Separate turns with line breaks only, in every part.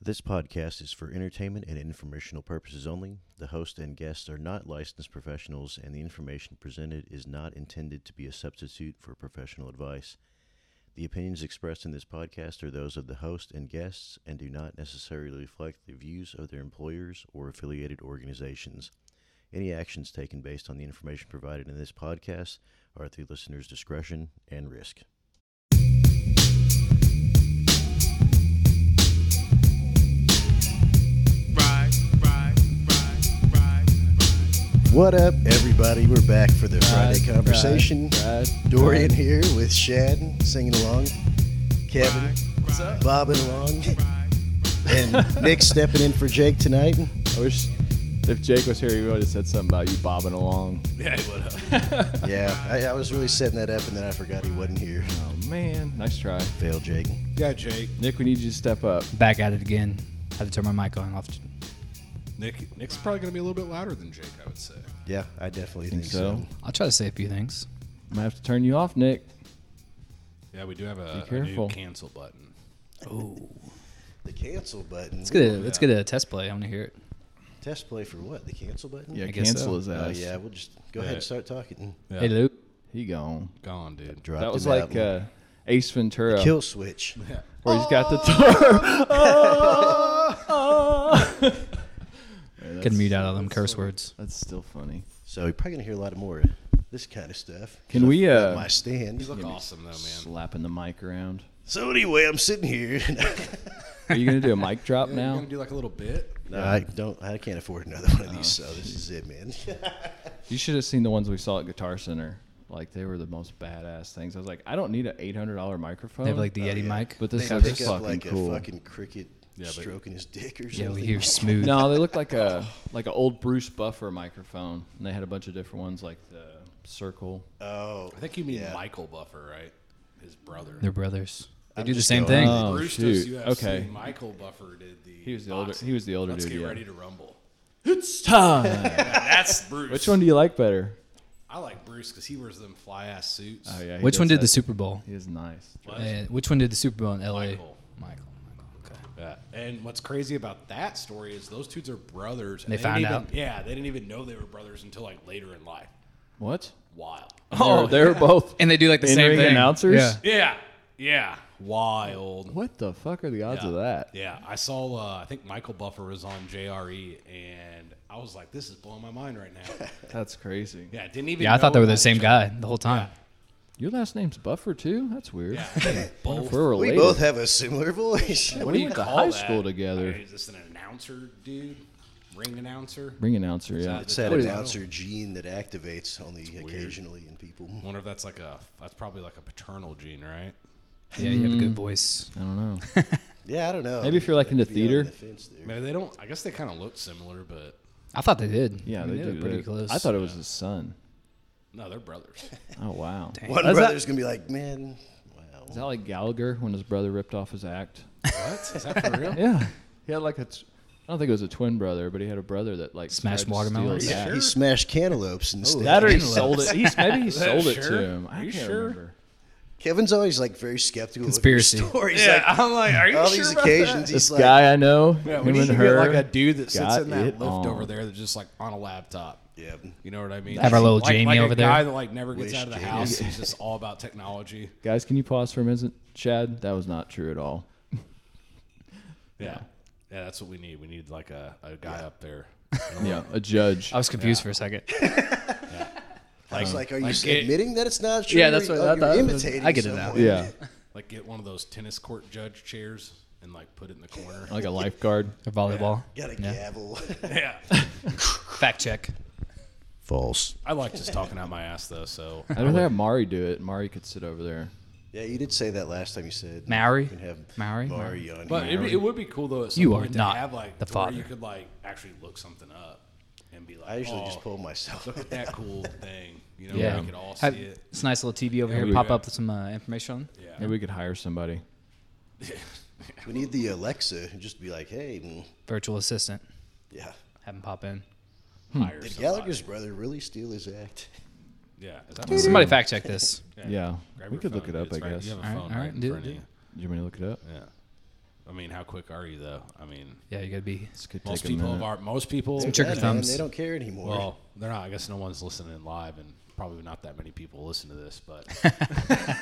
This podcast is for entertainment and informational purposes only. The host and guests are not licensed professionals, and the information presented is not intended to be a substitute for professional advice. The opinions expressed in this podcast are those of the host and guests and do not necessarily reflect the views of their employers or affiliated organizations. Any actions taken based on the information provided in this podcast are at the listener's discretion and risk.
Ride, ride, ride, ride, ride.
What up, everybody? We're back for the Friday
Ride,
conversation.
ride, ride,
Dorian
ride.
here with Shad singing along, Kevin
What's up?
bobbing along, and Nick stepping in for Jake tonight.
I wish if Jake was here, he would have said something about you bobbing along.
Yeah, I, I was really setting that up, and then I forgot he wasn't here.
Oh man, nice try,
Fail, Jake.
Yeah, Jake.
Nick. We need you to step up.
Back at it again. I have to turn my mic on off.
Nick Nick's probably gonna be a little bit louder than Jake, I would say.
Yeah, I definitely think,
Think so?
I'll try to say a few things.
I'm gonna have to turn you off, Nick.
Yeah, we do have a,
Be
a
careful.
new cancel button.
The cancel button.
Let's get a, let's get a test play. I want to hear it.
Test play for what? The cancel button?
Yeah,
I guess
cancel his
so.
ass.
Oh, yeah, we'll just go ahead and start talking.
Yeah.
Hey, Luke.
he gone.
Gone, dude.
Dropped
That was
him out
like
and-
uh, Ace Ventura,
kill switch.
where he's got the tar. Ah!
Couldn't mute out all them curse words.
That's still funny.
So you're probably gonna hear a lot more of this kind of stuff.
Can we,
Got
uh,
my stand?
You look awesome though, man.
Slapping the mic around.
So anyway, I'm sitting here.
Are you gonna do a mic drop
Yeah, you
now?
gonna do like a little bit?
no, I don't. I can't afford another one of these. So this is it, man.
You should have seen the ones we saw at Guitar Center. Like they were the most badass things. I was like, I don't need an eight hundred dollar microphone.
They have like the Yeti
yeah.
mic.
but
They
this
pick
looks
up
fucking
like
cool.
a fucking cricket
but-
stroking his dick or something.
yeah, we hear smooth.
No, they looked like a like an old Bruce Buffer microphone, and they had a bunch of different ones, like the circle.
Oh,
I think you mean
Yeah.
Michael Buffer, right? His brother.
They're brothers. They
I'm
do the
just
same
going-
thing.
Oh,
Bruce
shoot.
UFC.
Okay.
Michael Buffer did the.
He was the older.
boxing.
He was the older
Let's
dude.
get
yeah.
ready to rumble.
It's time.
That's Bruce.
Which one do you like better?
I like Bruce because he wears them fly ass suits.
Oh yeah. he
which one
does
did the
that.
Super Bowl?
He is nice.
Uh, which one did the Super Bowl in L.A.?
Michael.
Michael. Michael. Okay.
Yeah. And what's crazy about that story is those dudes are brothers. And
They found
didn't even-
out?
Yeah, they didn't even know they were brothers until like later in life.
What?
Wild.
Oh, they're, both.
And they do like the same
In-ring
thing.
announcers?
Yeah.
Yeah. Yeah. Wild.
What the fuck are the odds
Yeah.
of that?
Yeah, I saw. Uh, I think Michael Buffer was on JRE, and I was like, "This is blowing my mind right now."
That's crazy.
yeah, didn't even.
Yeah, I thought
know
they were the
about
same
each
guy the whole time.
Your last name's Buffer too. That's weird.
other. Yeah, I think
I wonder
both.
if we're
we
related.
both have a similar voice.
When we
you
went to
call
high
that?
school
I mean,
together.
is this an announcer dude? Ring announcer?
Ring announcer. Yeah.
It's that
What is-
announcer gene that activates only occasionally in people.
I wonder if that's like a. That's probably like a paternal gene, right?
Yeah, you have a good voice.
I don't know.
Yeah, I don't know.
Maybe if you're, like,
That
into
could be out on
theater.
the fence there.
Maybe they don't. I guess they kind of look similar, but
I thought they did.
Yeah,
I mean,
they,
were
do.
pretty
They-
close.
I thought it was his son.
no, they're brothers.
Oh wow.
One
Is that-
brother's gonna be like, man,
Is
wow.
that like Gallagher when his brother ripped off his act?
what is that for real?
yeah. He had like a, t- I don't think it was a twin brother, but he had a brother that like
Smashed
tried to steal
watermelons?
his
Yeah.
act.
He smashed cantaloupes instead.
Oh, That or he
Antelope.
sold it. He's, maybe he sold it
sure?
to him. I
Are you
can't
sure?
remember.
Kevin's always like very skeptical
Conspiracy.
of your stories.
Yeah,
like,
I'm like, are you
all
sure
these
about
occasions,
that?
he's
This
like,
guy I know,
Yeah, we
him
need
and
to
her,
get like a dude that sits
got
in that
it
lift
on.
over there that's just like on a laptop.
yeah,
You know what I mean?
Have our little
Like-
Jamie
like a
over there.
Guy that like never gets
Wish
out of the
Jamie.
house. He's just all about technology.
Guys, can you pause for a minute? Chad, that was not true at all.
Yeah, yeah, that's what we need. We need like a, a guy up there.
Yeah, a judge.
I was confused for a second.
It's like, are you
like it-
admitting that it's not true?
Um, Yeah, that's
Or
what I
you're
thought.
Imitating
I get it now.
someone?
yeah,
Like get one of those tennis court judge chairs and like put it in the corner.
like a lifeguard.
Or volleyball.
Got a
Yeah.
gavel.
yeah,
Fact check.
False.
I like just talking out my ass though. So
I'd rather have Mari do it. Mari could sit over there.
Yeah, you did say that last time you said
Maori?
You can have
Maori?
Maori on
But
here.
it, it would be cool though. At some
You
point
are
to
not
have like
the
to where
father.
You could like actually look something up and be like,
I usually just
"Oh,
pull myself.
look at that cool thing. You know,
Yeah.
we could all see
Have-
it.
It's a nice little TV over here.
we-
Pop up with some uh, information.
Yeah.
Maybe we could hire somebody.
we need the Alexa and just be like, hey, mm,
Virtual assistant.
yeah.
Have him pop in. Hmm.
Hire
Did
somebody.
Gallagher's brother really steal his act?
Yeah. Is that
Somebody fact check this.
Yeah,
Grab
we
your
could look
phone,
it up.
dude.
I
It's right-
guess.
You
Do
have a
All
phone
right, all
right
right,
in
do it,
front of
do
you.
you want me to look it up?
Yeah. I mean, how quick are you though? I mean,
Yeah, you gotta be.
This could
most
take a
people
minute.
have are most people.
Some Trick or
Yeah, man,
thumbs.
They don't care anymore.
Well, they're not. I guess no one's listening live, and probably not that many people listen to this. But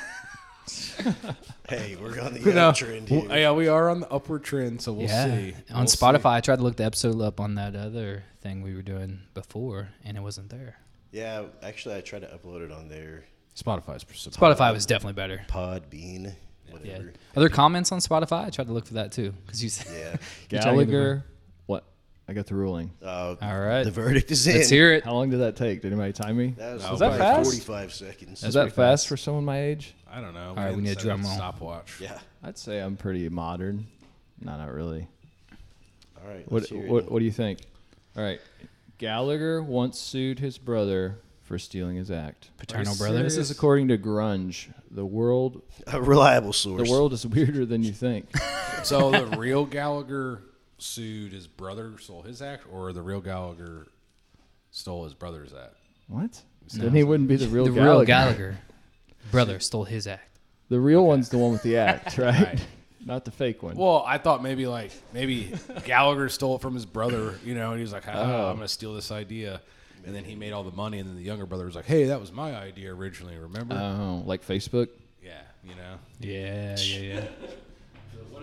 hey, we're on the
No.
uptrend
Well,
here.
yeah, we are on the upward trend, so we'll
yeah.
see.
On
We'll see.
Spotify, I tried to look the episode up on that other thing we were doing before, and it wasn't there.
yeah, actually, I tried to upload it on their
Spotify's
Spotify was definitely better.
Podbean,
Yeah.
whatever.
Are there comments on Spotify? I tried to look for that too, because you said
Yeah.
you tried to get
Gallagher. What? I got the ruling.
Uh,
All right.
The verdict is in.
Let's hear it.
How long did that take? Did anybody time me?
That was,
Was
that
like
fast?
45 seconds.
Is that fast for someone my age?
I don't know. All
right, we need a drum roll.
Stopwatch.
yeah.
I'd say I'm pretty modern. No, not really.
All right.
What
let's hear it.
what, what do you think? All right. Gallagher once sued his brother for stealing his act.
Paternal
Are you
brother.
serious?
This is according to Grunge. The world
A reliable
the
source.
world is weirder than you think.
So the real Gallagher sued his brother, stole his act, or the real Gallagher stole his brother's act.
what? Then he wouldn't be the real
the
Gallagher.
real Gallagher brother stole his act.
The real one's the one with the act, right? Not the fake one.
Well, I thought maybe like maybe Gallagher stole it from his brother, you know, and he was like,
Oh.
ah, "I'm gonna steal this idea," and then he made all the money, and then the younger brother was like, "Hey, that was my idea originally, remember?"
oh, like Facebook.
yeah, you know.
Yeah, yeah, yeah.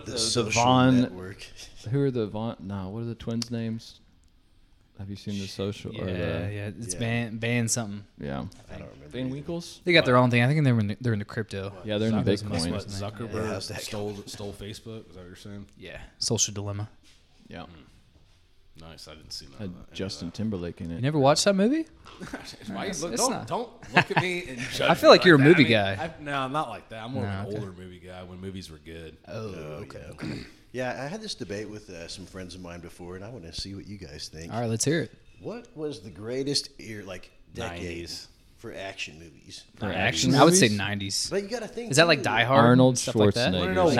the, social
Vaughn-
network.
Who are the Vaughn? No, what are the twins' names? Have you seen the social?
Yeah,
or the,
yeah. It's
yeah.
ban ban something.
yeah.
I don't remember.
Van
either.
Winkles.
They got their own thing. I think they were in the, they're in the crypto.
Yeah, they're in
Zuckerberg's
Bitcoin.
most-
What Zuckerberg
Yeah, how's that
stole stole Facebook? Is that what you're saying?
Yeah, social dilemma.
Yeah.
Nice, I didn't see that.
Had Justin Timberlake in
You
it.
never watched that movie?
Why you
It's-
look-
it's
don't,
not-
don't look at me and judge.
I feel like
me
you're
that.
a movie
I
guy.
mean, I, no, I'm not like that. I'm more of
No,
an
okay.
older movie guy when movies were good.
Oh,
Okay. okay. Yeah, I had this debate with uh, some friends of mine before, and I want to see what you guys think.
All right, let's hear it.
What was the greatest year, like decade,
90s.
for action movies?
For
Action.
action
I would say
movies?
nineties.
But you got to think.
Is that
too,
like Die Hard?
Arnold
and stuff like that?
Schwarzenegger.
Want to know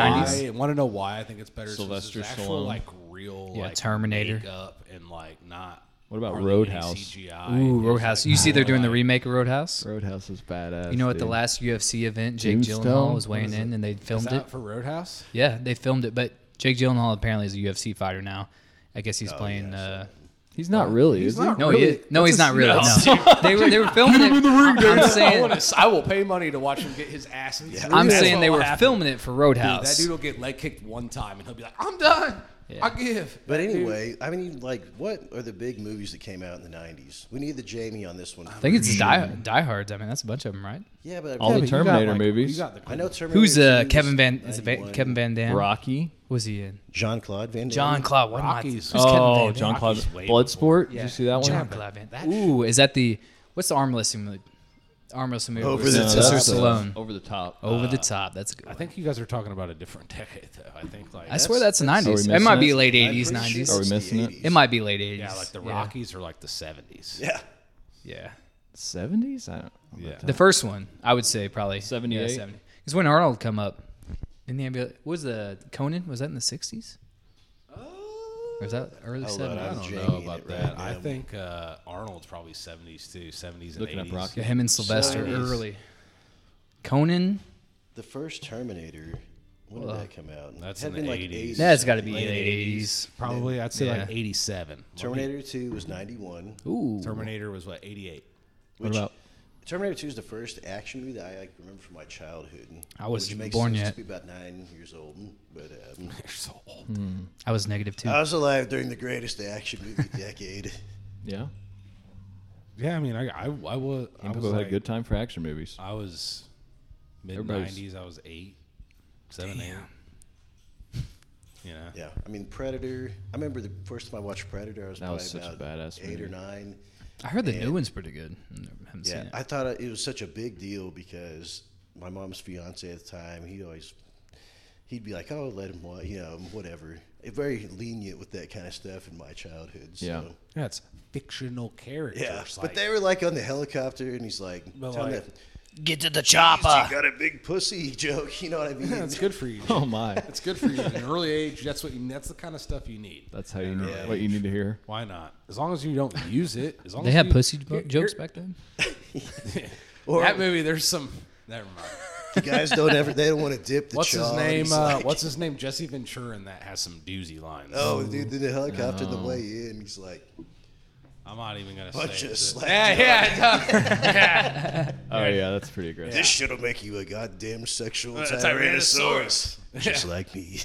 why?
90s.
Want to know why I think it's better? since
Sylvester
there's actual,
Stallone.
like real,
Yeah,
like,
Terminator.
makeup and like not.
What about
hardly any
Roadhouse?
CGI.
Ooh,
It's
Roadhouse.
like
You see, they're doing the
highlight.
remake of Roadhouse.
Roadhouse is badass.
You know, at the
dude.
last UFC event, Jake
Tombstone?
Gyllenhaal was weighing in, and they
Is
filmed it.
that for Roadhouse?
Yeah, they filmed it. But Jake Gyllenhaal apparently is a UFC fighter now. I guess he's playing.
yeah,
uh,
He's not really, is he?
not
no,
Oh, really.
he, no, he's not really.
That's
No. they were they were filming it. I'm
I,
saying
wanna, s- I will pay money to watch him get his ass. Yeah.
I'm saying they were filming it for
Dude,
Roadhouse.
that dude will get leg kicked one time, and he'll be like, "I'm done.
Yeah.
I give."
But anyway, I mean, like, what are the big movies that came out in the '90s? We need the Jamie on this one.
I think it's Die, Die Hard's. I mean, that's a bunch of them, right?
yeah, but
All
yeah,
the
but you got,
Terminator
like-
movies.
You got the
I know Terminator.
Who's uh,
2 was
Kevin Van? Is it Van,
91.
Kevin Van Damme?
Rocky.
Was he in?
John Claude Van. Damme.
John Claude. What am I-
Rockies.
who's Kevin Van
Oh,
Damme?
John Claude.
Rocky's way
Bloodsport. Did you see that one?
John Claude Van Damme. Ooh, is that the? What's the arm wrestling movie? Arm wrestling movie.
Over
with
the
No,
Sylvester
that's, uh,
Stallone. Oh.
Over the top.
Over the top. That's a good.
I
One.
think you guys are talking about a different decade, though. I think like
I swear that's the nineties. It
missing
might be
it?
late
I'm pretty
eighties,
sure
nineties.
Are we
it's the
missing it?
80s.
It might be late eighties.
yeah, like the Rockies are like the seventies.
Yeah.
Yeah.
Seventies. I don't.
Yeah.
The first one, I would say probably
78?
Yeah, Because when Arnold come up, in the ambulance, was the Conan? Was that in the sixties? Or was that early
Hold on,
seventies?
I
I'm
don't
Jamie
know
in
about
it right
that. I
now.
think uh, Arnold's probably seventies too, seventies and
Looking up
eighties.
Rocky.
Yeah, him and Sylvester
Sorry.
early. Conan.
The first Terminator. When did that come out?
That's
Had
in the
been, like,
80s.
That's got to be
Late
late eighties.
Probably, I'd say like
Yeah.
eighty-seven.
Terminator 2 was 91.
Ooh.
Terminator was what eighty-eight.
Which
about-
Terminator 2 is the first action movie that I like, remember from my childhood.
I wasn't
which
even
makes
born
sense
yet.
To be about nine years old, but um,
You're so old.
I was negative two.
I was alive during the greatest action movie decade.
Yeah.
Yeah, I mean, I I, I was I was
People had
like, uh,
a good time for action movies.
I was mid
Everybody's-
nineties. I was eight, seven, eight. You know,
Yeah, I mean Predator. I remember the first time I watched Predator, I was
That
probably
was such a
about
badass
eight or
movie.
nine.
I heard the new one's pretty good. I haven't
Yeah,
seen it.
I thought it was such a big deal because my mom's fiance at the time, he always he'd be like, "Oh, let him, wa- you know, whatever." Very lenient with that kind of stuff in my childhood. So.
Yeah.
that's fictional characters.
Yeah,
like-
but they were like on the helicopter, and he's like,
But,
telling
like-
them,
Get to the chopper.
"You got a big pussy joke." You know what I mean?
That's good for you.
Oh my.
That's good for you at an early age. That's what you, that's the kind of stuff you need.
That's how you know what you need to hear.
Why not? As long as you don't use it. As long
They
as
had
you,
pussy jo-
you're-
jokes back then.
that movie. There's some. Never mind.
You guys don't ever. They don't want to dip the.
What's his
Chad.
name?
He's
Uh,
like-
what's his name? Jesse Ventura, and that has some doozy lines.
Oh, the dude, did the helicopter the way in. He's like,
I'm not even gonna
bunch
say.
of
it.
slack.
Oh yeah, that's pretty aggressive.
This shit'll make you a goddamn sexual
Uh,
tyrannosaurus, just like me.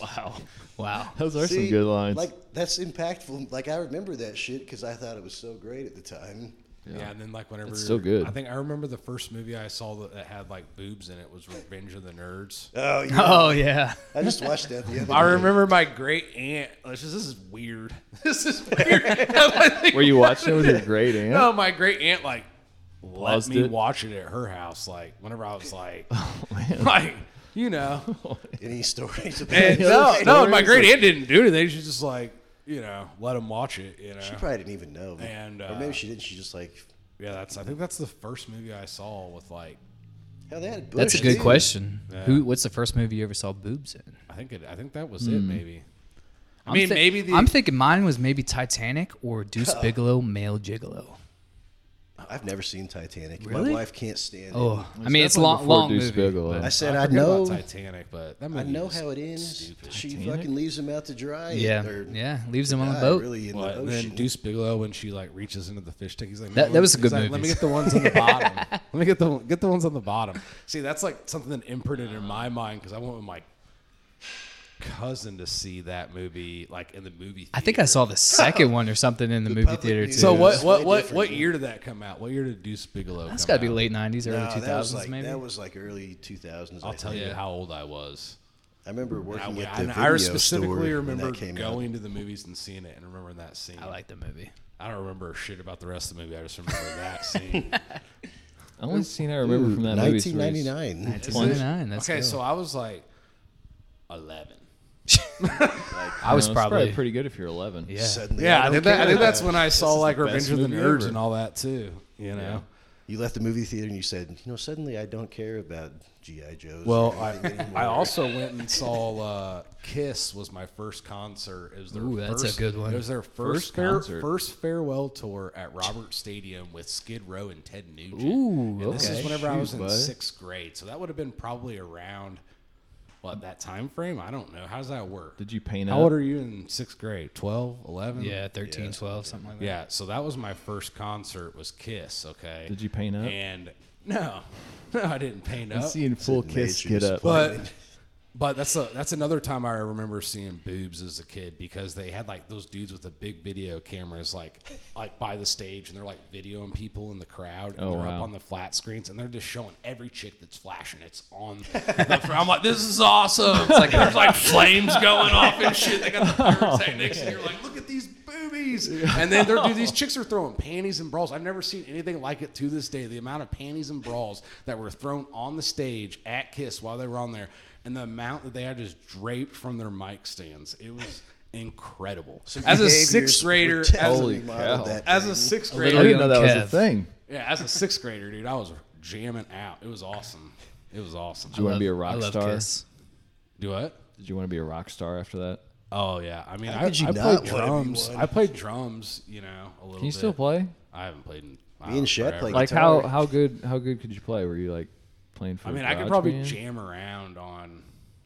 Wow,
Wow.
those are
See,
some good lines.
Like that's impactful. Like I remember that shit because I thought it was so great at the time.
Yeah. and then like whenever
It's so good.
I think I remember the first movie I saw that, that had like boobs in it was Revenge of the Nerds.
Oh yeah,
Oh yeah.
I just watched that the other.
I
day.
remember my great aunt. This is, this is weird. This is weird. I think-
Were you watching it with your great aunt?
No, my great aunt like let
Paused
me
it? Oh,
watch it at her house. Like whenever I was like, like you know,
any stories about it?
And no,
those
no, my
stories
great aunt didn't do anything. She just like, you know, let him watch it. You know,
She probably didn't even know.
And,
or maybe
uh,
she didn't. She just like,
yeah, that's. I think that's the first movie I saw with like.
hell, they had Bush.
That's a good
too.
question.
Yeah.
Who? What's the first movie you ever saw boobs in?
I think it. I think that was it. Maybe. I
I'm
mean,
thi-
maybe the.
I'm thinking mine was maybe Titanic or Deuce Bigelow, Male Gigolo.
I've never seen Titanic.
Really?
My wife can't stand it.
Oh, I mean it's
definitely
long,
before
long
Deuce
movie.
Bigelow.
I
but-
said I,
I forget
know.
about Titanic, but that
I
movie
know
was
how it ends.
Stupid.
She
Titanic?
fucking leaves him out to dry.
yeah,
or
yeah, leaves him on
die,
the boat.
Really in
What?
the
And
ocean.
then Deuce Bigelow, when she like reaches into the fish tank, he's like,
That-
"Man,
that was a
he's
good
like,
movie.
Let me get the ones on the bottom. Let me get the get the ones on the bottom. See, that's like something that imprinted in my mind because I went with my cousin to see that movie, like in the movie. Theater.
I think I saw the second one or something in the, movie
public
theater too.
view.
So
Yeah,
what
it's
what
way
what
different,
what
yeah.
year did that come out? What year did Deuce Bigelow?
That's
come
got to be
out?
late '90s, early
No,
2000s,
that was like
maybe.
that was like early 2000s.
I'll tell
Yeah.
you how old I was.
I remember
I,
working at the
and
video
I
store
specifically
when
remember
that came
going to the movies and seeing it and remembering that scene.
I like the movie.
I don't remember shit about the rest of the movie. I just remember that scene.
The only scene I
out.
remember
Ooh,
from that movie series-
1999.
It's 29. That's
okay,
cool.
so I was like eleven.
I was
No, it's
probably
pretty good if you're 11.
Yeah.
Suddenly,
Yeah, I,
don't
think that, I
care.
think that's when I saw
is
like
the
Revenge
best
of the
movie
Nerds
ever.
and all that too. You know.
You left the movie theater and you said, you know, suddenly I don't care about GI Joes.
Well,
or
Oh, I,
anything anymore."
I also went and saw uh, Kiss was my first concert. It was their
Ooh, that's
first,
a good one.
It was their
First
first fair-
concert.
first farewell tour at Robert Stadium with Skid Row and Ted Nugent.
Ooh,
And This
okay.
is whenever I
Shoot,
was in
bud.
sixth grade, so that would have been probably around what that time frame. I don't know. How does that work?
Did you paint
How old
out?
are you in sixth grade? 12, 11?
yeah, 13, 12, something like that.
Yeah, so that was my first concert was Kiss, okay?
Did you paint up?
And no. No, I didn't paint
I'm
up.
seeing full
Said
kiss
major
get up.
But but that's a, that's another time I remember seeing boobs as a kid because they had like those dudes with the big video cameras like like by the stage and they're like videoing people in the crowd and
Oh,
they're
wow.
up on the flat screens and they're just showing every chick that's flashing. It's on. The, fr- I'm like, this is awesome. It's like there's like flames going off and shit. They got the pyrotechnics and you're like, look at these boobies. And then they're, dude, these chicks are throwing panties and bras. I've never seen anything like it to this day. The amount of panties and bras that were thrown on the stage at Kiss while they were on there, and the amount that they had just draped from their mic stands. It was incredible. as a
Behaviors
sixth
were
grader, as
totally
a,
modeled
cow.
that
as
thing.
a sixth
I
grader,
didn't know that was a
Kev.
thing.
yeah, as a sixth grader, dude, I was jamming out. It was awesome. It was awesome.
Do you want to be a
I
rock
love
star? Did
Kiss.
Do what?
you want to be a rock star after that?
Oh yeah, I mean,
How
I,
could you
I
not
played
wanna be
drums.
one?
I played drums, you know, a little.
Can you
bit.
still play?
I haven't played in. I
and
don't know,
Shad
forever.
played
Like
Guitar.
how how good how good could you play? Were you like playing for?
I mean, I could
GarageBand?
probably jam around on.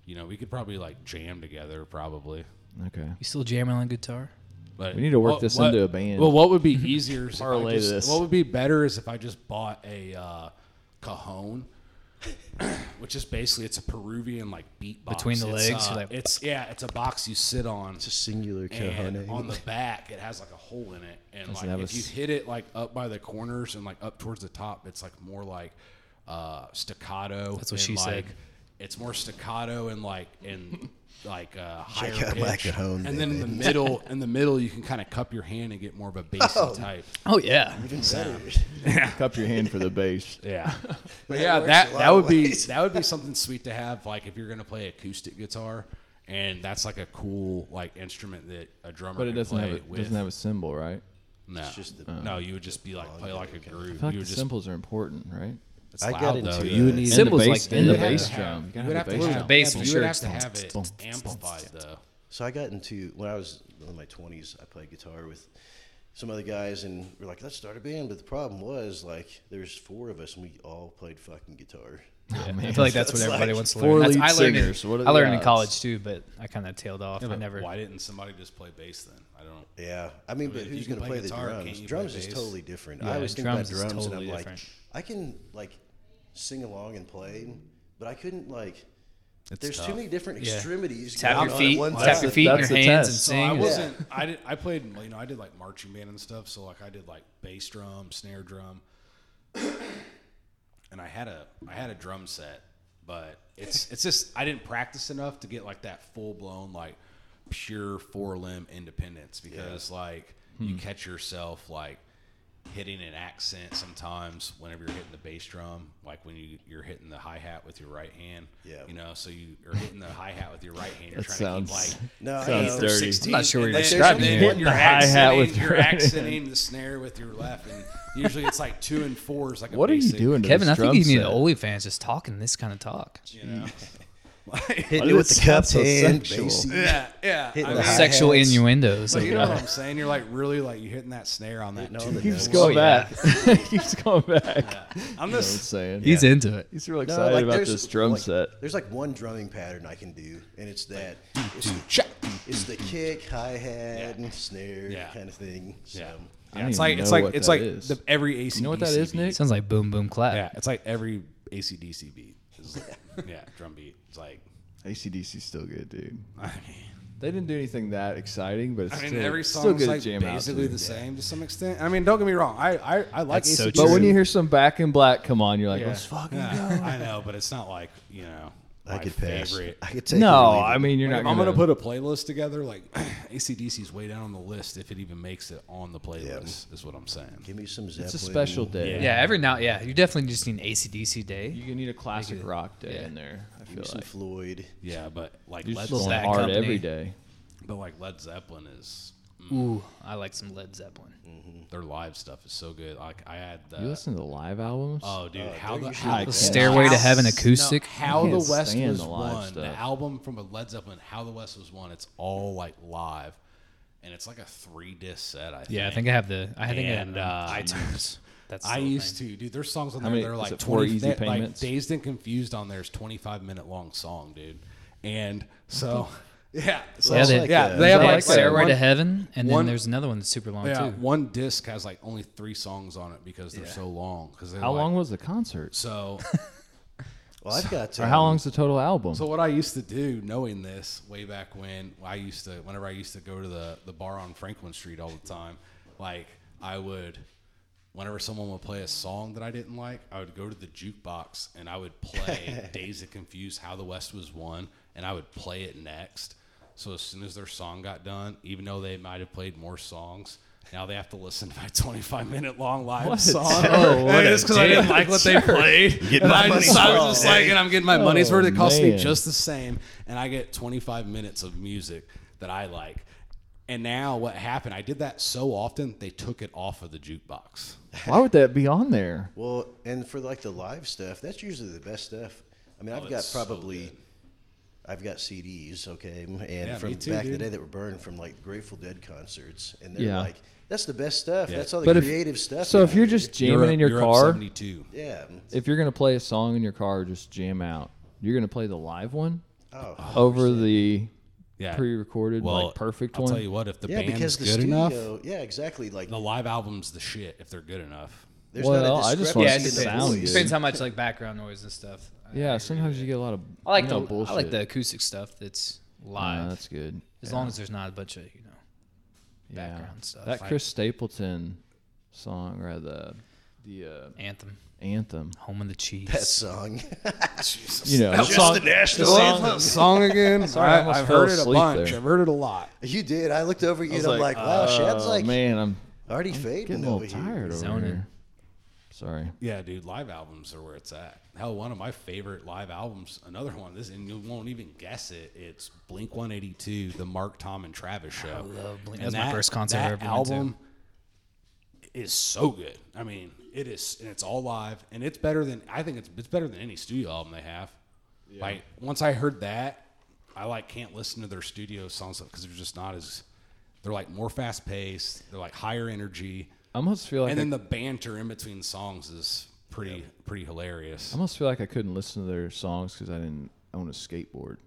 You know, we could probably like jam together, probably.
Okay.
You still jamming on guitar?
But
We need to work this into a band.
Well, what would be easier is if I
Parlay
just-
this.
What would be better is if I just bought a uh, cajon, which is basically it's a Peruvian like beatbox
Between the
It's,
legs,
uh,
you're like-
it's yeah, it's a box you sit on.
It's a singular
and on
cajone.
the back it has like a hole in it
Does
and
it
like
have
if
a
you
s-
hit it like up by the corners and like up towards the top it's like more like uh staccato
That's what
and,
she said.
like, it's more staccato and like and like uh higher
out my
pitch.
cajon,
and then in the middle in the middle you can kind of cup your hand and get more of a bassy type
Oh yeah.
Even better.
Cup your hand for the bass.
yeah but
That
yeah
works
that
a lot
that would
of
be
ways.
that would be something sweet to have like if you're gonna play acoustic guitar and that's like a cool like instrument that a drummer
But it
can
doesn't have
play
a,
with.
doesn't have a cymbal, right?
No,
just the-
no, you would just be like play like a
Uh, I
groove.
feel like
you
the
would just
cymbals are important, right?
it's
I
loud,
got
though.
into
You would
a-
need
Cymbals
bass,
like
in the
you have
bass
to
drum. You
You
gotta
would have
have
to
the bass drum.
have
the
yeah,
bass for
but You
sure.
would have to
It's
have it
don't-
amplified though.
So I got into when I was in my twenties. I played guitar with some other guys, and we're like, "Let's start a band." But the problem was, like, there's four of us, and we all played fucking guitar.
I feel like that's, what everybody wants to learn.
four
That's-
lead
I learned,
singers.
in,
What are
I
the
learned in
odds?
college too, but I kind of tailed off. I never.
Why didn't somebody just play bass then? I don't.
Yeah, I mean, but
if
who's
you can
going to
play
play, the
guitar, can't
drums?
you play
Drums is
bass?
totally different.
Yeah,
I always think about
drums is
drums, and I'm
totally
like,
different.
I can like sing along and play, but I couldn't like.
It's
there's too
tough.
many different
Yeah.
extremities. going
Tap
on
your
at
feet,
one
tap
time.
your feet, and
That's
your
the
hands,
test.
and
So I
sing.
wasn't. I did. I played. You know, I did like marching band and stuff. So like, I did like bass drum, snare drum, and I had a I had a drum set, but it's it's just I didn't practice enough to get like that full blown like pure four limb independence because like you catch yourself like hitting an accent sometimes whenever you're hitting the bass drum like when you, you're hitting the hi-hat with your right hand
Yeah.
you know so you are hitting the hi-hat with your right hand you're
That
trying
sounds
to keep like
No, I
Sounds
know.
dirty.
I'm not sure what
and
you're
then-
describing
and then
here.
Hitting
You're
the hi-hat
accenting,
with
you're
your right hand.
accenting the snare with your left, and usually it's like two and four is like. A
What are you
basic,
doing, to
Kevin, I
this
think
drum
you need an
set?
OnlyFans just talking this kind of talk.
You know?
Hitting
Why
it with
does
the
it sound
cupped
so
hand,
sexual?
bassy.
yeah, yeah.
Hitting
I
the
mean,
hi-hat.
Sexual
hands.
innuendos.
but
like
you know what
that.
I'm saying? You're like really like you hitting that snare on that.
No,
tune.
the
Keeps
nose.
going
Oh, yeah.
back. Keeps going back. You know
I'm
what I'm
just.
saying?
He's into it.
He's real
No,
excited
like,
about
there's,
this drum
like,
set.
There's like one drumming pattern I can do, and it's that. It's,
Check.
it's the kick, hi hat, and snare
Yeah.
kind of thing. So.
Yeah.
don't
Yeah,
even
it's like it's
know
like
what
it's
that
like
is.
the, every ACDC.
know what that is,
beat.
Nick?
Sounds like boom, boom, clap.
Yeah, it's like every ACDC beat. It's like, yeah, drum beat. It's like
ACDC's still good, dude.
I mean,
They didn't do anything that exciting, but it's
I mean
still,
every
still good
song's
to
like
jam out
basically
to.
the same to some extent. I mean, don't get me wrong. I I, I like
That's so
ACDC.
true.
But when you hear some back in black come on, you're like,
Yeah.
let's fucking
Yeah, I know, but it's not like you know.
I
my
could pass.
Favorite.
I could take. or
No,
leave it.
I mean you're
Like,
not.
if I'm gonna put a playlist together. Like ACDC's way down on the list if it even makes it on the playlist. Is what I'm saying.
give me some. Zeppelin.
It's a special day.
Yeah, every now, yeah, you definitely just need an ACDC day.
You can need a classic
Make it-
rock day
yeah.
in there. I
Give
feel
me some
like
Floyd.
Yeah, but like
you're
Led
just
little
going
bad
Zeppelin,
hard
company.
every day.
but like Led Zeppelin is
Ooh, I like some Led Zeppelin.
their live stuff is so good. Like I had
You
the
listen to the live albums?
oh dude how
they're
the
usually
how
the
the
best.
Stairway to Heaven
No,
acoustic.
how
I
the
can't
West
stand
was
the live
won the
stuff.
album from a Led Zeppelin how the West was won. It's all like live, and it's like a three disc set. I think.
Yeah, I think I have the. I think
And,
I
uh,
have the iTunes. That's
I used to, dude. There's songs on there
many-
that are
is
like
it four
20,
easy
that, like
payments?
Dazed and Confused on there is 25 minute long song, dude. And so, yeah, so,
Yeah,
yeah,
they-
they
They
have
have
like
Stairway
one,
to Heaven, and
one-
then there's another one that's super long
Yeah,
too.
one disc has like only three songs on it because they're so long. Because
How long was the concert?
So,
Well, I've got.
Or how
um,
long's the total album?
so what I used to do, knowing this way back when I used to, whenever I used to go to the the bar on Franklin Street all the time, like I would, whenever someone would play a song that I didn't like, I would go to the jukebox and I would play Days of Confuse, How the West Was Won, and I would play it next. So as soon as their song got done, even though they might have played more songs. Now they have to listen to my 25 minute long live
What a
song.
jerk.
Oh,
What a
just because I didn't
damn
like what they played.
getting
And
my
I,
money's
just, I
worth
was just like,
today.
and I'm getting my money's
Oh,
worth. It costs me
man.
just the same, and I get 25 minutes of music that I like. And now what happened? I did that so often they took it off of the jukebox.
Why would that be on there?
Well, and for like the live stuff, that's usually the best stuff. I mean, I've got
Oh, it's so
probably, I've got CDs, okay, and from
me too,
back in the
dude.
day that were burned from like Grateful Dead concerts, and they're
Yeah.
like, that's the best stuff. That's all the
But if-
creative stuff.
So
you
if you're
hear.
just jamming
You're up-
in your
you're up
car,
72.
yeah,
if you're gonna play a song in your car, just jam out. You're gonna play the live one
oh,
over the
Yeah.
pre-recorded
Well,
like perfect
I'll
one.
tell you what, if the
yeah, because
band's
the
good
studio,
enough,
yeah, exactly. Like
the live album's the shit if they're good enough.
there's
Well,
not a
I just
discrepancy
want
yeah,
it
it
in the
depends.
sound
voice.
depends how much like background noise and stuff. I-
yeah, sometimes you get a lot of
I like
you know,
the
bullshit.
I like the acoustic stuff that's
Yeah,
live.
that's good.
as long as there's not a bunch of you know background stuff.
That
Like
Chris Stapleton song or the the uh,
anthem,
anthem.
home of the cheese.
that song.
You know,
Just the national
Song,
anthem.
song again.
I
I,
almost
have
fell
heard it a
asleep
bunch.
there.
I've heard it a lot.
You did. I looked over at you and
was
I'm like,
like,
wow, Shad's
oh,
like
man, I'm
already
getting
fading
a
over
little
here.
tired over
Zoning.
here. Sorry.
Yeah, dude, live albums are where it's at. Hell, one of my favorite live albums, another one, this and you won't even guess it. It's Blink 182, the Mark Tom and Travis show. I
love Blink. That was my first concert I ever went to.
album is so good. I mean, it is and it's all live and it's better than I think it's it's better than any studio album they have. Like once I heard that, I like can't listen to their studio songs because they're just not as they're like more fast paced, they're like higher energy
I almost feel like I
and then the banter in between songs is pretty pretty
I
hilarious.
almost feel like I couldn't listen to their songs because I didn't own a skateboard.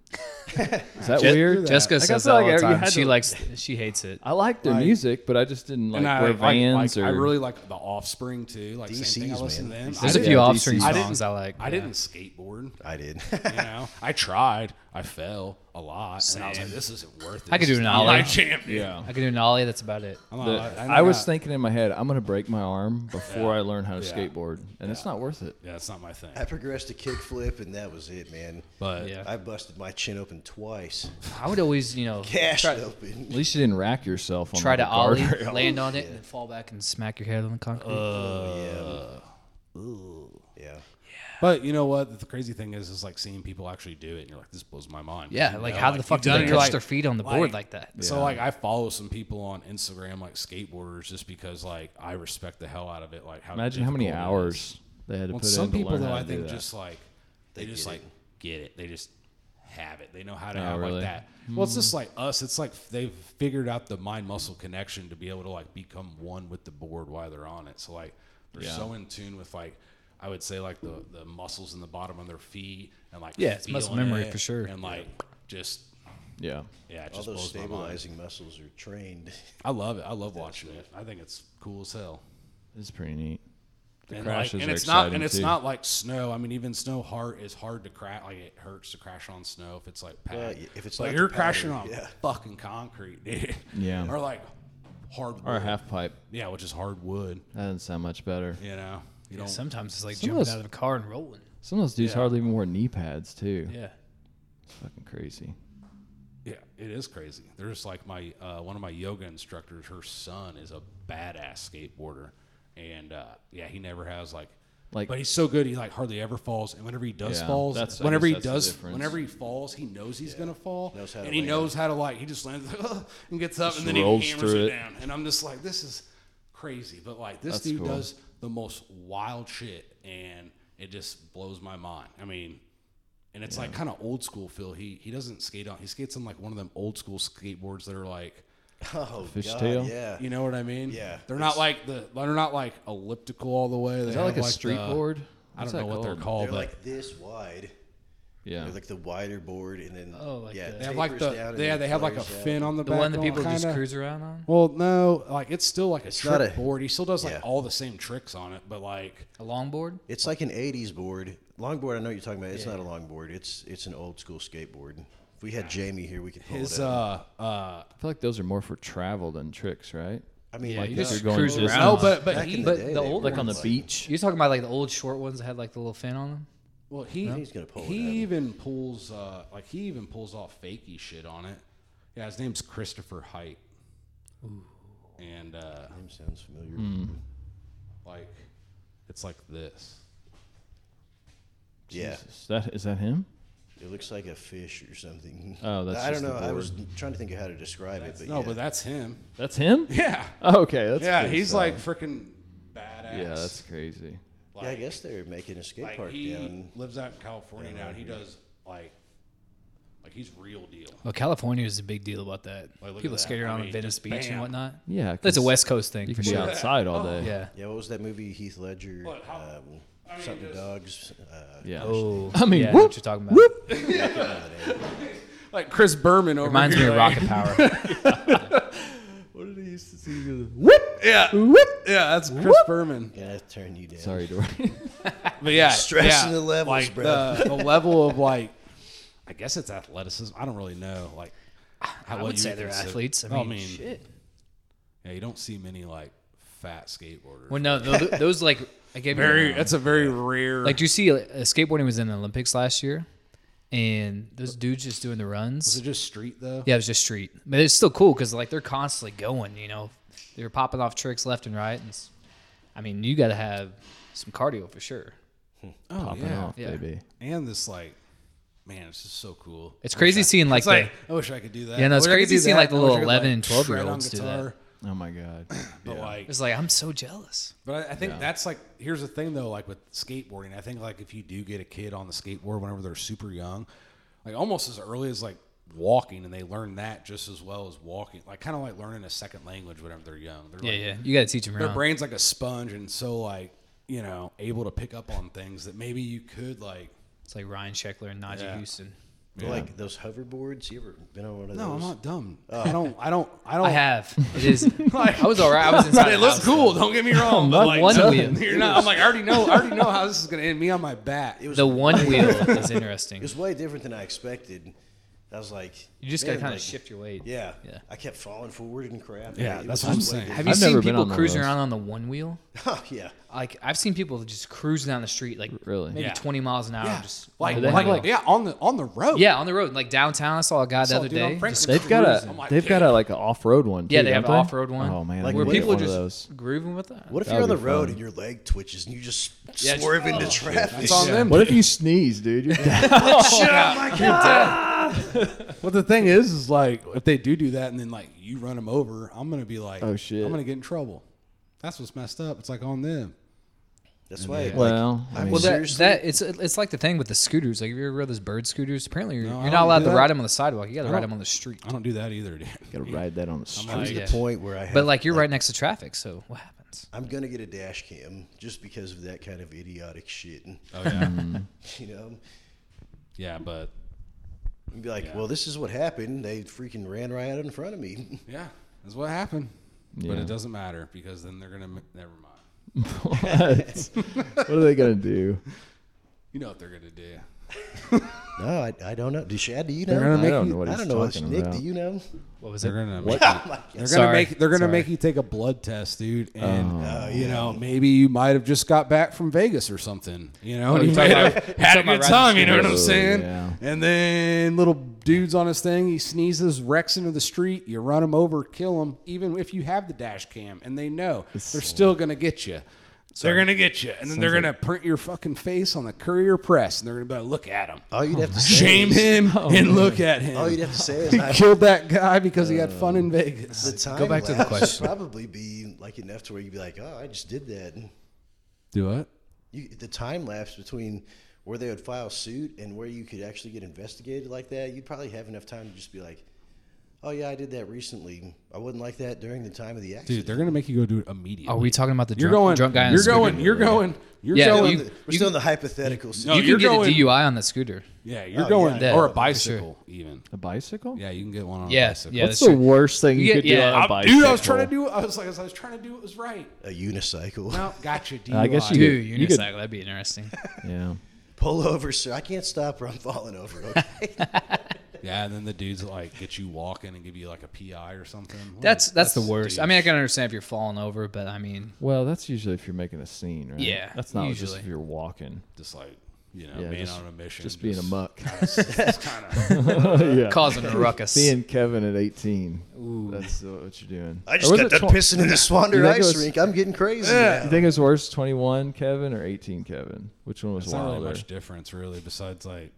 Is that
Je-
weird?
Jessica
Like, I
says
feel
that all
like
the
I- you
time.
had
She
to-
likes, she hates it.
I liked their
Like-
music, but I just didn't like wear Vans
I,
or.
like, I really like the Offspring too. Like same thing. I
DCs,
listen
man.
to them.
There's
I
a
didn't-
few
yeah,
Offspring
DC's. I
didn't-
songs I like.
I didn't skateboard.
I did.
You know, I tried. I fell a lot, and I was like, "This isn't worth it."
I could
This
do
is
an
not
ollie.
My champion.
yeah.
I can do an ollie. That's about it.
I'm not-
The-
I'm
I was
not-
thinking in my head, I'm gonna break my arm before I learn how to
Yeah.
skateboard, and it's not worth it.
Yeah, it's not my thing.
I progressed to kickflip, and that was it, man.
But
Yeah.
I busted my chin open twice,
I would always, you know,
cashed
try,
open.
At least you didn't rack yourself. On
try to
like, a
ollie,
guardrail.
land on it, and then fall back and smack your head on the concrete.
Uh,
Yeah,
But you know what? The crazy thing is, is like seeing people actually do it, and you're like, "This blows my mind."
yeah,
You
like
know,
how the fuck
you've
do
done
they
it,
catch
you're like-
their feet on the board like, that?
So like I follow some people on Instagram like skateboarders just because like I respect the hell out of it. Like how
Imagine how many
difficult it is.
hours they had to
Well,
put
some
in to
people
learn
though
how
I
to do
think
that.
just like they just like get it. They just have it. They know how to
Oh,
have
really? Hmm.
like that. Well, it's just like us. It's like they've figured out the mind muscle connection to be able to like become one with the board while they're on it. So like they're
Yeah.
so in tune with like I would say like the the muscles in the bottom of their feet and like
Yeah, it's muscle
feeling
memory
it
for sure.
And like just
yeah.
yeah, it
all
just
those
blows my mind.
stabilizing muscles are trained.
I love it. I love watching it. I think it's cool as hell.
It's pretty neat. The
And, like,
crashes
and
are
it's
exciting
not and it's
too.
not like snow. I mean, even snow hard is hard to crash. Like it hurts to crash on snow if it's like packed.
Well, y- if it's
like
not
you're
competitive,
crashing on
yeah.
fucking concrete, dude.
Yeah.
or like hard wood.
or a half pipe.
yeah, which is hard wood.
That doesn't sound much better.
You know, you don't.
Sometimes it's like
Some of
jumping
those-
out of a car and rolling.
Some of those dudes
Yeah.
hardly even wore knee pads too.
Yeah.
It's fucking crazy.
yeah, it is crazy. There's like my uh, one of my yoga instructors. Her son is a badass skateboarder, and uh, yeah, he never has like.
Like-
but he's so good, he like hardly ever falls. And whenever he does
Yeah,
falls,
that's- I guess
whenever he
that's the
does,
difference.
whenever he falls, he knows he's gonna fall,
Knows how to
and he
land.
knows how to like. He just lands and gets up, and then
rolls
he hammers
through
it
it.
down. And I'm just like, this is crazy. But like this
That's
dude
cool.
does the most wild shit, and it just blows my mind. I mean, and it's like kind of old school Phil. He he doesn't skate on. He skates on like one of them old school skateboards that are like,
Oh, God,
tail?
Yeah,
you know what I mean?
Yeah,
they're not like the they're not like elliptical all the way. They
Is that like a street
the-
board?
I
What's
don't know
that
what they're
they're
called, but
like this wide.
Yeah.
They're like the wider board, and then
Oh, like
yeah,
the-
they have like
tapers down
the
and
yeah
then
they have like a
flares out.
fin on the,
The
back
one that
on
people just
kinda-
cruise around on?
Well, no, like it's still like a
not
trick
a-
board. He still does like
yeah.
all the same tricks on it, but like
A longboard?
It's like an '80s board, longboard. I know what you're talking about. It's not a longboard. It's it's an old school skateboard. If we had Jamie here, we could pull
his
it out.
uh uh
I feel like those are more for travel than tricks, right?
I mean,
Yeah,
like
you
this-
just
you're going
cruise
distance.
around.
no,
on
but
it.
but
Back
he
in
but
day,
the
they
old
were
Like on the
like-
beach.
You're talking about like the old short ones that had like the little fin on them?
well he
He's gonna pull it out.
he even pulls uh like he even pulls off fakey shit on it. Yeah, his name's Christopher Height. And uh
Name sounds familiar.
like it's like this.
Yeah,
Is that is that him?
it looks like a fish or something.
Oh, that's
I don't
just the
know. I
board.
was trying to think of how to describe it, but
no,
yeah.
but that's him.
That's him?
Yeah.
Oh, Okay, that's
yeah,
pretty
he's
solid.
like freaking badass.
Yeah, that's crazy.
yeah, I guess they're making a skate
like
park
he
down.
lives out in California now. and He does like like he's real deal.
Well, California is a big deal about that.
Like, look
people
at that.
skate
I
around
mean,
on Venice
just
Beach
bam.
and whatnot.
Yeah,
That's a
'cause
West Coast thing
You
for
can be
sure.
outside all day.
Yeah.
Yeah, what was that movie? Heath Ledger, um, something dogs. Uh,
Yeah.
Oh,
I mean,
yeah, I know
whoop,
what you're talking about.
Like Chris Berman over
Reminds me
here,
of
like-
Rocket Power.
What did he used to see? Whoop!
Yeah,
Whoop!
yeah, that's Chris Berman.
Can I turn you down?
Sorry, Dory.
But yeah,
Stressing
yeah,
the levels,
like
bro.
The, the level of like, I guess it's athleticism. I don't really know. Like, how,
I would say they're athletes. I mean, shit.
yeah, you don't see many like fat skateboarders.
Well, no, tho- those like I gave you-
very, that's a very rare.
Like, do you see uh, skateboarding was in the Olympics last year, and those dudes just doing the runs.
is it just street though?
yeah, it was just street, but it's still cool because like they're constantly going. You know, they're popping off tricks left and right, and it's, I mean, you got to have some cardio for sure.
oh
Popping
yeah,
off,
Yeah.
baby.
and this like, man, it's just so cool.
It's crazy seeing like,
It's like,
the,
I wish I could do that.
Yeah, no, it's
I wish I could
crazy
do
seeing,
that.
like, the
I wish I
little
could,
11 and 12 year
shred on
olds do that.
guitar.
Oh my god.
But like,
it's like I'm so jealous.
but I I think that's like here's the thing though, like with skateboarding, I think like if you do get a kid on the skateboard whenever they're super young, like almost as early as like walking, and they learn that just as well as walking, like kind of like learning a second language whenever they're young. They're
Yeah, Uh-huh.
like,
yeah, you got to teach them
Their
around.
brain's like a sponge, and so like. you know, able to pick up on things that maybe you could like.
It's like Ryan Sheckler and Najee
Yeah.
Houston.
Like those hoverboards. You ever been on one of those?
No, I'm not dumb. I don't. I don't. I don't.
Uh. I have. It is. I was all right. I was inside.
They
the
look
house.
cool. Don't get me wrong. but, like,
one
no,
wheel.
You're not, I'm like, I already know. I already know how this is gonna end. Me on my back.
It was
The one wheel is
It
interesting.
was way different than I expected. I was like,
You just gotta
man,
kind of
like,
shift your weight.
Yeah.
Yeah.
I kept falling forward and crap.
Yeah,
Like, it
that's
was
what
just
I'm
way
saying.
Have you
I've
seen
never been
people
on one of
cruising
those.
around on the one wheel?
different. yeah.
Like I've seen people just cruise down the street like
Really?
maybe
Yeah.
20 miles an hour.
Yeah,
Just
like,
on the
like,
wheel.
like-
yeah, on the on the road.
yeah, on the road, like downtown. I saw a guy the
saw a
other
dude on
day.
Franklin
just-
They've got
I'm
a
like,
they've got
dude.
a like an off road one. Too,
yeah, they
don't
have an off-road one.
Oh man,
Like,
I
where
need to
what
get
if-
people
one
are
of
just
those.
grooving with that.
What if
That
you're on
would
the
be
road
fun.
and your leg twitches and you just
Yeah, just-
swerve into
oh.
traffic?
It's on them.
What if you sneeze, dude? You're dead.
But the thing is, is like if they do do that and then like you run them over, I'm gonna be like,
Oh, shit.
I'm gonna get in trouble. That's what's messed up. It's like on them.
That's why. like,
Well, I
I'm
mean-
Well, that,
seriously-
that it's it's like the thing with the scooters. Like, have you ever rode those bird scooters? Apparently, you're,
No, I
you're
don't
not allowed
do
to
that.
ride them on the sidewalk. You got to
I
ride
don't-
them on the street.
I don't do that either, dude.
gotta ride that on the
I
Oh,
was
street.
at
yeah.
the point where I had,
But like, you're right next to traffic, so what happens?
I'm gonna get a dash cam just because of that kind of idiotic shit. And,
Oh yeah,
Mm.
you know,
yeah, but
and be like, well, this is what happened. They freaking ran right out in front of me.
yeah, that's what happened. But
Yeah.
it doesn't matter because then they're gonna m- never mind.
What? what are they gonna do?
You know what they're gonna do?
no, I, I don't know. Did Shad? Do you
They're
know?
gonna
I
make
don't
you.
know what
I don't
he's
know.
talking
Nick,
about.
do you know?
What was
They're
it?
gonna. Make
Oh, my
you they're
God.
gonna
Sorry.
make. They're gonna
Sorry.
make you take a blood test, dude. And uh,
Oh,
you
yeah.
know, maybe you might have just got back from Vegas or something. You know, and
you're
you
talking
might have
about- you're
had a
talking
good
about riding
time. You know what I'm
scooters.
saying?
Oh, yeah.
And then little dude's on his thing. He sneezes, wrecks into the street. You run him over, kill him. Even if you have the dash cam, and they know they're still gonna get you. They're gonna get you, and then they're gonna print your fucking face on the Courier Press, and they're gonna be like, "Look at him,
All you'd
Oh,
have to say
shame
is,
him, and look at him."
All you'd have to say is
he
I,
killed that guy because he had fun in Vegas.
Uh, the time
Go back to the
lapse would
question.
probably be like enough to where you'd be like, oh, I just did that. And
Do what?
you, the time lapse between where they would file suit and where you could actually get investigated like that, you'd probably have enough time to just be like, oh yeah, I did that recently. I wasn't like that during the time of the accident.
Dude, they're gonna make you go do it immediately.
Are we talking about the
you're
drunk,
going.
drunk guy? on
you're
the scooter?
going. You're going. You're
Yeah,
going.
We're still in
you-
the- we're still in the hypothetical.
No,
situation.
You
you're
can get
going-
a DUI on the scooter.
yeah, you're
Oh,
going.
yeah.
Yeah,
or a
for sure.
bicycle, even.
A bicycle?
Yeah, you can get one on
Yeah,
a bicycle.
yeah,
That's
that's
the
true.
worst thing you,
Yeah,
could
yeah.
do on
I'm-
a bicycle.
Dude, I was trying to do. I was like, I was trying to do what was right.
a unicycle.
No, gotcha. DUI.
I guess you-
Dude,
could-
unicycle.
could-
That'd be interesting.
Yeah.
Pull over, sir. I can't stop or I'm falling over. Okay?
Yeah, and then the dudes like get you walking and give you like a PI or something. What
That's
is-
that's the worst. I
douche.
mean, I can understand if you're falling over, but I mean,
Well, that's usually if you're making a scene, right?
Yeah,
That's not
usually.
just if you're walking.
just like you know,
Yeah,
being
just-
on a mission,
Just being a muck.
kind of
yeah.
causing a ruckus.
Being Kevin at 18. That's uh, what you're doing.
I
Or
just
was
got
it
done
twen-
pissing in the Swander
You think it
ice
was-
rink. I'm getting crazy.
You
now.
think it's worse, 21 Kevin or 18 Kevin? Which one was
It's not
wilder?
really much difference, really. Besides, like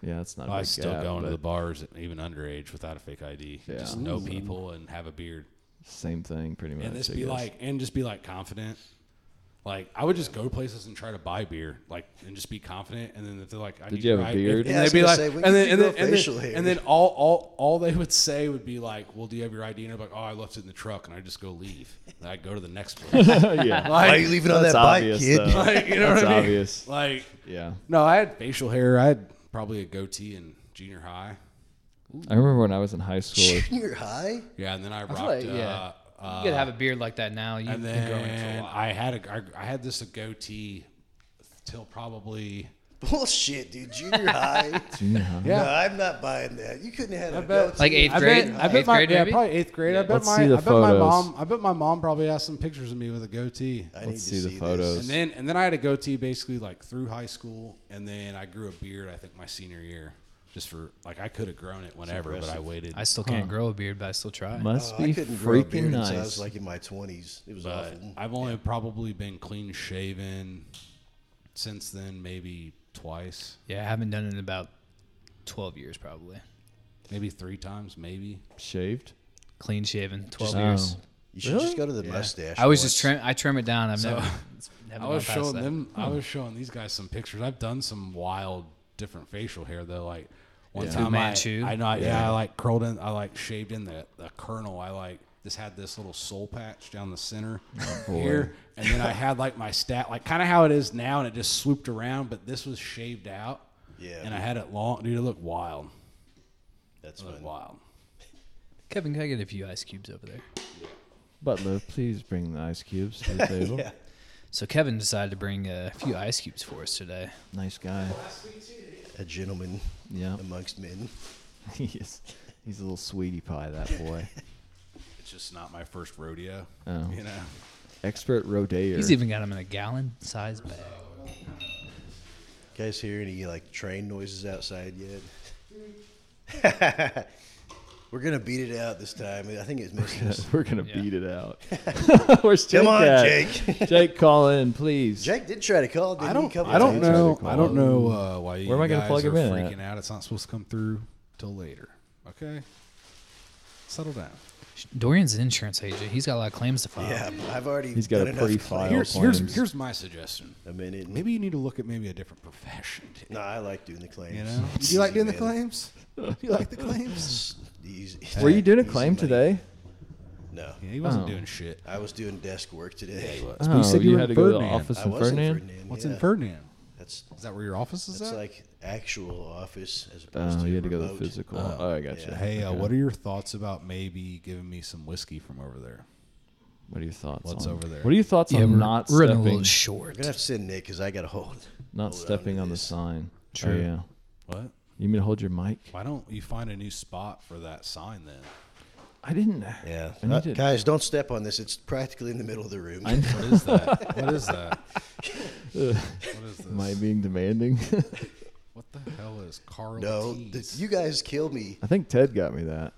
Yeah, that's not. a
I
big
was still
gap,
going to
but
the bars even underage without a fake ID.
Yeah.
Just know people and have a beard,
Same thing, pretty much.
and this
I
be
guess.
like, and just be like confident. Like I would just go to places and try to buy beer, like and just be confident. And then if they're like, I
Did
need
you have
your
a
ID-
beard?
And
Yeah, I was
they'd be
gonna
like,
say, we
and
could
then,
do
and,
a
then, and,
facial
then,
hair.
and then all all all they would say would be like, well, do you have your ID? And I'm like, oh, I left it in the truck, and I just go leave. And I go to the next place.
yeah,
Why are you leaving on that
that's
bike,
obvious,
kid?
though.
like, you know
That's
what I mean?
obvious.
Like
yeah.
No, I had facial hair. I had probably a goatee in junior high.
I remember when I was in high school.
Junior high?
Yeah, and then I rocked.
feel like,
uh,
yeah.
uh,
you could have a beard like that now. You,
and
you're growing into a
then
lot.
I had a I, I had this goatee till probably
Bullshit, dude. Junior high.
Mm-hmm.
No, I'm not buying that. You couldn't have had a
bet-
goatee.
Like eighth
I
grade.
bet, I bet
eighth
my,
grade,
yeah,
maybe.
probably eighth grade. I bet
Let's
my
see the
I bet my
photos.
mom I bet my mom probably has some pictures of me with a goatee.
I need to
Let's see the
this.
photos.
And then and then I had a goatee basically like through high school, and then I grew a beard. I think my senior year, just for like I could have grown it whenever, but I waited.
I still can't grow a beard, but I still try.
Must
Oh, I
be
couldn't grow a
freaking
beard until I was
nice.
like in my 20s. It was
but
awful.
I've only probably been clean shaven since then, maybe twice,
Yeah, I haven't done it in about twelve years, probably.
maybe three times, maybe.
Shaved.
Clean shaven, twelve
Oh.
years.
You should just go to the mustache.
I was
once.
just trim. I trim it down. I've never. it's never
I was
gone past
showing
that.
them. I was showing these guys some pictures. I've done some wild, different facial hair though. Like one
Yeah. Fu
time, I,
Manchu.
I know. Yeah. I like curled in. I like shaved in the the kernel. I like This had this little soul patch down the center here, and then I had like my stat, like kind of how it is now, and it just swooped around. But this was shaved out.
Yeah.
And I had it long, dude. It looked wild.
That's
It looked
fun.
wild.
Kevin, can I get a few ice cubes over there?
Butler, please bring the ice cubes to the table.
So Kevin decided to bring uh, a few ice cubes for us today.
Nice guy.
A gentleman
Yeah.
amongst men.
he is, he's a little sweetie pie, that boy.
It's just not my first rodeo.
Oh.
You know.
Expert rodayer.
He's even got them in a gallon size bag.
guys hear any like train noises outside yet? We're gonna beat it out this time. I think it's missing us.
We're gonna
Yeah.
beat it out. Where's Jake
Come on,
at?
Jake.
Jake, call in, please.
Jake did try to call. Didn't
I
he, a
don't.
couple
I don't
times?
know.
call
I don't
him.
know uh, why you
Where am I
guys
gonna plug
are
him in at?
freaking out. It's not supposed to come through till later. Okay. Settle down.
Dorian's an insurance agent. He's got a lot of claims to file.
Yeah, I've already.
He's got
done
a
enough
pre-file.
claims.
Here's, here's
claims.
here's my suggestion.
A minute.
Maybe you need to look at maybe a different profession. dude.
No, I like doing the claims.
You know. Do you like doing the
Man.
claims? Do you like the claims?
It's easy-
Were you doing a
easy
claim
money.
today?
No,
Yeah, he wasn't
Oh.
doing shit.
I was doing desk work today.
But you said you were
had
in
to go to the
Ferdinand.
office
I
in
was
Ferdinand.
in Ferdinand.
What's
yeah.
in Ferdinand?
That's
Is that where your office is
that's
at?
like actual office as opposed
Oh,
to
you had to go to the
remote.
physical. Oh, I got you.
yeah.
Hey, uh, what are your thoughts about maybe giving me some whiskey from over there?
What are your thoughts?
What's
on,
over there?
What are your thoughts
Yeah,
on
we're,
not
we're running a
stepping,
little short.
I'm gonna have to send Nick because I got a hold. hold on
not stepping
to
on the
this.
sign?
Sure.
Oh, yeah.
What?
You mean to hold your mic?
Why don't you find a new spot for that sign then?
I didn't.
Yeah,
I need
Uh,
to-
guys, don't step on this. It's practically in the middle of the room.
I know.
What is that? what is that? What is this?
Am I being demanding?
what the hell is Carl
no,
Tease?
th- you guys killed me.
I think Ted got me that.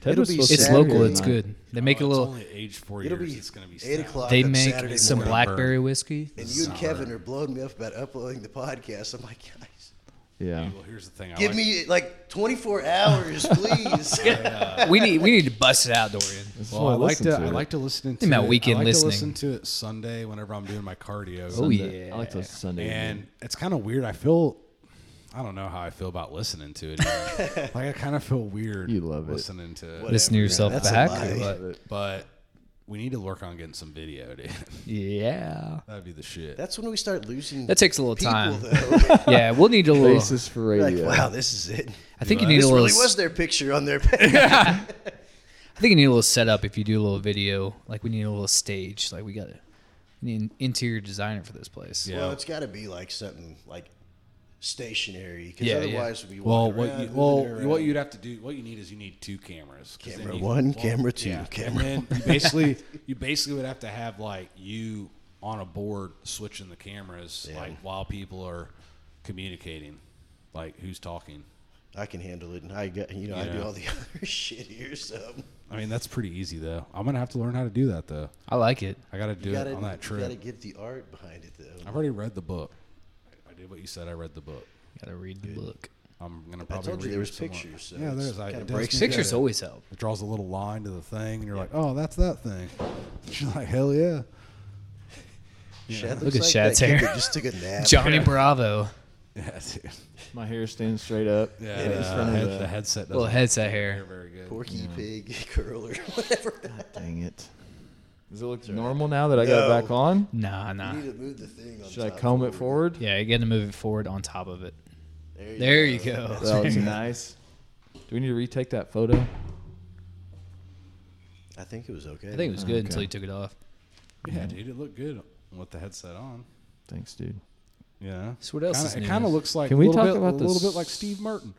Ted
It'll
was
be
supposed to
It's
be
Saturday
local.
here
It's
tonight.
good. They make
oh,
a
It's
little.
only aged four
It'll
years.
be
it's gonna be
eight
stout.
o'clock.
They
on
make
Saturday
some
morning.
blackberry whiskey.
And you and
Summer.
Kevin are blowing me up about uploading the podcast. I'm like, guys,
Yeah.
Well, here's the thing. I
give
like,
me like 24 hours, please.
Uh, we need we need to bust it out, Dorian.
That's
Well,
why
I like
listen
to.
to
I
it.
like to listen to.
Think about
it-
weekend
I like
listening.
to listen to it Sunday whenever I'm doing my cardio.
Oh,
Sunday. I like
yeah.
those Sunday.
and it's kind of weird. I feel. I don't know how I feel about listening to it. anymore. like I kind of feel weird.
You love it.
listening to it.
Whatever,
Listen to
man.
yourself
That's a
back.
lie.
but-
But we need to work on getting some video, dude.
yeah.
That'd be the shit.
That's when we start losing.
That takes a little
people,
time.
Though.
Yeah, we'll need a little.
Basis for
like,
radio.
wow, this is it.
I think you
This
need
This
a
really
little.
was their picture on their page.
I think you need a little setup if you do a little video. Like we need a little stage. Like we got to need an interior designer for this place.
Yeah.
Well, it's got to be like something like stationary, because
Yeah, yeah.
otherwise we'd be
Well,
walking
what
around,
you,
moving
well,
around.
what you'd have to do, what you need is you need two cameras. 'cause then
Camera
you-
one,
well,
camera two,
yeah,
camera
And then you basically, you basically would have to have like you on a board switching the cameras,
Yeah.
like while people are communicating, like who's talking.
I can handle it, and I got you know I do
Yeah.
all the other shit here, so
I mean, that's pretty easy though. I'm gonna have to learn how to do that though.
I like it.
I got to do
you gotta,
it on that
you gotta
trip.
get the art behind it though.
I've already read the book. I did what you said. I read the book.
Got to read the book.
I'm gonna
I
probably.
told you
read
there was
some more.
pictures. So
yeah,
it's
there's. I,
kinda
it does
breaks
me
it
down.
Pictures always help.
It draws a little line to the thing, and you're like, "Oh, that's that thing." You're like, "Hell yeah!"
Shad
Look
looks
at
like
Shad's
that kid
hair.
that just took a nap.
Johnny Bravo.
Yeah, dude.
My hair stands straight up.
Yeah,
It is
the,
funny,
head-
though.
the headset
Little
doesn't
headset
hear
hair.
very good.
Porky Pig curler, whatever.
Dang it. Does it look normal now that I got
No.
it back on?
Nah, nah.
You need to move the thing. On
Should I
top
comb it forward?
Yeah, you got to move it forward on top of it.
There you
There
go.
you go.
That was nice. Do we need to retake that photo?
I think it was okay.
I think it was good until
Okay.
you took it off.
Yeah, dude, it looked good with the headset on.
Thanks, dude.
Yeah.
So what else
Kinda-
is
it
new?
kind of looks like.
Can
a
we
little
talk
bit,
about
a little
this-
bit like Steve Martin?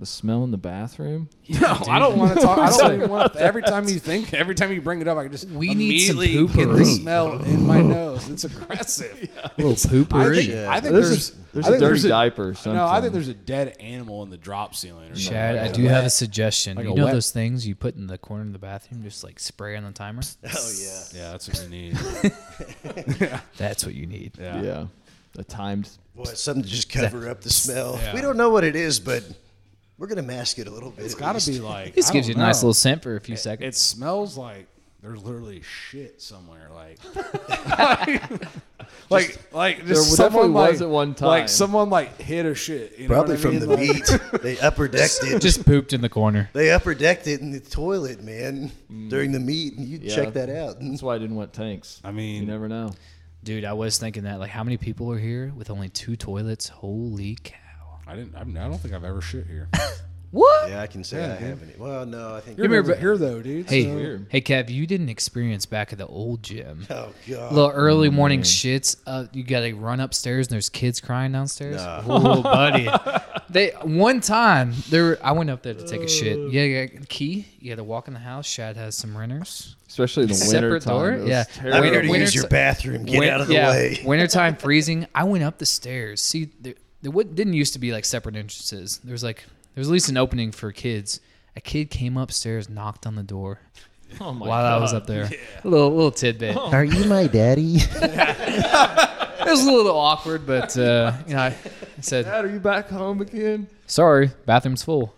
The smell in the bathroom.
No, Oh, I don't want to talk. I don't even want to. Every time you think, every time you bring it up, I can just
We need some
immediately get the
poopery.
smell in my nose. It's aggressive.
little
I
pooper.
think,
Yeah.
I think
There's a-
there's,
there's
I
a
think
dirty diaper or
No, I
something.
think there's a dead animal in the drop ceiling. Or something
Chad,
like
I
that.
do have a suggestion.
like
you
a
know
wet-
those things you put in the corner of the bathroom, just like spray on the timer?
Oh yeah.
Yeah, that's what we need.
That's what you need.
Yeah.
Yeah. The timed.
Boy, it's something to just cover up the smell.
Yeah.
We don't know what it is, but we're gonna mask it a little bit.
It's
at
got
least.
to be like.
This
I
gives
don't
you a nice
know.
little scent for a few seconds.
It smells like There's literally shit somewhere. Like, like, like just
There
someone
definitely
like,
was at one time.
like someone like hit a shit. You know
Probably
what I
from
mean?
the
Like,
meat. They upper decked it.
Just pooped in the corner.
They upper decked it in the toilet, man, during the meet. And you
Yeah.
check that out.
That's why I didn't want tanks.
I mean-
you never know.
Dude, I was thinking that. Like, how many people are here with only two toilets? Holy cow.
I didn't. I, I don't think I've ever shit here.
What?
yeah, I can say I haven't. Well, no, I think.
You're never here though, dude.
Hey,
so-
hey, Kev, you didn't experience back at the old gym.
Oh God.
Little early morning shits. Uh, you gotta run upstairs and there's kids crying downstairs.
Nah.
Oh, buddy. They one time there, were- I went up there to take a shit. Yeah, yeah, key. You gotta walk in the house. Shad has some renters.
Especially in the winter
Separate
time.
door?
it was
Yeah.
I'm
terrible.
here to
Winter-
use your bathroom. Get
Win-
out of the
yeah,
way.
Wintertime freezing. I went up the stairs. See, there, there would, didn't used to be like separate entrances. There was like there was at least an opening for kids. A kid came upstairs, knocked on the door
Oh my
while I was up there. A little little tidbit.
Are you my daddy?
It was a little awkward, but uh, you know, I I said
Dad, are you back home again?
sorry. Bathroom's full.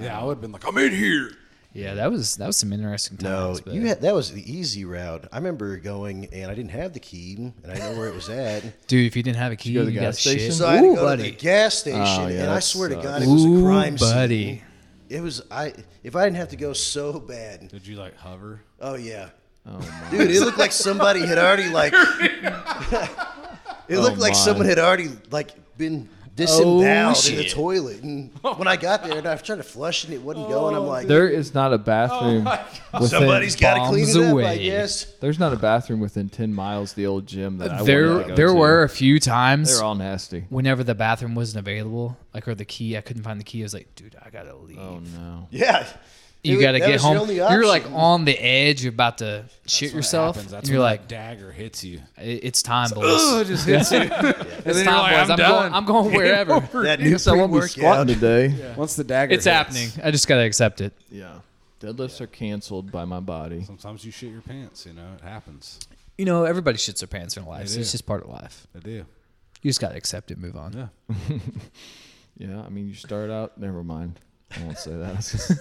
Yeah, I would have been like, I'm in here.
Yeah, that was that was some interesting
No,
times. but
you had that was the easy route. I remember going and I didn't have the key and I know where it was at.
dude, if you didn't have a key,
go to the
you
gas
got shit.
station?
So I had to
Ooh,
go to
buddy.
the gas station
Oh, yeah,
and I
that
swear to
sucks.
God it was a
Ooh,
crime
buddy.
scene. It was I if I didn't have to go so bad.
Did you like hover?
Oh yeah. Dude, it looked like somebody had already like It looked
Oh,
like
my.
someone had already like been disemboweled in the
shit. Oh,
toilet. And when I got there and I was trying to flush it, it wasn't going. I'm like,
There is not a bathroom. within,
somebody's got to clean
bombs
it up, I
away.
guess.
There's not a bathroom within ten miles of the old gym that I wanted to
There
go
there
to.
were a few times.
They're all nasty.
whenever the bathroom wasn't available, like or the key, I couldn't find the key. I was like, dude, I gotta leave.
Oh no.
Yeah.
you
It-
gotta
that
get
was your
home.
only
You're like
option.
on the edge. You're about to shit yourself.
That's
and you're
when
like,
that dagger hits you.
"I- it's time, boys.
just hits you.
It's time, boys. I'm, going. I'm going wherever.
that new
Guess I won't be squatting
pre-workout.
today.
Once the dagger,
It's happening. I just gotta accept it.
Yeah. Deadlifts are canceled by my body.
Sometimes you shit your pants. You know it happens.
You know, everybody shits their pants in life.
They
So
do.
it's just part of life.
I do.
You just gotta accept it. Move on.
Yeah.
Yeah, I mean, you start out. Never mind. I won't say that. I was just-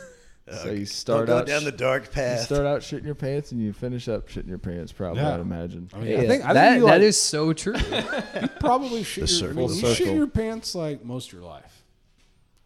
so you
Don't
start
go
out.
down the dark
you
path.
start out shitting your pants, and you finish up shitting your pants. Probably,
Yeah.
I'd imagine.
I mean, I
Yeah,
think I
that
think you,
that
like,
is so true.
probably shit your,
circle.
you
Full
shit
circle.
your pants like most of your life.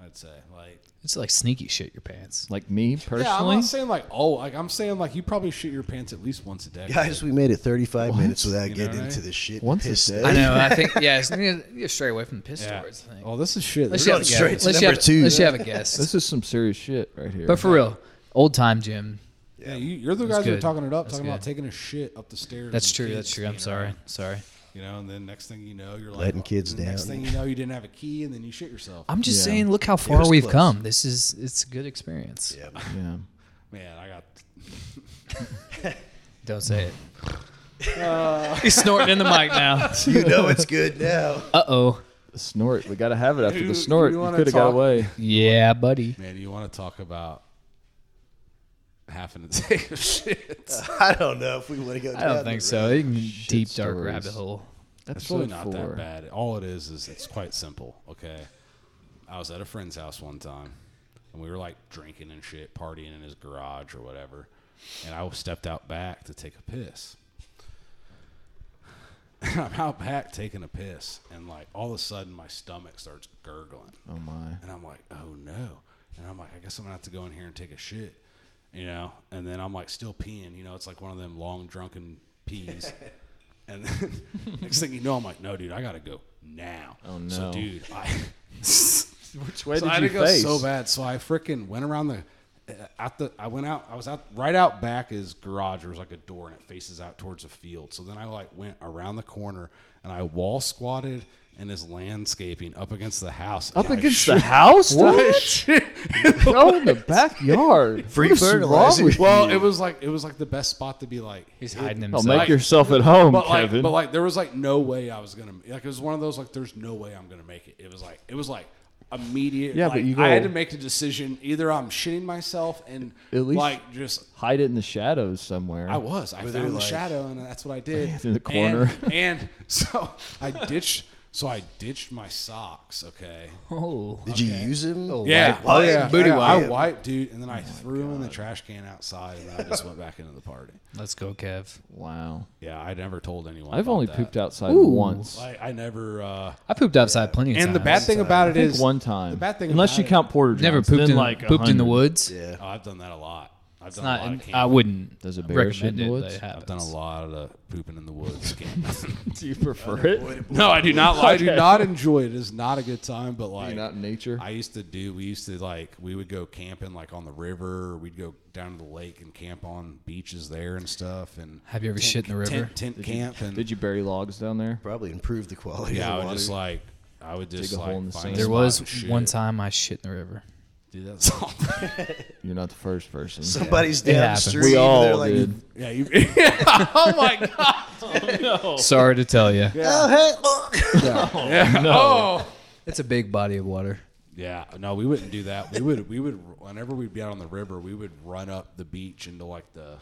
I'd say like
it's like sneaky shit your pants.
Like me
yeah, I'm
personally,
not saying like oh like I'm saying like you probably shit your pants at least once a day.
Guys, we made it 35 minutes without
You know
getting
what I
into
mean?
the shit.
Once a
piss
day.
stuff.
I know. I think yeah. it's- You you stray away from the piss
Yeah.
stories. I think.
Oh, this is shit.
Let's
This
have a
going
guess.
straight to
Let's
number
have-
two.
Let's have a guess.
this is some serious shit right here.
But for real, old time gym.
Yeah, you, you're the guys that are
good.
talking it up,
That's
talking about
good.
taking a shit up the stairs.
That's
and
true.
kids
That's true. I'm
being
sorry.
around,
Sorry.
You know, and then next thing you know, you're like oh,
Letting kids
Next
down.
thing you know, you didn't have a key, and then you shit yourself.
I'm just
Yeah.
saying, look how far
was
we've
close.
come. This is it's a good experience.
Yeah.
yeah,
Man, I got.
Don't say it. He's snorting in the mic now.
You know it's good now.
Uh oh.
the snort. We gotta have it after
You-
the snort.
you
You,
wanna
could have got
talk?
away.
Yeah, buddy.
Man, you want to talk about having to take a shit?
I don't know if we want to go down
I don't
that
think
road.
so. You can deep dark
stories.
rabbit hole.
That's
It's really
so
not
for-
that bad. All it is is it's quite simple. Okay, I was at a friend's house one time, and we were like drinking and shit, partying in his garage or whatever, and I stepped out back to take a piss. And I'm out back taking a piss, and like all of a sudden my stomach starts gurgling.
Oh my.
And I'm like, oh no. And I'm like, I guess I'm gonna have to go in here and take a shit. You know? And then I'm like still peeing, you know, it's like one of them long drunken pees. and then next thing you know, I'm like, no, dude, I gotta go now. Oh So
no.
dude, I
Which way
so I had to go so bad. So I freaking went around the uh, out the I went out I was out right out back is garage. There was like a door and it faces out towards the field. So then I like went around the corner and I wall squatted and is landscaping up against the house.
Up
And I
against
shit
the house?
what?
Go in the backyard.
Free
What is
fertilizer.
wrong with
well,
you?
it was like it was like the best spot to be like
He's
hidden.
hiding
Oh,
himself.
make
like-
yourself at home,
But like,
Kevin.
but like, there was like no way I was gonna like. It was one of those like, there's no way I'm gonna make it. It was like, it was like immediate.
Yeah,
like,
but you
I had
go-
to make the decision. Either I'm shitting myself and
At least-
like just
Hide it in the shadows somewhere.
I was. I found the
like-
shadow, and that's what I did.
Through the corner.
And, and so I ditched. So I ditched my socks, okay?
Oh,
Did you use him?
Yeah.
Oh,
Why?
Booty
Yeah.
I wiped, dude, and then I threw them in the trash can outside, and I just went back into the party.
let's go, Kev.
Wow.
Yeah, I never told anyone.
I've
about
only
that.
pooped outside
Ooh.
once.
I, I never. Uh,
I pooped outside plenty of times.
and the bad thing about
I
it
think
is,
one time.
The bad thing,
unless
about
you
it-
count Porter Johns,
never pooped
then
in
like a
pooped in the
hundred.
woods.
Yeah.
Oh, I've done that a lot. I've done
It's not.
a lot. Of
and
camping.
I wouldn't.
Does a bear
recommend
shit in the
it,
woods?
but it
I've done a
happens.
lot of pooping in the woods. camping.
Do you prefer it?
no, I do not. I do not enjoy it. It's not a good time. But like,
Not in nature.
I used to do. We used to like. We would go camping like on the river. Or we'd go down to the lake and camp on beaches there and stuff. And
Have you ever
tent-
shit in the river?
Tent, tent camp and
Did you bury logs down there?
Probably improve the quality
yeah, I
of the
would
water.
just like. I would just
a
like
hole in the
find a
sand.
There
spot
was
and shit.
one time I shit in the river.
Dude, that's all.
You're not the first person.
Somebody's
It happens.
downstream.
we
they're
all
like,
did.
yeah. You, oh my god.
Sorry to tell you,
Oh, hey, look.
Oh.
it's a big body of water.
Yeah, no, we wouldn't do that. We would, we would, whenever we'd be out on the river, we would run up the beach into like the,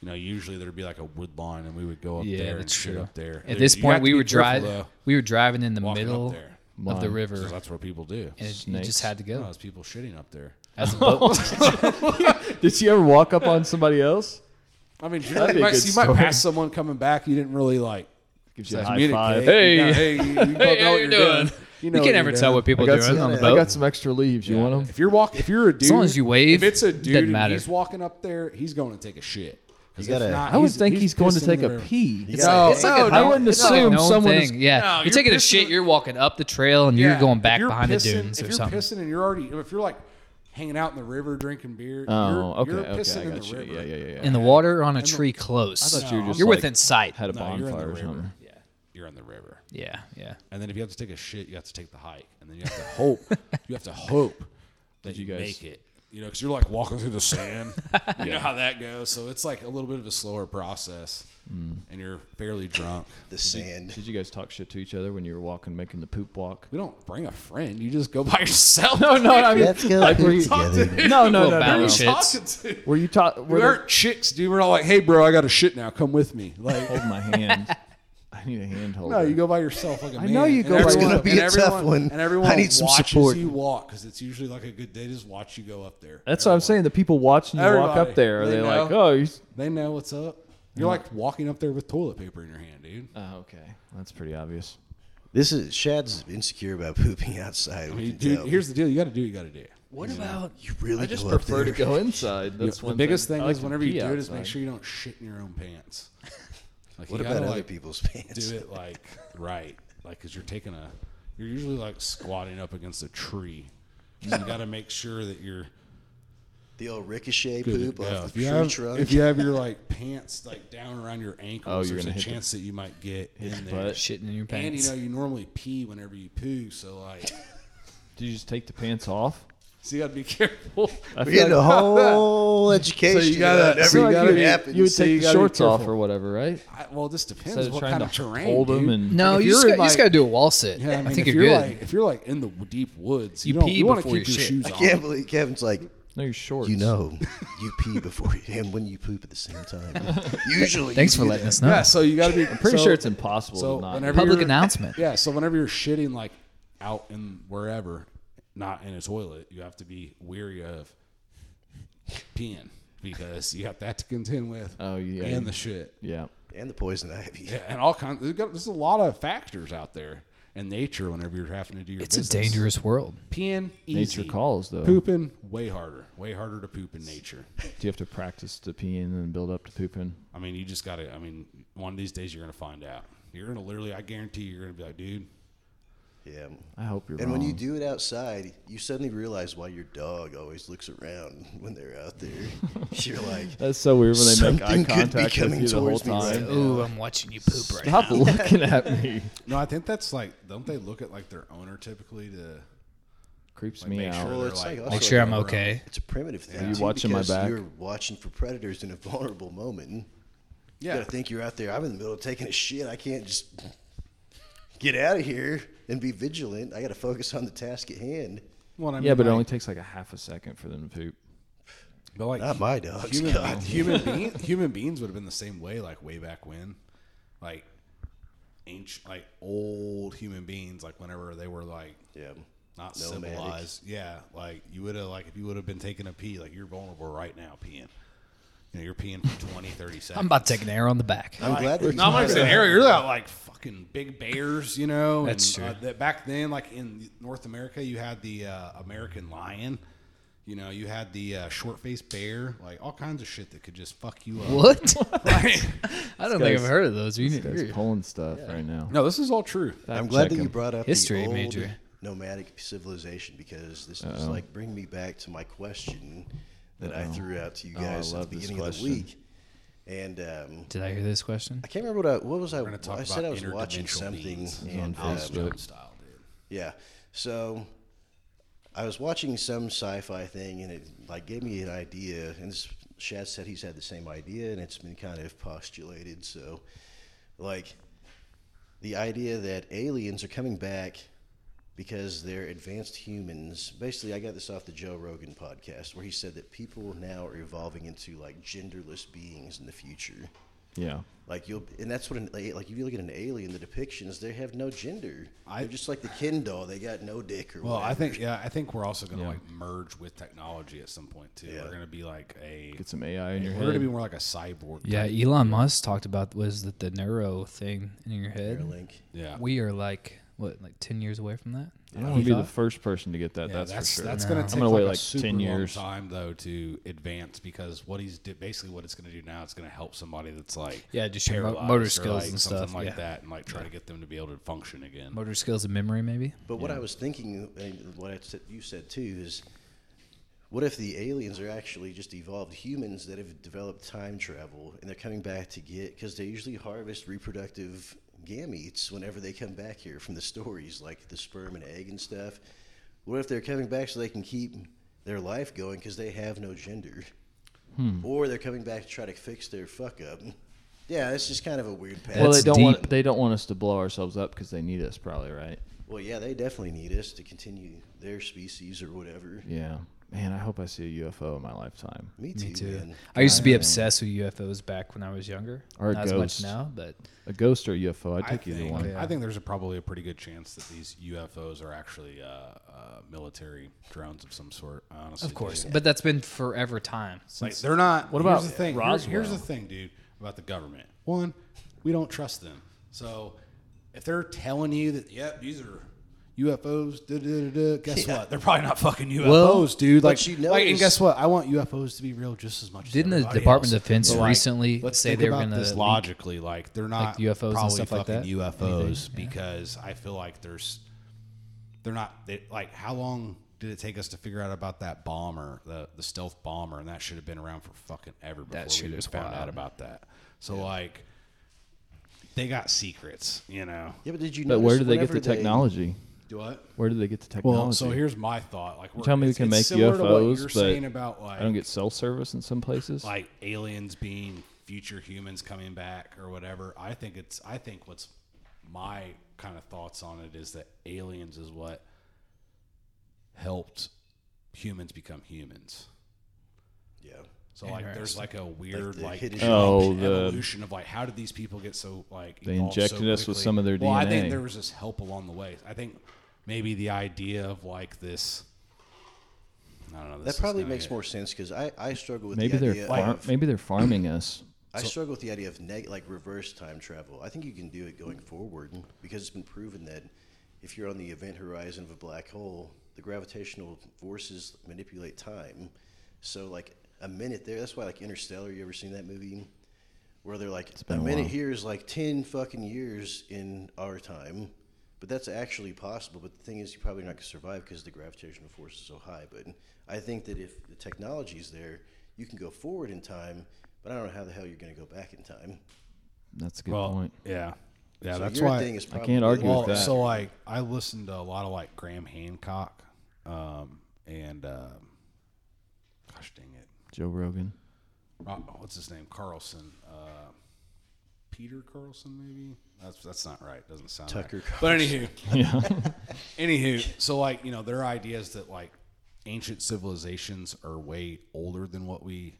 you know, usually there'd be like a wood line, and we would go up
Yeah,
there and
that's
shit
true.
up there.
At this
You have
point,
to
we
be
were
careful,
driving.
though,
We were driving in the
walking up
middle
there.
of the
Mine.
'cause
river,
that's what people do.
and it- you
Snakes.
just had to
No,
go.
it's people shitting up there.
As a boat.
Did you ever walk up on somebody else?
I mean, you,
That'd be a
might,
good
you might
story.
pass someone coming back. You didn't really like
Gives you a high
communicate.
five.
You
Hey.
know, hey, you, you both know
how
what
you
you're doing.
doing?
You,
You,
know
can
you're
never tell
doing.
what people
I
are
got,
doing
some,
on the
I
boat.
got some extra leaves. You want them?
If you're walk, if you're a dude,
long as you wave,
if it's a
doesn't
dude, and
matter.
he's walking up there, he's going to take a shit. 'Cause
You
if
gotta-
not,
I would
he's-
think he's, going to
pissing in
take
the
a
river.
pee.
You gotta-
no,
Like a
I
known-
wouldn't
it's like a
assume
known
someone is-
Thing. Yeah,
No,
you're,
you're
taking a
pissing
shit.
in-
You're walking up the trail and
Yeah,
you're going
if
back
you're
behind
pissing-
the dunes
if
or
you're
something.
pissing and you're already, if you're like hanging out in the river drinking beer,
Oh, okay,
you're, you're
okay,
pissing
I
in
got
the
you.
river.
Yeah, yeah, yeah. yeah.
in the water or on a tree close.
I thought you were just
You're
like,
within sight.
had a
No, you're in the
bonfire or
river.
something.
You're in the river,
Yeah, yeah.
and then if you have to take a shit, you have to take the hike, and then you have to hope, you have to hope that you,
you guys-
make it. You know, because you're like walking through the sand. You know how that goes. So it's like a little bit of a slower process,
Mm.
and you're fairly drunk.
the sand.
Did you guys talk shit to each other when you were walking, making the poop walk?
We don't bring a friend. You just go by yourself.
Oh, No, no, I mean,
Let's go
like, were
poop
you,
together.
no, no, no,
Little
no,
balance
no.
shit.
Talking to.
Were you taught?
We
Were
aren't chicks, dude. We're all like, "Hey, bro, I got a shit now. Come with me."
they,
Like,
hold my hand. I need a hand holder.
no, you go by yourself like a man.
know you
And
go by
It's
everyone-
gonna be
and
a tough
everyone-
one.
And everyone
I need some
watches
support.
you walk because it's usually like a good day. to Just watch you go up there.
That's what I'm saying. The people watching you walk
Everybody.
up there, are
They
they,
know.
like, oh, you? s-
They know what's up. You're like walking up there with toilet paper in your hand, dude.
Oh, okay, that's pretty obvious.
This is Shad's insecure about pooping outside. we
You-
can
dude,
tell.
here's the deal. You got to do. what You got to do.
What about
you really
I just
go up
prefer to
there.
go inside. That's
the
one
biggest thing,
I like
is
to
whenever you
pee
do it, is make
outside.
sure you don't shit in your own pants. Like,
What
you
about
gotta,
other
like,
people's pants?
do it like right, like because you're taking a, you're usually like squatting up against a tree. So you got to make sure that you're
The old ricochet
good to
poop
go.
off
If
the
you,
tree
have,
trunk.
if you have your like pants like down around your ankles,
Oh, you're
there's
gonna
a
hit the-
chance that you might get in
the
there.
butt.
shitting in your
And you
pants?
know you normally pee whenever you poo, so like,
Do you just take the pants off?
so you got to be careful.
I
We're
feel
getting a whole education.
gotta-
about
so
everything
you
that
gotta-
happens.
you would
So you
take the
gotta be
shorts off
careful.
or whatever, right?
I, well, this depends
Instead of
what
trying
kind
to
of terrain.
hold
dude.
them and
No,
If
you
you're
just,
in,
got, you
like-
just got to do a wall sit.
Yeah, I,
I,
mean,
think
if
you're, good.
Like, if you're like in the w- deep woods, you,
You
don't,
pee
you want to
before
keep
you
your
shit.
shoes
I
on.
can't believe Kevin's like,
no, your shorts.
you know, you pee before you, and when you poop at the same time. Usually.
Thanks
you
for
do
letting
that.
us know.
yeah, so you got to be. I'm
pretty sure it's impossible
So
to not.
whenever
Public
you're-
announcement.
Yeah, so whenever you're shitting like out in wherever, not in a toilet, you have to be weary of peeing because you got that to contend with.
Oh, yeah.
and the shit.
yeah,
And the poison ivy.
Yeah, and all kinds. There's, got, there's a lot of factors out there in nature. Whenever you're having to do your
It's a
business.
dangerous world.
peeing. Easy.
nature calls though.
Pooping way harder. Way harder to poop in nature.
Do you have to practice to peeing and build up to pooping?
I mean, you just gotta. I mean, one of these days you're gonna find out. You're gonna literally. I guarantee you're gonna be like, dude.
Yeah.
I hope you're
And
wrong.
when you do it outside, you suddenly realize why your dog always looks around when they're out there. You're like,
That's so weird when they
Something
make eye
could be
contact with
coming
you the whole
towards me right
time.
now.
Ooh, I'm watching you poop right now.
Stop looking at me.
No, I think that's like. Don't they look at like their owner typically to
Creeps
like,
me
make
out.
sure
Well,
they're
it's
like, oh,
like
on
also
Make sure I'm
camera?
okay.
it's a primitive thing.
you
too,
watching my
because
back?
You're watching for predators in a vulnerable moment. You
Yeah.
gotta think you're out there. I'm in the middle of taking a shit. I can't just get out of here and be vigilant. I gotta focus on the task at hand.
Well, I mean,
Yeah, but it
like,
only takes like a half a second for them to poop.
But like
Not my dogs.
human,
God.
human, being, human beings would have been the same way. Like way back when, like ancient, like old human beings, like whenever they were like
Yeah.
not
Nomadic.
civilized. Yeah, like you would have, like if you would have been taking a pee, like you're vulnerable right now peeing. You know, you're peeing for 20, 30 seconds.
I'm about to take an arrow on the back.
I'm glad that
No, I'm not
you
even saying area. You're not like fucking big bears, you know.
That's
and, uh,
true.
that back then, like in North America, you had the uh, American lion. You know, you had the uh, short-faced bear, like all kinds of shit that could just fuck you up.
What? I don't think
guy's-
I've heard of those. You
This
need
guy's
to
pulling stuff right now.
No, this is all true.
I'm glad that you
Fact-check
brought up
History
the old
major.
nomadic civilization because this is like bring me back to my question that I threw out to you
Oh, I
guys at
love
the
this
beginning of the
question.
week, and um,
Did I hear this question?
I can't remember what I what was I.
gonna talk
I said I
about
was watching
interdimensional
something
beings. It
and um,
him. Facebook.
style, dude.
yeah, so I was watching some sci-fi thing and it like gave me an idea. And this Shad said he's had the same idea and it's been kind of postulated. So, like the idea that aliens are coming back because they're advanced humans. Basically, I got this off the Joe Rogan podcast where he said that people now are evolving into like genderless beings in the future.
Yeah.
Like you'll, and that's what an a- like if you look at an alien, the depictions they have no gender.
I-
They're just like the Ken doll; they got no dick or
Well, I
whatever.
think yeah, I think we're also gonna
Yeah.
like merge with technology at some point too.
Yeah.
We're gonna be like a
Get some AI in your
we're gonna be
head. e
more like a cyborg.
Yeah,
type.
Elon Musk talked about was that the neuro thing in your head.
Neuralink.
yeah.
We are like what, like ten years away from that?
I don't want to be the first person to get that.
Yeah,
that's, for sure.
that's gonna take
I'm gonna
like
wait
a
like
super
10 years.
long time though to advance because what he's di- basically what it's gonna do now it's gonna help somebody that's like
Yeah, just your mo-
paralyzed
motor
or,
skills
like
and
something
stuff,
like
yeah.
that and like try to get them to be able to function again.
Motor skills and memory, maybe.
But what I was thinking, and what I said, you said too, is what if the aliens are actually just evolved humans that have developed time travel and they're coming back to get because they usually harvest reproductive gametes whenever they come back here from the stories, like the sperm and egg and stuff. What if they're coming back so they can keep their life going because they have no gender? Or they're coming back to try to fix their fuck up. Yeah, it's just kind of a weird path.
well,
That's
they don't
deep.
want they don't want us to blow ourselves up because they need us, probably, right?
well, yeah, they definitely need us to continue their species or whatever.
Yeah. Man, I hope I see a UFO in my lifetime.
Me too.
Me too.
man.
I used to be obsessed with UFOs back when I was younger.
Or a
Not as much
ghost.
now, but
A ghost or a UFO? I'd
I
take either
think,
one.
I think there's a, probably a pretty good chance that these UFOs are actually uh, uh, military drones of some sort. Honestly,
of course.
dude.
But that's been forever time.
Like they're not. What
about
here's the thing? here-
Roswell?
Here's, the thing, dude, about the government. One, we don't trust them. So if they're telling you that, yep, these are UFOs, da, da, da, da, guess what? They're probably not fucking UFOs, dude.
but
Like,
you
like, and
notice-
guess what? I want UFOs to be real just as much. as
Didn't the
everybody
Department
else.
of Defense
But, like,
recently
let's
say
think
they were
about
gonna
this
leak-
logically? Like they're not
UFOs and
probably
stuff like
fucking
that?
UFOs because I feel like there's they're not they, like how long did it take us to figure out about that bomber the the stealth bomber and that should have been around for fucking ever before
shit
we even
is
found
wild.
out about that so like they got secrets you know
Yeah, but did you?
But
notice
where do they get
whenever
the technology?
what
Where do they get the technology?
well so here's my thought like we're,
tell me we
it's-
can
it's
make
similar to what
UFOs,
you're
but
saying about like
I don't get cell service in some places.
like aliens being future humans coming back or whatever. I think it's I think what's my kind of thoughts on it is that aliens is what helped humans become humans.
Yeah,
So like there's like a weird
the
like,
hidden
Oh,
evolution
the-
evolution of like how did these people get so like
They
evolved so
injected us with
quickly?
some of their
Well, I think
DNA.
there was this help along the way. I think maybe the idea of like this I don't know. This
that
is
probably
gonna
makes
get-
more sense because I, I struggle with
maybe
the
they're
idea.
far-
of,
maybe they're farming us.
I struggle with the idea of neg- like reverse time travel. I think you can do it going forward because it's been proven that if you're on the event horizon of a black hole, the gravitational forces manipulate time. So like a minute there, that's why like Interstellar. You ever seen that movie? Where they're like a
a
minute
while.
here is like ten fucking years in our time, but that's actually possible. But the thing is, you probably not gonna survive because the gravitational force is so high. But I think that if the technology is there, you can go forward in time. But I don't know how the hell you're gonna go back in time.
That's a good
well,
point.
Yeah. Yeah,
So
that's
your
why
thing is probably
can't argue with
Well,
that.
so like I listened to a lot of like Graham Hancock, um, and um, gosh dang it,
Joe Rogan.
Rob, what's his name? Carlson, uh, Peter Carlson, maybe. That's that's not right. Doesn't sound
Tucker
Right. But anywho, anywho, so like you know, there are ideas that like ancient civilizations are way older than what we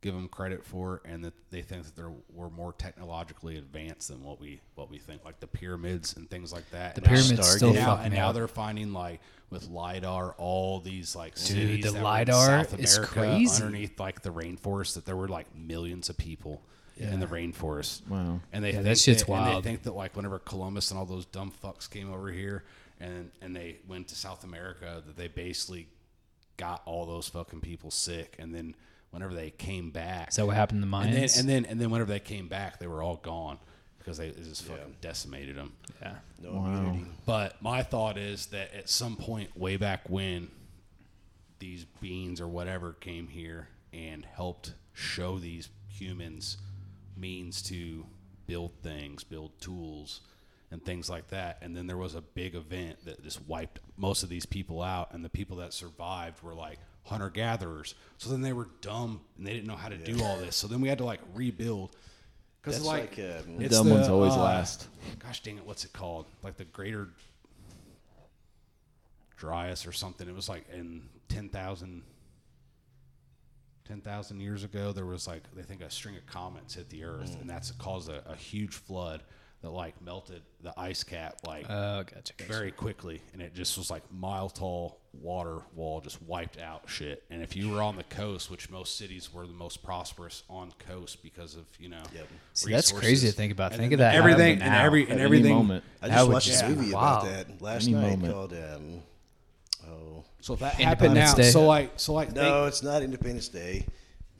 give them credit for, and that they think that they're we're more technologically advanced than what we what we think, like the pyramids and things like that.
The
And now-
pyramids still
and now,
fuck
and
me
now
up.
they're finding like with lidar all these like
Dude,
cities
the
that were in
LiDAR
South
is
America
crazy.
underneath like the rainforest that there were like millions of people in the rainforest.
Wow.
And they
Yeah, that
think
shit's
and
wild.
they think that like whenever Columbus and all those dumb fucks came over here and and they went to South America that they basically got all those fucking people sick and then whenever they came back
Is that what happened to the Mayans?
and then, and then and then whenever they came back they were all gone because they, they just fucking decimated them.
yeah.
No immunity.
But my thought is that at some point way back when these beings or whatever came here and helped show these humans means to build things, build tools and things like that. And then there was a big event that just wiped most of these people out and the people that survived were like hunter gatherers. So then they were dumb and they didn't know how to do all this. So then we had to like rebuild cuz
That's
like,
like, um,
it's
Dumb ones always
uh,
last.
gosh dang it, what's it called? Like the greater Dryas or something. It was like in 10,000 10,000 years ago, there was like, they think a string of comets hit the earth, and that's caused a, a huge flood that like melted the ice cap like
Oh, gotcha. gotcha.
very quickly. And it just was like mile tall water wall, just wiped out shit. And if you were on the coast, which most cities were the most prosperous on coast because of, you know,
See, that's
resources.
crazy to think about.
And
Think
then
of that happening
Everything and
now.
every,
At
and
any
everything.
moment.
I
That
just
would
watched this
just be
movie
wild.
about that last
Any
night
moment.
called. Um, oh
So if that happened
Independence
now,
Day.
so like, so like,
no, it's not Independence Day.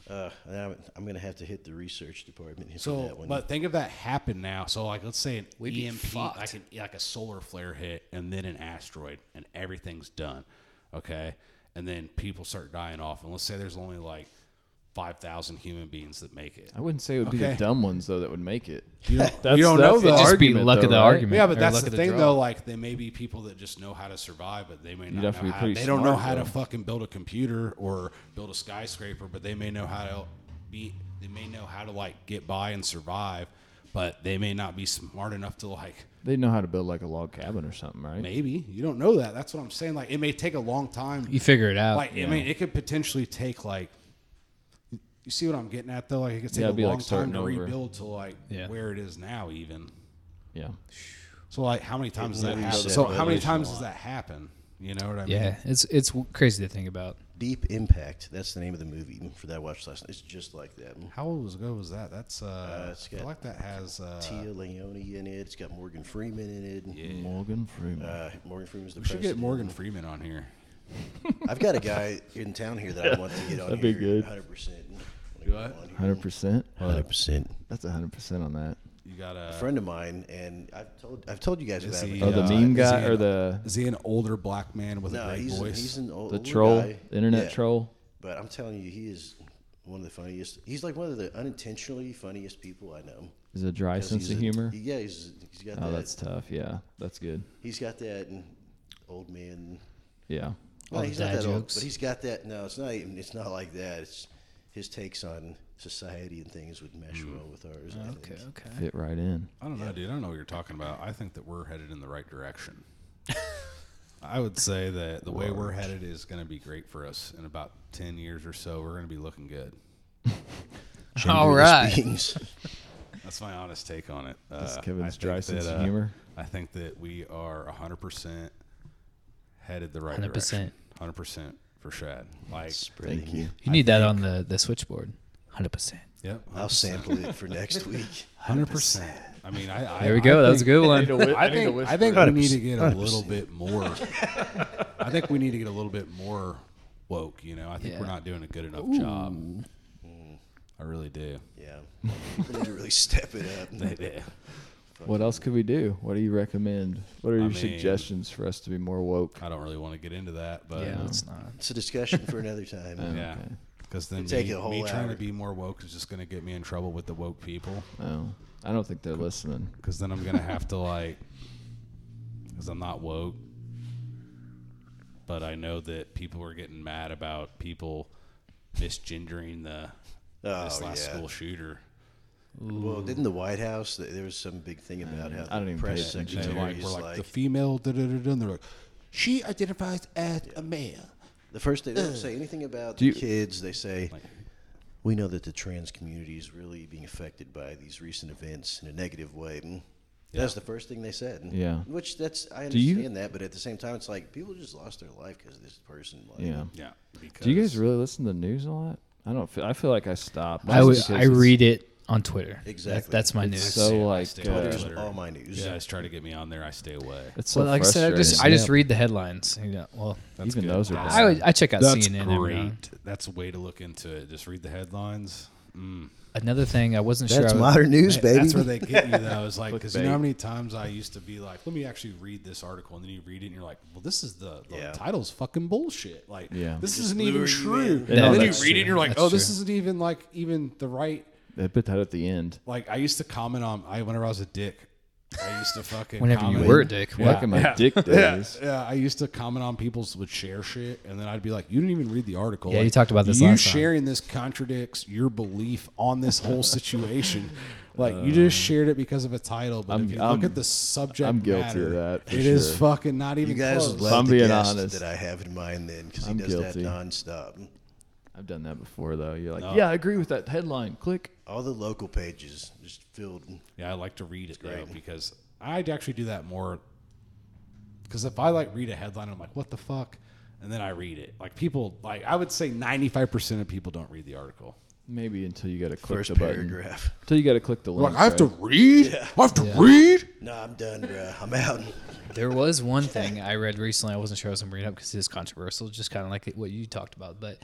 Uh, I'm, I'm gonna have to hit the research department here for that
so
one.
but think if that happened now. So like, let's say an
We'd be
EMP,
fucked.
like an, like a solar flare hit, and then an asteroid, and everything's done. Okay, and then people start dying off, and let's say there's only like five thousand human beings that make it.
I wouldn't say it would be the
Okay.
dumb ones though that would make it.
You don't,
That's,
you don't know
that's the
though.
It'd just be
argument,
luck
though,
of the
right?
argument.
Yeah, but
or
that's
luck
the
of
thing
draw.
though. Like, they may be people that just know how to survive, but they may not.
have
know
to be
how,
pretty
They don't know
smart,
how to
though.
fucking build a computer or build a skyscraper, but they may know how to be. They may know how to like get by and survive, but they may not be smart enough to like.
They know how to build like a log cabin or something, right?
Maybe you don't know that. That's what I'm saying. Like, it may take a long time.
You figure it out.
Like, I mean, it could potentially take like. You see what I'm getting at though? Like, it could take
Yeah,
a
it'd be, like,
long time
starting
to
over.
rebuild to like
Yeah.
where it is now, even.
Yeah.
So like, how many times does that
really
happen?
said
So how many
evolution
times
a
does that happen? You know what I mean?
yeah, it's it's w- crazy to think about.
Deep Impact. That's the name of the movie for that I watched last night. It's just like that.
How old was ago was that? That's uh,
it's
I
got
feel like that has uh,
Tia Leone in it. It's got Morgan Freeman in it.
Morgan Freeman.
Uh, Morgan Freeman's the
we should get
president.
Morgan Freeman on here.
I've got a guy in town here that I want to get on
That'd be
here.
good.
100%.
What?
100%.
100%.
That's 100% on that.
You got
A
a
friend of mine, and I've told I've told you guys
Is
about
he,
him.
Yeah,
Oh, the
uh,
meme
is
guy
he
or
an-
the
Is he an older black man with a
no,
great
he's,
voice?
he's an old
the
older
troll,
guy.
the internet
Yeah.
troll?
But I'm telling you, he is one of the funniest. He's like one of the unintentionally funniest people I know.
Is a dry
'Cause
sense
he's
of
a-
humor?
Yeah, he's he's got
Oh,
that.
that's tough. Yeah, that's good.
He's got that and old man.
Yeah.
Well,
the
he's not
dad
that old,
jokes.
but he's got that. No, it's not. Even, it's not like that. It's his takes on society and things would mesh well with ours. I
Okay,
think.
okay.
Fit right in.
I don't know, dude. I don't know what you're talking about. I think that we're headed in the right direction. I would say that the way we're headed is going to be great for us. In about ten years or so, we're going to be looking good.
All
Genderless
right.
beings.
That's my honest take on it.
That's
Uh,
Kevin's
I think
dry sense
that,
of humor.
I think that we are 100% headed the right
100%.
direction. 100% for Shad. Like,
Spreading.
Thank you.
You need that on the the switchboard. Hundred percent.
yep.
I'll sample it for next week.
100%. I mean, I, I
There we go. that was a good one.
I think, I think we need to get a little
100%.
bit more. I think we need to get a little bit more woke, you know? I think we're
Yeah.
not doing a good enough job. I really do.
Yeah, people need to really step it up.
They do.
What else could we do? What do you recommend? What are your
mean-
suggestions for us to be more woke?
I don't really want to get into that, but
Yeah,
yeah.
it's not.
It's a discussion for another time.
Um, Because then
Take
me,
a whole
me trying
hour.
to be more woke is just going to get me in trouble with the woke people.
Oh, I don't think they're listening.
Because then I'm gonna have to like, because I'm not woke. But I know that people were getting mad about people misgendering the
Oh,
this last
yeah.
school shooter.
Well, didn't the White House? th- There was some big thing about how
I don't
the
even
press
pay attention.
They
secretary
like,
is
we're like,
like,
the female, da, da, da, da, and they're like, she identifies as a male.
the first day they don't say anything about
Do you-
the kids. They say We know that the trans community is really being affected by these recent events in a negative way. Mm. That's the first thing they said.
Yeah.
Which that's I
Do you-
understand that, but at the same time, it's like people just lost their life because this person. Like,
Yeah.
Yeah. Because
Do you guys really listen to the news and all that? I don't. Feel, I feel like I stopped.
I,
just
was,
because
I
it's
read it on Twitter.
Exactly.
That, that's my news.
So
Yeah, I
like,
stay
uh,
away.
There's
Twitter.
all Oh my news.
you guys try to get me on there, I stay away.
it's so
well, like I said, I just, I just
frustrating.
read the headlines. You know, well,
That's
Even
good.
those are
That's-
bad.
I, would, I check out
That's
CNN.
uh,
every now and then.
great. That's a way to look into it. Just read the headlines. Mm.
Another thing I wasn't sure.
That's
I was-
modern news, baby.
That's where they get you. Though is like because you know
Clickbait.
how many times I used to be like, let me actually read this article, and then you read it, and you're like, well, this is the, the
Yeah.
title's fucking bullshit. Like,
Yeah.
this isn't even
lure you
true.
in.
And then you read
that's
it, and
true.
you're like,
That's
oh, this
true.
isn't even like even the right.
They put that at the end.
Like I used to comment on I whenever I was a dick, I used to fucking
Whenever you
comment,
were a dick,
Yeah.
what?
Back in my dick days.
Yeah, I used to comment on people's would share shit, and then I'd be like, "You didn't even read the article."
Yeah,
Like,
you talked about this
You
last time.
sharing this contradicts your belief on this whole situation. like you
Uh,
just shared it because of a title, but
I'm-
if you
I'm-
look at the subject,
I'm guilty
matter,
of that, for
it is
sure.
fucking not even
You guys
close.
love
I'm
the
being
guest
honest.
that I have in mind then because he
I'm
does that
guilty.
nonstop.
I've done that before though. You're like,
Oh.
yeah, I agree with that headline. Click.
All the local pages just filled.
yeah, I like to read it though
great.
because I'd actually do that more. Because if I like read a headline, I'm like, "What the fuck," and then I read it. Like people, like I would say, ninety five percent of people don't read the article.
Maybe until you got to click
First
the button.
paragraph.
Until you got to click the link.
Like I have to
right?
read. I have to read.
No, I'm done, bro. I'm out.
There was one thing I read recently. I wasn't sure I was going to bring it up because it is controversial, just kind of like what you talked about. But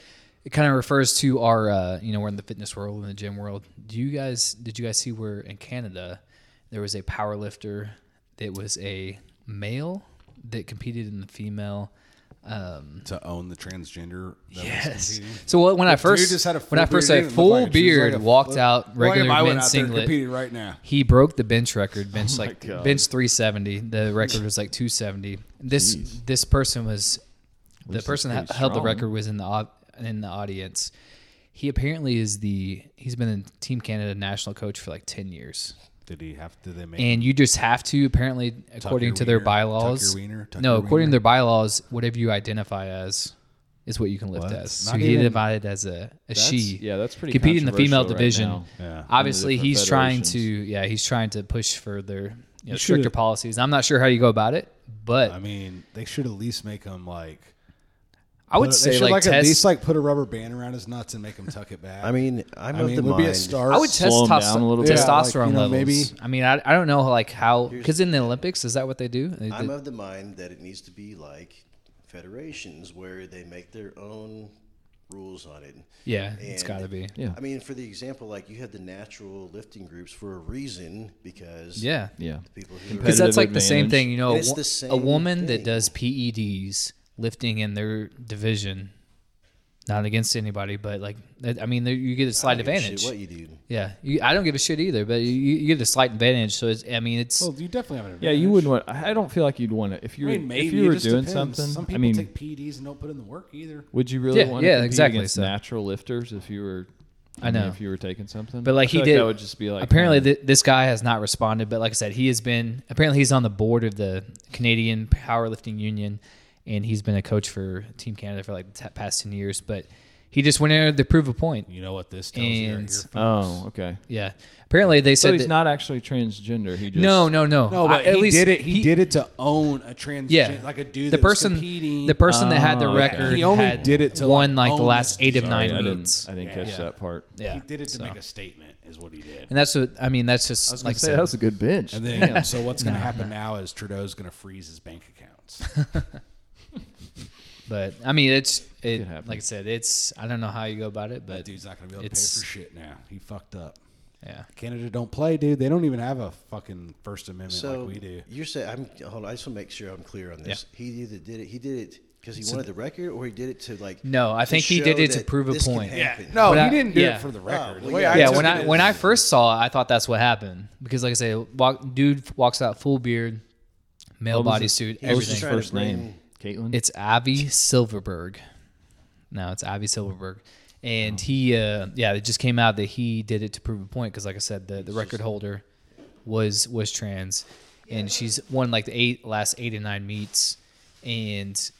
it kind of refers to our, uh, you know, we're in the fitness world, in the gym world. Do you guys, did you guys see where in Canada there was a power lifter that was a male that competed in the female? um,
to own the transgender. That Was
Yes.
competing.
So what, when I
dude
first
just had a full
when I first
beard,
had
didn't it?
full
Looked like she was
beard,
like a-
walked
look-
out
Look
regular
at my one
men's
out there Oh
singlet.
competing right now.
He broke the bench record, bench like
God.
bench 370. The record was like 270. This
Jeez.
this person was the
least
person
that's
that
pretty
held the
strong.
record was in the au- in the audience. He apparently is the he's been in Team Canada national coach for like 10 years.
Did he have? Did they make?
And you just have to apparently according
your
to their
wiener. Tuck your
bylaws.
wiener. Tuck
no,
your
according
wiener.
to their bylaws, whatever you identify as is what you can lift
What?
as. So
Not
he
even-
identified as a, a
That's-
she.
yeah, that's pretty
competing in the female
controversial right
division.
now.
yeah.
Obviously,
different
he's trying to
federations.
yeah he's trying to push for their you know,
should've-
stricter policies. I'm not sure how you go about it, but
I mean, they should at least make him like.
I would
put- they
say
should,
like,
at
test.
least like put a rubber band around his nuts and make him tuck it back.
I mean, I'm
I
of
mean,
the
would
mind.
be a star.
I would
slow
test
'em
tos-
down a little bit. Yeah,
like,
testosterone
you know,
levels.
maybe-
I mean, I, I don't know like how because in the Olympics is that what they do? They,
I'm
they-
of the mind that it needs to be like federations where they make their own rules on it.
yeah, it's got to be.
Yeah.
I mean, for the example, like you had the natural lifting groups for a reason because
Yeah,
Yeah.
the people who
because
are,
Competitive
that's like the same
advantage.
thing. You know,
And
a,
it's
wo-
the
a
same
woman
thing.
that does PEDs lifting in their division, not against anybody, but like that- I mean, there- you get a slight
I don't give a
advantage.
shit What you do?
Yeah, you, I don't give a shit either, but you, you get a slight advantage. So it's, I mean, it's
well, you definitely have an.
Yeah,
advantage.
you wouldn't want. I I don't feel like you'd want to if you
I
were,
mean, maybe
if you
it
were
just
doing
depends.
something.
Some
I
people
mean,
take PEDs and don't put in the work either.
would you really
Yeah,
want to
yeah,
compete
exactly,
against
so-
natural lifters if you were? I,
I
mean,
know.
if you were taking something,
But like
I
he
feel
did,
that would just be like
apparently
man,
th- this guy has not responded. But like I said, he has been apparently he's on the board of the Canadian Powerlifting Union, and he's been a coach for Team Canada for like the t- past ten years. But he just went in there to prove a point.
You know what this tells you right
And-
here.
Oh, okay.
Yeah, apparently they
So
said
he's
that-
not actually transgender. He just
No, no, no.
No, but
I- at
he
least
did it. He, did it to own a trans.
Yeah,
like a dude.
The
that was
person,
competing.
the person that had the
Oh, okay.
record,
He only
had
did it to,
won
like,
like the
own
last
this
eight of
design.
nine
Sorry, I didn't.
meets.
I didn't catch that part.
yeah,
He did it to
so.
make a statement, is what he did.
And that's what I mean. That's just
I was gonna
like I
say
said,
that was a good bench.
And then,
Damn.
so what's going to happen now is Trudeau's going to freeze his bank accounts.
But I mean, it's it.
Could happen.
Like I said, it's I don't know how you go about it,
that
but
dude's not going to be able to pay
It's-
for shit now. He fucked up.
yeah.
Canada don't play, dude. They don't even have a fucking First Amendment
So
like we do.
you're saying I'm hold on. I just want to make sure I'm clear on this. He either did it. He did it because he wanted the record, or he did it to like.
No, I
to
think he
show
did it to
that
prove a
this can
point. Yeah,
happen.
No,
But
Oh, he
I-
didn't do
yeah.
it for the record.
well,
The way
yeah.
I
yeah,
took
when
it
I
is-
when I first saw it, I thought that's what happened because, like I say, walk, dude walks out full beard, male
What was
He
bodysuit,
was
everything.
just
His
trying to
first name, Caitlin.
It's Avi Silverberg. No, it's Avi Silverberg, and he, uh, yeah, it just came out that he did it to prove a point because, like I said, the, the record holder was was trans, and she's won like the eight last eight and nine meets, and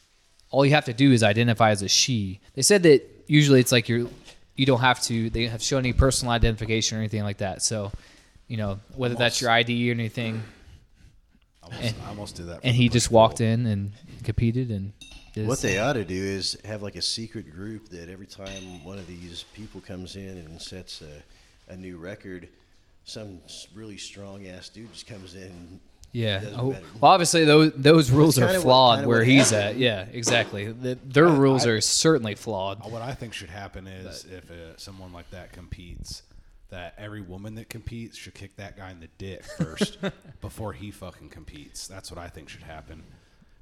all you have to do is identify as a she. They said that usually it's like you're you don't have to they have shown any personal identification or anything like that. So, you know, whether that's your ID or anything,
I almost, I almost did that. for
and
the
he
Pro
just
Bowl.
walked in and competed and did his
What they ought to do is have like a secret group that every time one of these people comes in and sets a, a new record, some s- really strong ass dude just comes in.
Yeah.
does
Oh,
better.
well, obviously those those rules are
kinda what-
flawed
kinda
where
what
he's
happened.
at. Yeah, exactly. The, their rules are certainly flawed.
Uh, What I think should happen is if uh, someone like that competes, that every woman that competes should kick that guy in the dick first before he fucking competes. That's what I think should happen.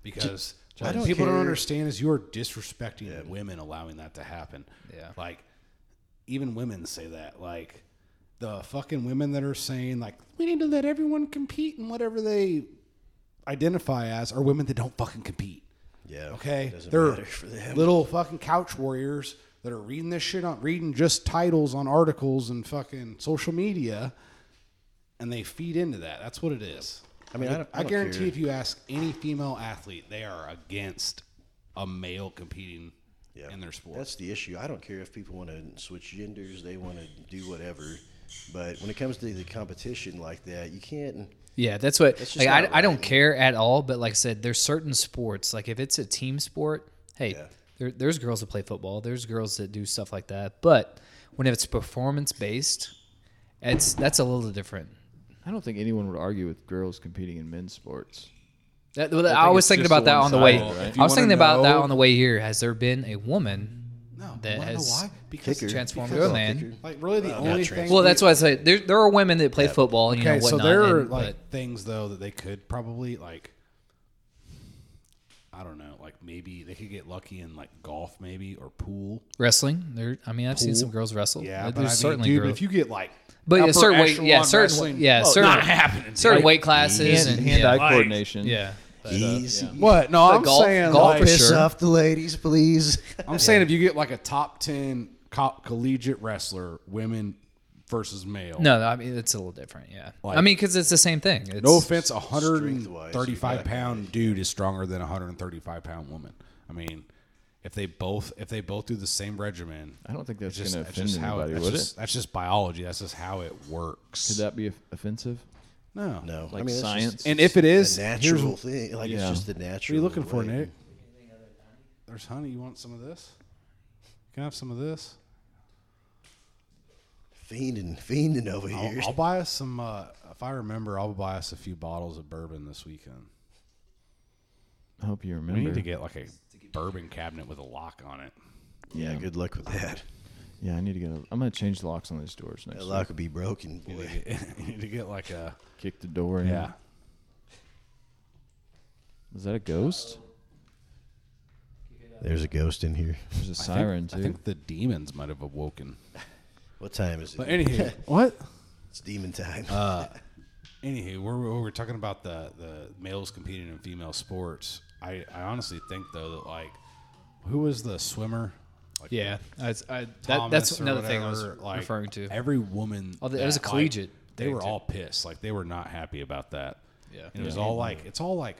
Because what
don't
people don't
care.
understand is you're disrespecting women allowing that to happen.
Yeah.
Like, even women say that. Like, the fucking women that are saying, like, we need to let everyone compete in whatever they identify as are women that don't fucking compete.
Yeah.
Okay,
Doesn't
they're
matter for them.
little fucking couch warriors that are reading this shit on reading just titles on articles and fucking social media, and they feed into that. That's what it is.
I mean, I, don't, I
I
don't
guarantee
care.
if you ask any female athlete, they are against a male competing
Yeah.
in their sport.
That's the issue. I don't care if people want to switch genders, they want to do whatever. But when it comes to the competition like that, you can't.
Yeah, that's what.
just
like, I,
not
I don't
right.
care at all. But like I said, there's certain sports. Like if it's a team sport, hey,
Yeah.
there, there's girls that play football. There's girls that do stuff like that. But when it's performance based, it's that's a little different.
I don't think anyone would argue with girls competing in men's sports.
That, well, I, was
it's
thinking
just
about
the
that
one
on the
side,
way.
right? If
I was
wanna
thinking about that
know-
on the way here. Has there been a woman
no,
that
wanna know
has
why? Because
Kicker.
transformed
because-
into a man?
Like really, the only thing.
Well, that's why I say there, there are women that play football. You
Okay,
know,
so
whatnot,
there are
and-
like things though that they could probably like. I don't know, like maybe they could get lucky in like golf, maybe or pool.
but wrestling. There, I mean, I've seen some girls wrestle.
Yeah,
there's
but I mean,
certainly
dude,
girls.
if you get like,
but yeah,
upper
certain weight,
echelon
yeah, certain,
wrestling-
yeah, certain,
Not happening.
certain
dude.
weight classes
Hand,
and
hand-eye
yeah,
Like-
coordination.
yeah.
Easy.
What? No, I'm
golf-
saying
golf
like-
for is- sure.
the ladies, please.
I'm saying if you get like a top ten co- collegiate wrestler, women versus male.
No, I mean it's a little different. Yeah, I
Like-
mean because it's the same thing. It's,
no offense, a
Strength-wise,
135
you
pound dude is stronger than a 135 pound woman. I mean, if they both if they both do the same regimen,
I don't think that's
it's just,
going to
that's
offend
just how
anybody,
it, that's,
would
just,
it?
that's just biology. That's just how it works.
Could that be off- offensive?
no,
No,
Like
I mean,
science?
And if it
It's
is,
just a
here's-
natural thing. Like it's
Yeah.
just the
What are
natural.
you looking for,
way.
Nick? There's honey. You want some of this? Can I have some of this?
Fiending, fiending over here.
I'll, I'll buy us some. Uh, if I remember, I'll buy us a few bottles of bourbon this weekend.
I hope you
We
remember.
need to get like a bourbon cabinet with a lock on it.
yeah, good luck with that.
yeah, I need to get. A, I'm going to change the locks on these doors next.
That
Week.
lock would be broken, boy.
you need to get like a
Kick the door in.
yeah.
Is that a ghost?
There's a ghost in here.
There's a siren
I
too.
think the demons might have awoken.
What time is it?
But anywho, what?
it's demon time.
Anywho, we're, we we're talking about the the males competing in female sports. I I honestly think though that like who was the swimmer? Like
Yeah, I, I, that,
uh, Thomas
that's
or
another thing I was
whatever, like,
referring to.
Every woman.
Oh, that- it was a
like,
collegiate
they
thing,
were
too.
all pissed. Like they were not happy about that.
Yeah.
And it was all like it's all like.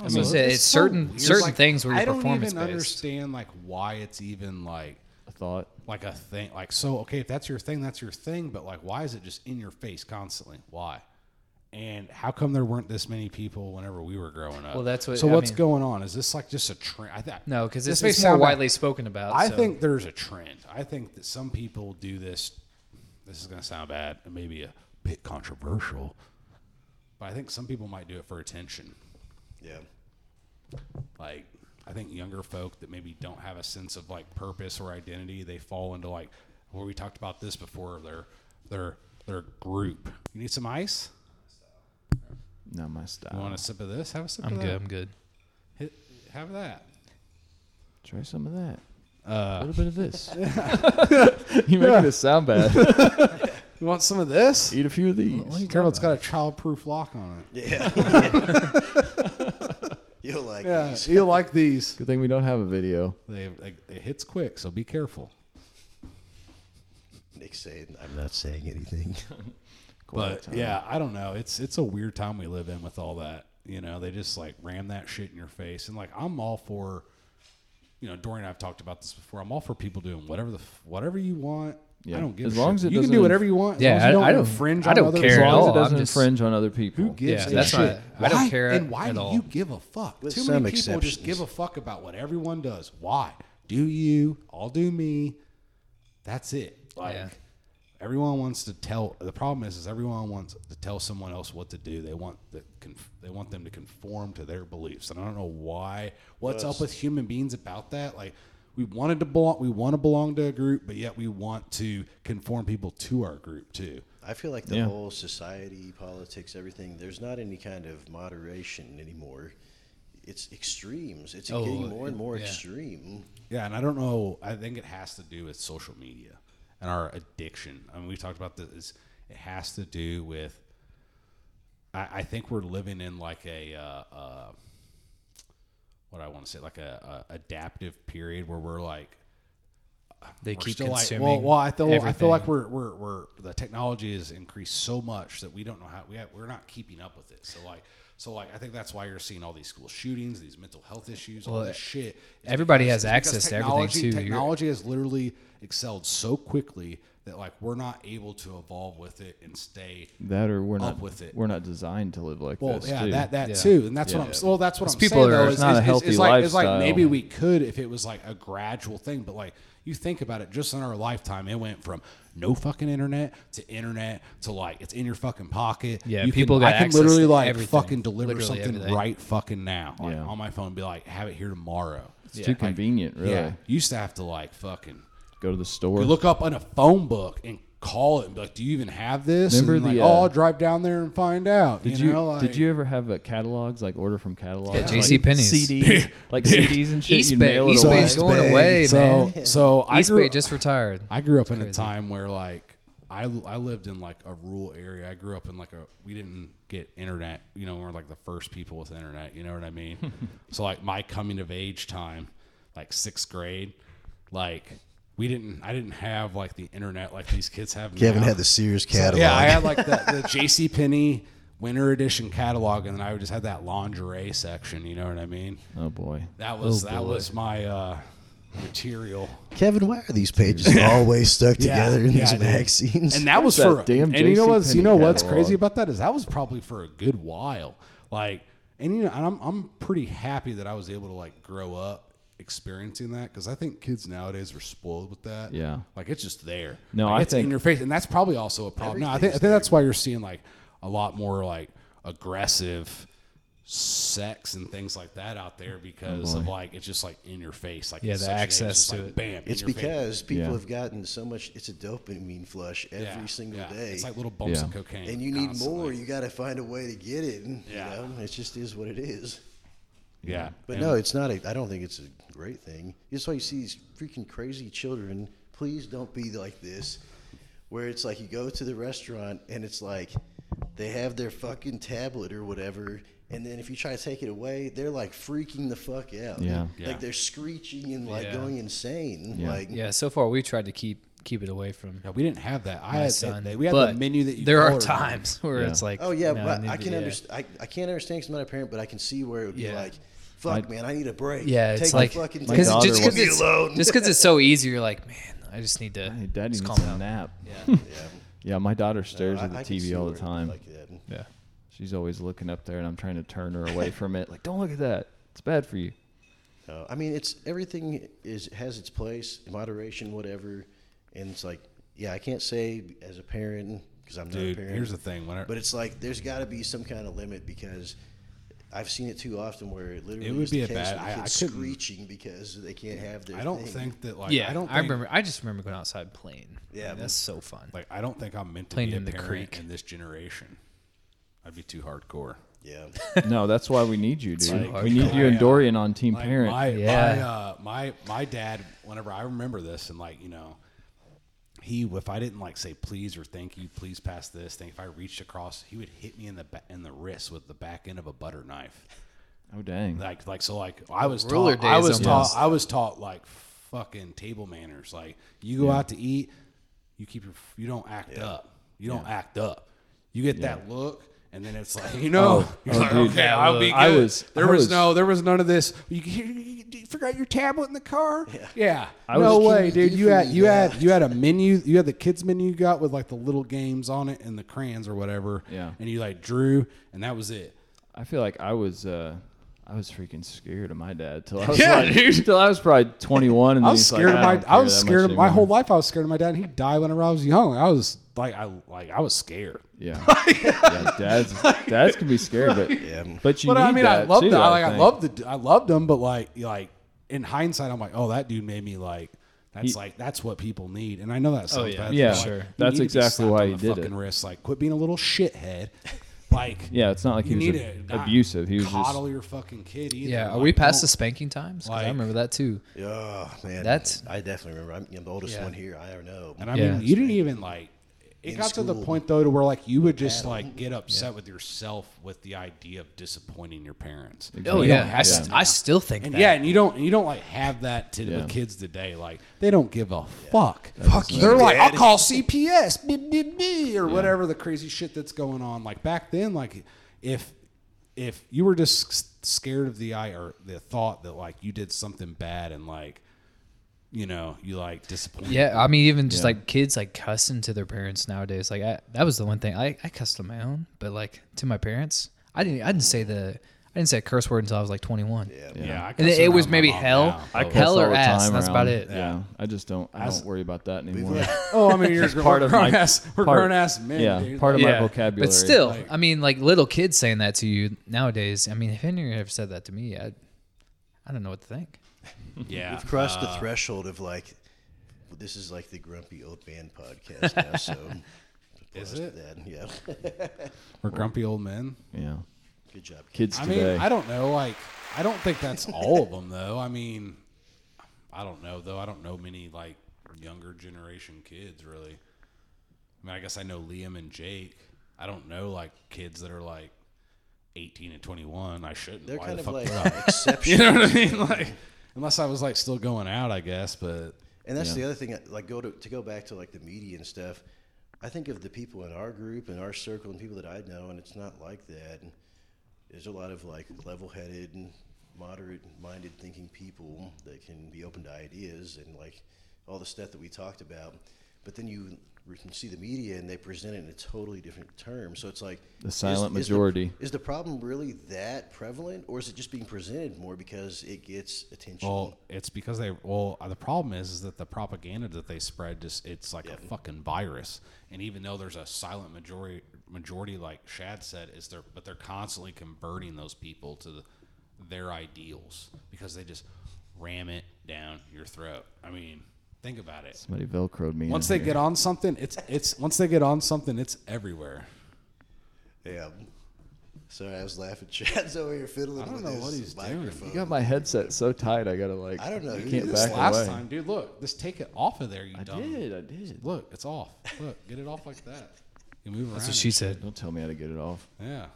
I
mean, it's- it's certain- certain things where you're
I don't even
performance-based.
understand like why it's even like
I thought.
like a thing like so okay if that's your thing that's your thing but like why is it just in your face constantly why and how come there weren't this many people whenever we were growing up
Well, that's what-
so
I
what's
mean-
going on is this like just a trend i thought
No, because
this
it's,
may
it's more
sound bad.
widely spoken about.
i
so-
think there's a trend i think that some people do this this is going to sound bad and maybe a bit controversial but i think some people might do it for attention
yeah.
like I think younger folk that maybe don't have a sense of like purpose or identity, they fall into like where we talked about this before, their their their group. You need some ice?
Not my
You want
style.
a sip of this? Have a sip
I'm
of
good.
that.
I'm good.
Hit, have that.
Try some of that. a
Uh.
little bit of this. you make it sound bad.
You want some of this?
Eat a few of these.
Carol, it's got a childproof lock on it.
Yeah. You'll like these.
you like these.
Good thing we don't have a video.
They, they, it hits quick, so be careful.
Nick saying, I'm not saying anything.
But yeah, I don't know. It's it's a weird time we live in with all that. You know, they just like ram that shit in your face, and like I'm all for you know, Dorian and I've talked about this before. I'm all for people doing whatever the f- whatever you want.
Yeah.
I don't give
As
a
long
shit.
as it
you can
doesn't
do
inf-
whatever you want. As
Yeah,
long as you
I-
don't,
I don't-
infringe
I
on
don't
other
As
care
long
at
as
all.
it
I'm
doesn't
just-
infringe on other people.
Who gives
Yeah,
a
that's
shit?
why I don't
Why-
care
And why
at
do
all.
you give a fuck?
With
Too
some
many people just
exceptions.
give a fuck about what everyone does. Why? Do you? I'll do me. That's it. Like
Yeah.
everyone wants to tell. The problem is, is everyone wants to tell someone else what to do. They want the conf, they want them to conform to their beliefs, and I don't know why. What's up with human beings about that? Like we wanted to belong. We want to belong to a group, but yet we want to conform people to our group too.
I feel like the
Yeah.
whole society, politics, everything. There's not any kind of moderation anymore. It's extremes. It's
Oh,
getting more and more
yeah.
extreme.
Yeah, and I don't know. I think it has to do with social media and our addiction. I mean, we talked about this. It's- It has to do with. I, I think we're living in like a. Uh, uh, what do I want to say, like a, a adaptive period where we're like
They
we're
keep
still like
consuming.
well, well, I feel I feel
everything.
like we're, we're we're the technology has increased so much that we don't know how we have, we're not keeping up with it. So like so like I think that's why you're seeing all these school shootings, these mental health issues, all
Well,
this shit. It's
everybody has
it's
access to everything,
technology-
too. You're-
Technology has literally excelled so quickly that like we're not able to evolve with it and stay
That or we're
Up
not
with it.
we're not designed to live like
well,
this.
yeah,
too.
that that
Yeah.
too, and that's what I'm. Well, that's what I'm
people
saying. though,
are- it's
is-
not a
is- is-
healthy
it's like, It's like
lifestyle.
maybe we could if it was like a gradual thing, but like you think about it, just in our lifetime, it went from no fucking internet to internet to like it's in your fucking pocket.
Yeah,
you
people
Can,
got
I can
access
literally
to
like
everything,
fucking deliver
literally
something
everything.
right fucking now like,
Yeah.
on my phone. and Be like, have it here tomorrow.
it's too convenient, really.
Yeah, you used to have to like fucking
Go to the store.
you look up on a phone book and call it and be like, do you even have this?
Remember
and like,
the,
oh,
uh,
I'll drive down there and find out.
did
you,
you,
know, like-
did you ever have uh catalogs like order from catalogs?
Yeah,
like
JCPenney's.
CDs, like CDs and shit. you
East
mail
Bay,
it
East
away.
Bay's going away,
so
man.
so I
East
grew,
Bay just retired.
I grew up in a time where like I, I lived in like a rural area. I grew up in like a we didn't get internet. You know, we we're like the first people with internet. You know what I mean? so like my coming of age time, like sixth grade, like we didn't I didn't have like the internet like these kids have.
Kevin
now.
had the Sears catalog.
Yeah, I had like the, the J.C. Penney winter edition catalog, and then I would just had that lingerie section. You know what I mean?
Oh boy.
That was that was my uh, material.
Kevin, why are these pages always stuck together in these
yeah, dude.
magazines?
And that was
that
for
damn
and you know what's you
JCPenney
know what's
catalog?
crazy about that is that was probably for a good while. Like and you know and I'm I'm pretty happy that I was able to like grow up experiencing that because I think kids nowadays are spoiled with that.
Yeah.
Like it's just there.
No,
Like,
I
it's in
think-
your face. And that's probably also a problem. No, I think I think that's why you're seeing like a lot more like aggressive sex and things like that out
Oh,
there because of like it's just like in your face like
Yeah,
it's
the
such an age,
access
just,
to
like,
it.
bam in
It's
your face.
because people
Yeah.
have gotten so much. It's a dopamine flush every
Yeah,
single
yeah.
day,
It's like little bumps
Yeah.
of cocaine.
and you need
constantly.
more. You got to find a way to get it. and,
Yeah.
You know, it just is what it is.
Yeah.
But no, it's not. A, I don't think it's a great thing. That's why you see these freaking crazy children. Please don't be like this. Where it's like you go to the restaurant and it's like they have their fucking tablet or whatever, and then if you try to take it away, they're like freaking the fuck out.
Yeah.
Yeah.
Like they're screeching and like
Yeah.
going insane. Like
Yeah, so far we tried to keep keep it away from
Yeah, we didn't have that. I
my
had
son.
that- we had
but
the menu that you.
there are
colored on.
times where
Yeah.
it's like,
Oh yeah,
no,
but
need
I
to-
can
yeah.
understand. I, I can't understand because I'm not a parent, but I can see where it would be
Yeah.
like, "Fuck, man, I need a break."
Yeah,
Take
it's
my
like
fucking
My
time.
because
daughter
just
wants-
because it's
Alone.
just 'cause it's so easy, you're like, man, I just need to
Hey, daddy
just
needs
calm
a
down.
nap.
Yeah,
Yeah, my daughter stares
I- I
at
can
the
see
TV all
where
the
it'd be
time.
Like that.
yeah.
She's always looking up there, and I'm trying to turn her away from it. Like, don't look at that. It's bad for you.
Uh, I mean, it's everything is has its place, moderation, whatever. And it's like, yeah, I can't say as a parent because I'm not a
Dude,
parent.
here's the thing. When I,
but it's like there's got to be some kind of limit because I've seen it too often where it literally
It would
is the
be a
case
bad-
of the
I- I
kids
couldn't-
screeching because they can't have their.
I don't
thing.
think that like
yeah,
I don't.
I
think-
remember. I just remember going outside playing.
Yeah,
that's so fun.
Like I don't think I'm meant to
Playing
be a
in the
parent
creek.
in this generation. I'd be too hardcore.
Yeah,
No, that's why we need you, dude.
hard.
we need you and Dorian on Team
Like,
Parent.
My, my,
Yeah.
uh, my my dad. Whenever I remember this, and like you know, he if I didn't like say please or thank you, please pass this thing. If I reached across, he would hit me in the ba- in the wrist with the back end of a butter knife.
oh dang.
like like so like I was
Ruler
taught I
days
was
almost.
taught I was taught like fucking table manners. Like you go out to eat, you keep your you don't act up. You don't act up. You get that look And then it's like, you know, you're
oh,
like,
dude,
okay, I'll be good.
I was-
there
I
was,
was-
no, there was none of this. You, you, you- you forgot your tablet in the car? Yeah.
I
no
was a
way,
kid
dude. You had you had you had a menu. You had the kids menu you got with like the little games on it and the crayons or whatever.
Yeah.
And you like drew, and that was it.
I feel like I was uh, I was freaking scared of my dad till I was like, till I was probably 21 and
I
then
was
he's
scared
like,
of my. I,
don't care
was
that
scared
much
of my
anymore."
whole life. I was scared of my dad. He died whenever I was young. I was like, I like I was scared.
Yeah. yeah dads dads can be scared but but you
But
need
I mean,
that
I loved
too,
it. I, like I
think.
loved the. I loved him, but like like in hindsight, I'm like, oh, that dude made me like. That's
He- Oh,
like that's what people need, and I know that sounds
yeah.
bad.
Yeah,
but, like,
sure.
you
that's
need to be
exactly
slapped
why
on
he
the
did
fucking
it.
Wrist, like quit being a little shithead. Like
Yeah, it's not like he
you
was
need
a-
to not
abusive. He was
coddle
just
your fucking kid. Either.
Yeah, are
Like,
we past the
don't-
spanking times? 'Cause I
like-
remember that too.
Oh man,
That's-
I definitely remember. I'm, I'm the oldest
Yeah.
one here. I don't know.
And I
Yeah.
mean, you didn't even like. It
In
got to the
school.
point though to where like you would just like get upset with yourself with the idea of disappointing your parents.
Oh
You don't
yeah, I,
have
st-
that
I
now.
still think
And
that.
yeah, and you don't you don't like have that to
Yeah.
the kids today. Like they don't give a fuck.
Fuck you,
They're like,
Dad.
I'll call CPS, blah, blah, blah, or whatever the crazy shit that's going on. Like back then, like if if you were just s- scared of the eye or the thought that like you did something bad and like you know you like disappointed.
Yeah, I mean, even just
Yeah.
like kids like cussing to their parents nowadays. Like I, that was the one thing I, I cussed on my own, but like to my parents, I didn't. I didn't say the. I didn't say a curse word until I was like 21. Yeah.
Yeah, I
And
cuss
it, it was
around my
maybe
mom
hell,
now.
hell
all
or
the
ass,
time
and that's about
around.
it.
Yeah. I just don't. I don't worry about that anymore.
like-
Oh, I mean, you're part
part
of
of my-
grown ass. We're
part-
grown ass men.
yeah,
dude.
part of my
Yeah.
vocabulary.
But still, I mean, like little kids saying that to you nowadays. I mean, if anyone ever said that to me, I, I don't know what to think.
yeah.
We've crossed the threshold of like, well, this is like the grumpy old man podcast now. So
Is
Plus
it?
That, yeah.
We're grumpy old men.
yeah,
Good job. kid.
kids
I mean,
today.
I don't know. Like, I don't think that's all of them, though. I mean, I don't know, though. I don't know many, like, younger generation kids, really. I mean, I guess I know Liam and Jake. I don't know, like, kids that are, like, 18 and 21. I shouldn't.
They're
Why
kind
the
of
fuck
like
would I?
exceptional.
You know what I mean? Like, unless I was, like, still going out, I guess, but.
And that's the other thing. uh, Like go to to go back to like the media and stuff. I think of the people in our group and our circle and people that I know, and it's not like that. And there's a lot of like level-headed and moderate-minded thinking people that can be open to ideas and like all the stuff that we talked about. But then you re- see the media and they present it in a totally different term. So it's like
The silent
is- is the-
majority.
Is the problem really that prevalent, or is it just being presented more because it gets attention?
Well, it's because they. Well, uh, the problem is, is that the propaganda that they spread just it's like a fucking virus. And even though there's a silent majority, majority like Shad said, is there, but they're constantly converting those people to the, their ideals because they just ram it down your throat. I mean, think about it.
Somebody velcroed me.
Once
in
they
here.
get on something, it's it's once they get on something, it's everywhere.
Yeah. Sorry, I was laughing. Chad's over here fiddling. I
don't
with
know
his
what he's doing.
microphone.
I got my headset so tight, I gotta like.
I don't know
I
who
can't
did this
back
Last
away.
time, dude, look, just take it off of there. You
I
dumb.
did. I did.
Look, it's off. Look, get it off like that. You move around.
That's
and
what she
shit.
said.
Don't tell me how to get it off.
Yeah.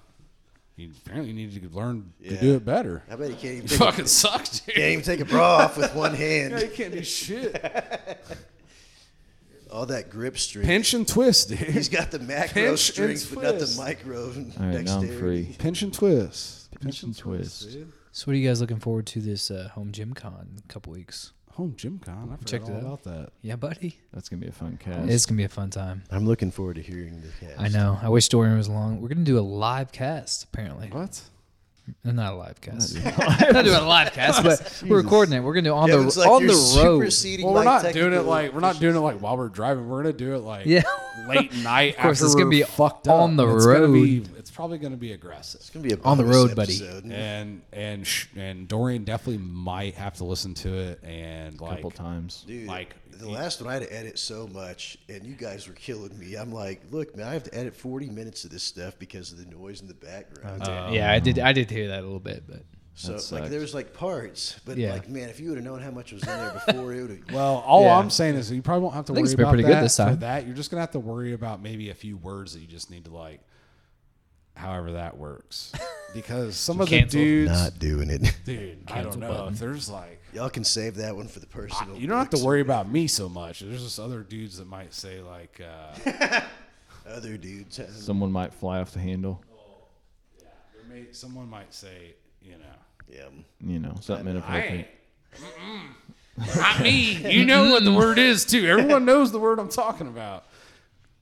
You apparently need to learn to
Yeah.
do it better.
I bet he can't even,
You
take a,
fucking suck, dude.
can't even take a bra off with one
You
hand.
can't do shit.
All that grip strength.
Pinch and twist,
He's
dude.
got the
Pinch
macro
and
strength, but not the
twist.
micro
All right, now I'm
dexterity.
free.
Pinch and twist.
Pinch and twist.
dude.
So, what are you guys looking forward to this uh, home gym con in a couple weeks?
Home gym con. I forgot
Check
all
it out.
about that.
Yeah, buddy,
That's gonna be a fun cast.
it's gonna be a fun time.
I'm looking forward to hearing the cast.
I know. I wish Dorian was along. We're gonna do a live cast. Apparently,
What?
No, not a live cast. not doing a live cast, but we're recording it. We're gonna do it on
Kevin's
the
like,
on
you're
the road.
superseding
Well, we're
my
not doing it
technical
like we're not doing it like while we're driving. We're gonna do it like
Yeah.
late night.
course,
after
it's gonna
we're
be
fucked up.
on the
It's gonna
road.
be- it's probably gonna be aggressive.
It's gonna be a
On the
bonus
road, buddy.
episode.
And and sh- and Dorian definitely might have to listen to it and
a
like
couple times.
Dude,
Like,
the last one, I had to edit so much, and you guys were killing me. I'm like, look, man, I have to edit 40 minutes of this stuff because of the noise in the background.
yeah, I did. I did hear that a little bit, but
So like
sucks.
there was like parts, but
Yeah.
like man, if you would have known how much was in there before, it would have.
Well, all
Yeah.
I'm saying is you probably won't have to worry
think it's been
about
pretty
that.
good this
For
time.
that you're just gonna have to worry about maybe a few words that you just need to like. However, that works because some of the
Cancel.
dudes,
doing it.
dude, I don't know. If there's like,
Y'all can save that one for the personal.
you don't have to worry about me so much. There's just other dudes that might say like, uh,
Other dudes.
Someone might fly off the handle.
may, someone might say, you know,
Yeah.
You know, something
I
inappropriate.
ain't. Mm-mm. Not me. You know what the word is too. Everyone knows the word I'm talking about.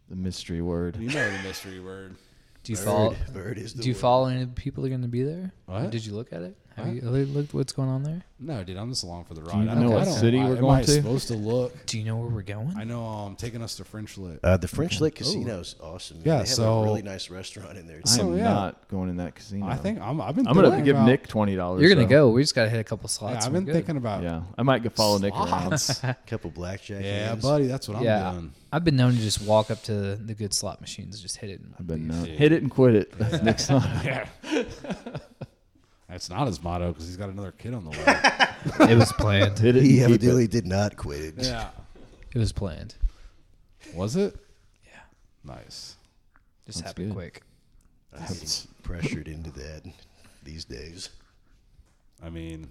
The mystery word.
you know the mystery word.
Do you follow?
Bird is the
Do you follow any of the people that are going to be there?
What?
Did you look at it? Have you really looked what's going on there?
No, dude, I'm just along for the ride.
you
I don't
know
I
what
don't-
city
I-
we're
am
going
I
to?
Supposed to look.
Do you know where we're going?
I know I'm taking us to French Lick.
Uh, the French Lake Casino is awesome. man.
Yeah,
they have
so-
a really nice restaurant in there.
I am
So, yeah.
not going in that casino.
I think I'm. I've been.
I'm gonna
thinking
give
about-
Nick twenty dollars.
You're going to go. We just got to hit a couple
Yeah, I've
slots. and we're
been
good.
thinking about.
Yeah, I might go follow Nick around.
slots.
A couple blackjack.
yeah,
hands.
buddy, that's what
Yeah,
I'm doing.
I've been known to just walk up to the good slot machines, and just hit it. and
But
leave.
no, uh, hit it and quit it. That's Nick's song.
That's not his motto because he's got another kid on the way.
It was planned.
Hit it.
He
and keep it.
evidently did not quit.
yeah.
It was planned.
Was it?
Yeah.
Nice.
Just
That's
happened
good.
quick.
I'm getting pressured into that these days.
I mean,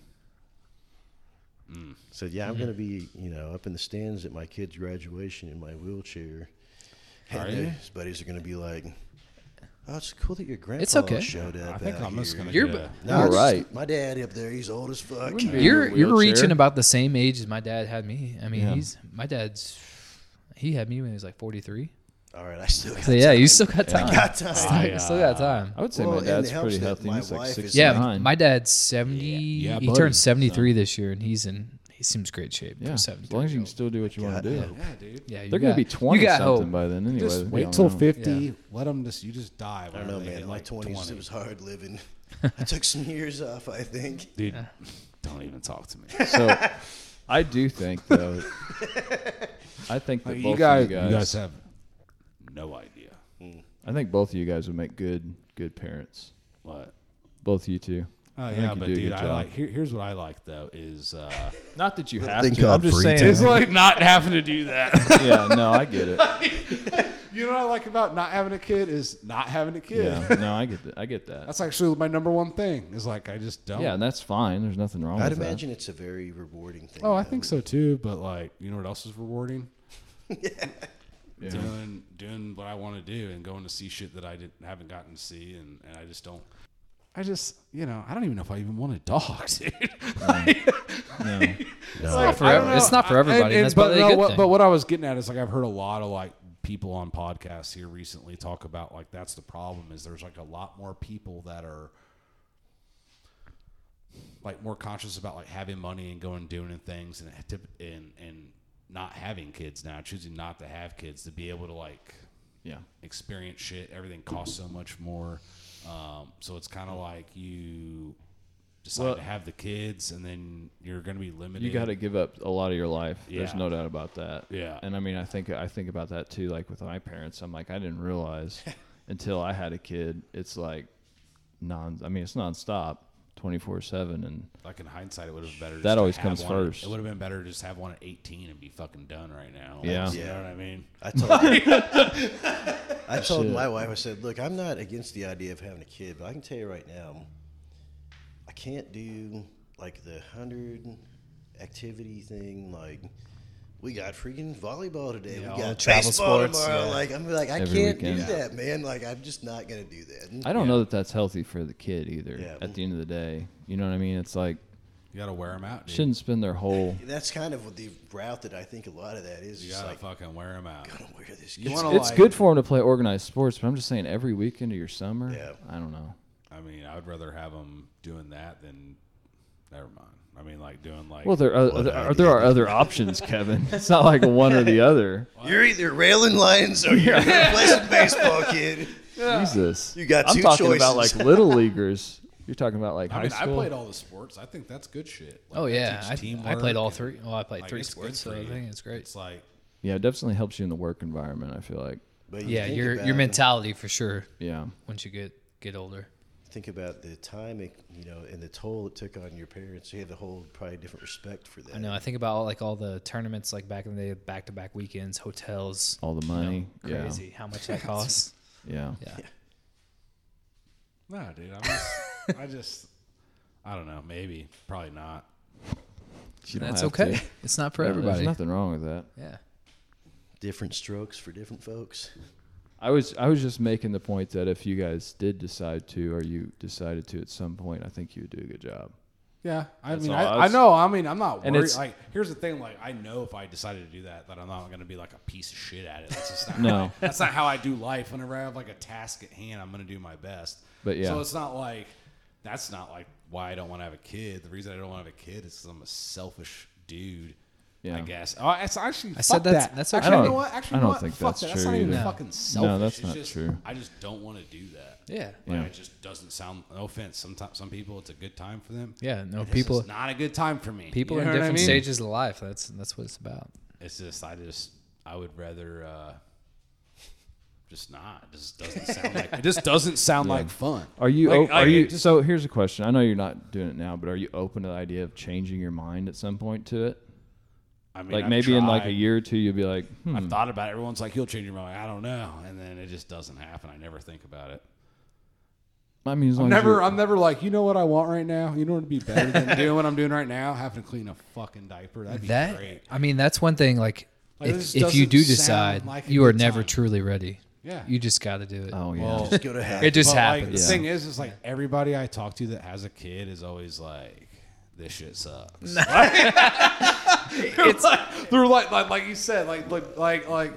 So yeah, I'm gonna be you know up in the stands at my kid's graduation in my wheelchair.
Are
And
you?
His buddies are gonna be like, "Oh, it's cool that your grandpa
okay.
showed up."
I think
out
I'm just
here."
gonna.
You're
get
bu-
a-
No,
All
it's-
right.
My dad up there, he's old as fuck.
Wouldn't be-
You're you're
wheelchair.
reaching about the same age as my dad had me. I mean,
Yeah.
he's my dad's. He had me when he was like 43.
All right, I still got
So yeah, you still got time.
got time.
Still, still got time.
I would say
Well,
my
and it
dad's
helps
pretty
that
healthy.
my
He's like
wife is
Yeah,
69.
my dad's 70.
Yeah,
he
buddy,
turned 73 this year, and he's in. He seems great shape
yeah.
for
As
70.
long as you can still do what you want
God,
to do.
yeah.
Yeah, dude.
yeah, you
They're gonna
got-
be twenty
you got
something
hope.
by then anyway.
Just
They
wait
don't
till
know.
50.
Yeah.
Let them just. You just die.
I don't know, man. My twenties, it was hard living. I took some years off, I think.
Dude, don't even talk to me.
So I do think though. I think that both of Oh, you guys,
have no idea
I think both of you guys would make good good parents.
what.
Both of you two.
Oh
I think
yeah,
you
but
do a
dude,
good
I
job.
like. Here, here's what I like though is uh,
Not that you have
thing
to. I'm
called
just
free
saying.
time.
like not having to do that.
yeah, no, I get it.
you know what I like about not having a kid is not having a kid.
Yeah, no, I get that. I get that.
That's actually my number one thing. Is like I just don't.
Yeah, and that's fine. There's nothing wrong
I'd
with that.
imagine it's a very rewarding thing.
Oh, I
though.
think so too. But like, you know what else is rewarding?
Yeah.
Doing doing what I want to do and going to see shit that I didn't haven't gotten to see, and, and I just don't. I just you know I don't even know if I even want a dog, dude.
No,
for ev- it's not for everybody, and that's
but,
probably a good
what,
thing.
but what I was getting at is like I've heard a lot of like people on podcasts here recently talk about like that's the problem is there's like a lot more people that are like more conscious about like having money and going and doing things and tip- and and not having kids now, choosing not to have kids to be able to like
Yeah.
experience shit. Everything costs so much more. Um, so it's kind of like you decide
Well-
to have the kids and then you're going to be limited.
You got to give up a lot of your life. There's
Yeah.
no doubt about that.
Yeah.
And I mean, I think I think about that too. Like with my parents, I'm like, I didn't realize until I had a kid. It's like non. I mean, it's nonstop, 24 seven, and
like in hindsight, it would have been better. just
That
to
always
have
comes
one-
first.
It would have been better to just have one at 18 and be fucking done right now.
Yeah.
you
Yeah.
know what I mean.
I told, I told my wife, I said, look, I'm not against the idea of having a kid, but I can tell you right now, I can't do like the 100 activity thing. Like, we got freaking volleyball today.
Yeah, all
we
the
got
travel
baseball
sports,
tomorrow.
yeah.
Like, I'm like, I
Every
can't
weekend.
do that, man. Like, I'm just not going to do that.
I don't know that that's healthy for the kid either.
Yeah.
At the end of the day, you know what I mean? It's like
You got to wear them out. Dude.
shouldn't spend their whole.
That's kind of the route that I think a lot of that is.
you
just
got to
like,
fucking wear them out.
I'm gonna wear this
You
kid's
want to?
It's
like,
good for them to play organized sports, but I'm just saying every weekend of your summer.
Yeah.
I don't know.
I mean, I would rather have them doing that than. Never mind. I mean, like doing like.
Well, there are, there are, there are other options, Kevin. It's not like one or the other.
You're either railing lions or you're playing baseball, kid.
Jesus,
You got
I'm
two
talking about like
choices.
little leaguers. You're talking about like
I
high
mean, I
school.
played all the sports. I think that's good shit. Like,
Oh
that
yeah,
teaches
I, I
teamwork
played all
and,
three. Well, I played
like,
three
it's good
sports,
for
so I
you.
think it's great.
It's like
yeah, it definitely helps you in the work environment. I feel like.
But you
yeah,
think
your your
about-
mentality for sure
Yeah.
once you get get older.
Think about the time, it, you know, and the toll it took on your parents. You have a whole probably different respect for that.
I know. I think about like all the tournaments, like back in the day, back to back weekends, hotels.
All the
you know,
money. Yeah.
crazy how much that costs.
Yeah.
Yeah.
no, dude. I'm just, I just. I don't know. Maybe. Probably not.
You don't
That's
have to.
okay. It's not for
Everybody-
everybody.
There's nothing wrong with that.
Yeah.
Different strokes for different folks.
I was I was just making the point that if you guys did decide to, or you decided to at some point, I think you would do a good job.
Yeah, I
That's
mean,
all
I,
I
I
was-
know. I mean, I'm not
And
worried.
it's-
Like, here's the thing: like, I know if I decided to do that, that I'm not going to be like a piece of shit at it. That's just not.
No.
how I- that's not how I do life. Whenever I have like a task at hand, I'm going to do my best.
But yeah.
so it's not like that's not like why I don't want to have a kid. The reason I don't want to have a kid is 'cause I'm a selfish dude. I
Yeah.
guess. Oh, that's actually.
I said
fuck
that's-
that.
that's
actually.
actually-
I
you know
don't-
what? Actually,
I
you know
don't
what?
think
Fuck
that's
that. That's
true
not even
either.
fucking selfish.
that's
It's
not
just-
true.
I just don't want to do that.
Yeah.
Like,
Yeah.
it just doesn't sound. No offense. Sometimes some people, it's a good time for them.
Yeah, no,
It's
people
just not a good time for me.
people
You
are in
know what I
different
mean?
stages of life. That's that's what it's about.
It's just I just I would rather uh, just not. It just doesn't sound like it just doesn't sound like fun.
Are you?
Like,
op-
I-
are you?
it just-
so here's a question. I know you're not doing it now, but are you open to the idea of changing your mind at some point to it?
I mean,
Like
I've
maybe in like a
tried.
year or two, you'll be like, hmm,
I've thought about it. Everyone's like, "You'll change your mind." I don't know, and then it just doesn't happen. I never think about it.
I mean, as long
I'm
as
never,
you're-
I'm never like, you know what I want right now. You know what would be better than doing what I'm doing right now, having to clean a fucking diaper. That'd be
That
great.
I mean, that's one thing. Like,
Like, this
if, if you
doesn't
do
sound
decide,
like a
you are
good
never
time.
truly ready.
Yeah.
you just got to do it.
Oh yeah.
Just go to half.
it just
But, like,
happens.
the
Yeah.
thing is, is like everybody I talk to that has a kid is always like, "This shit sucks." it's like, they're like, like, like you said, like, like, like, like,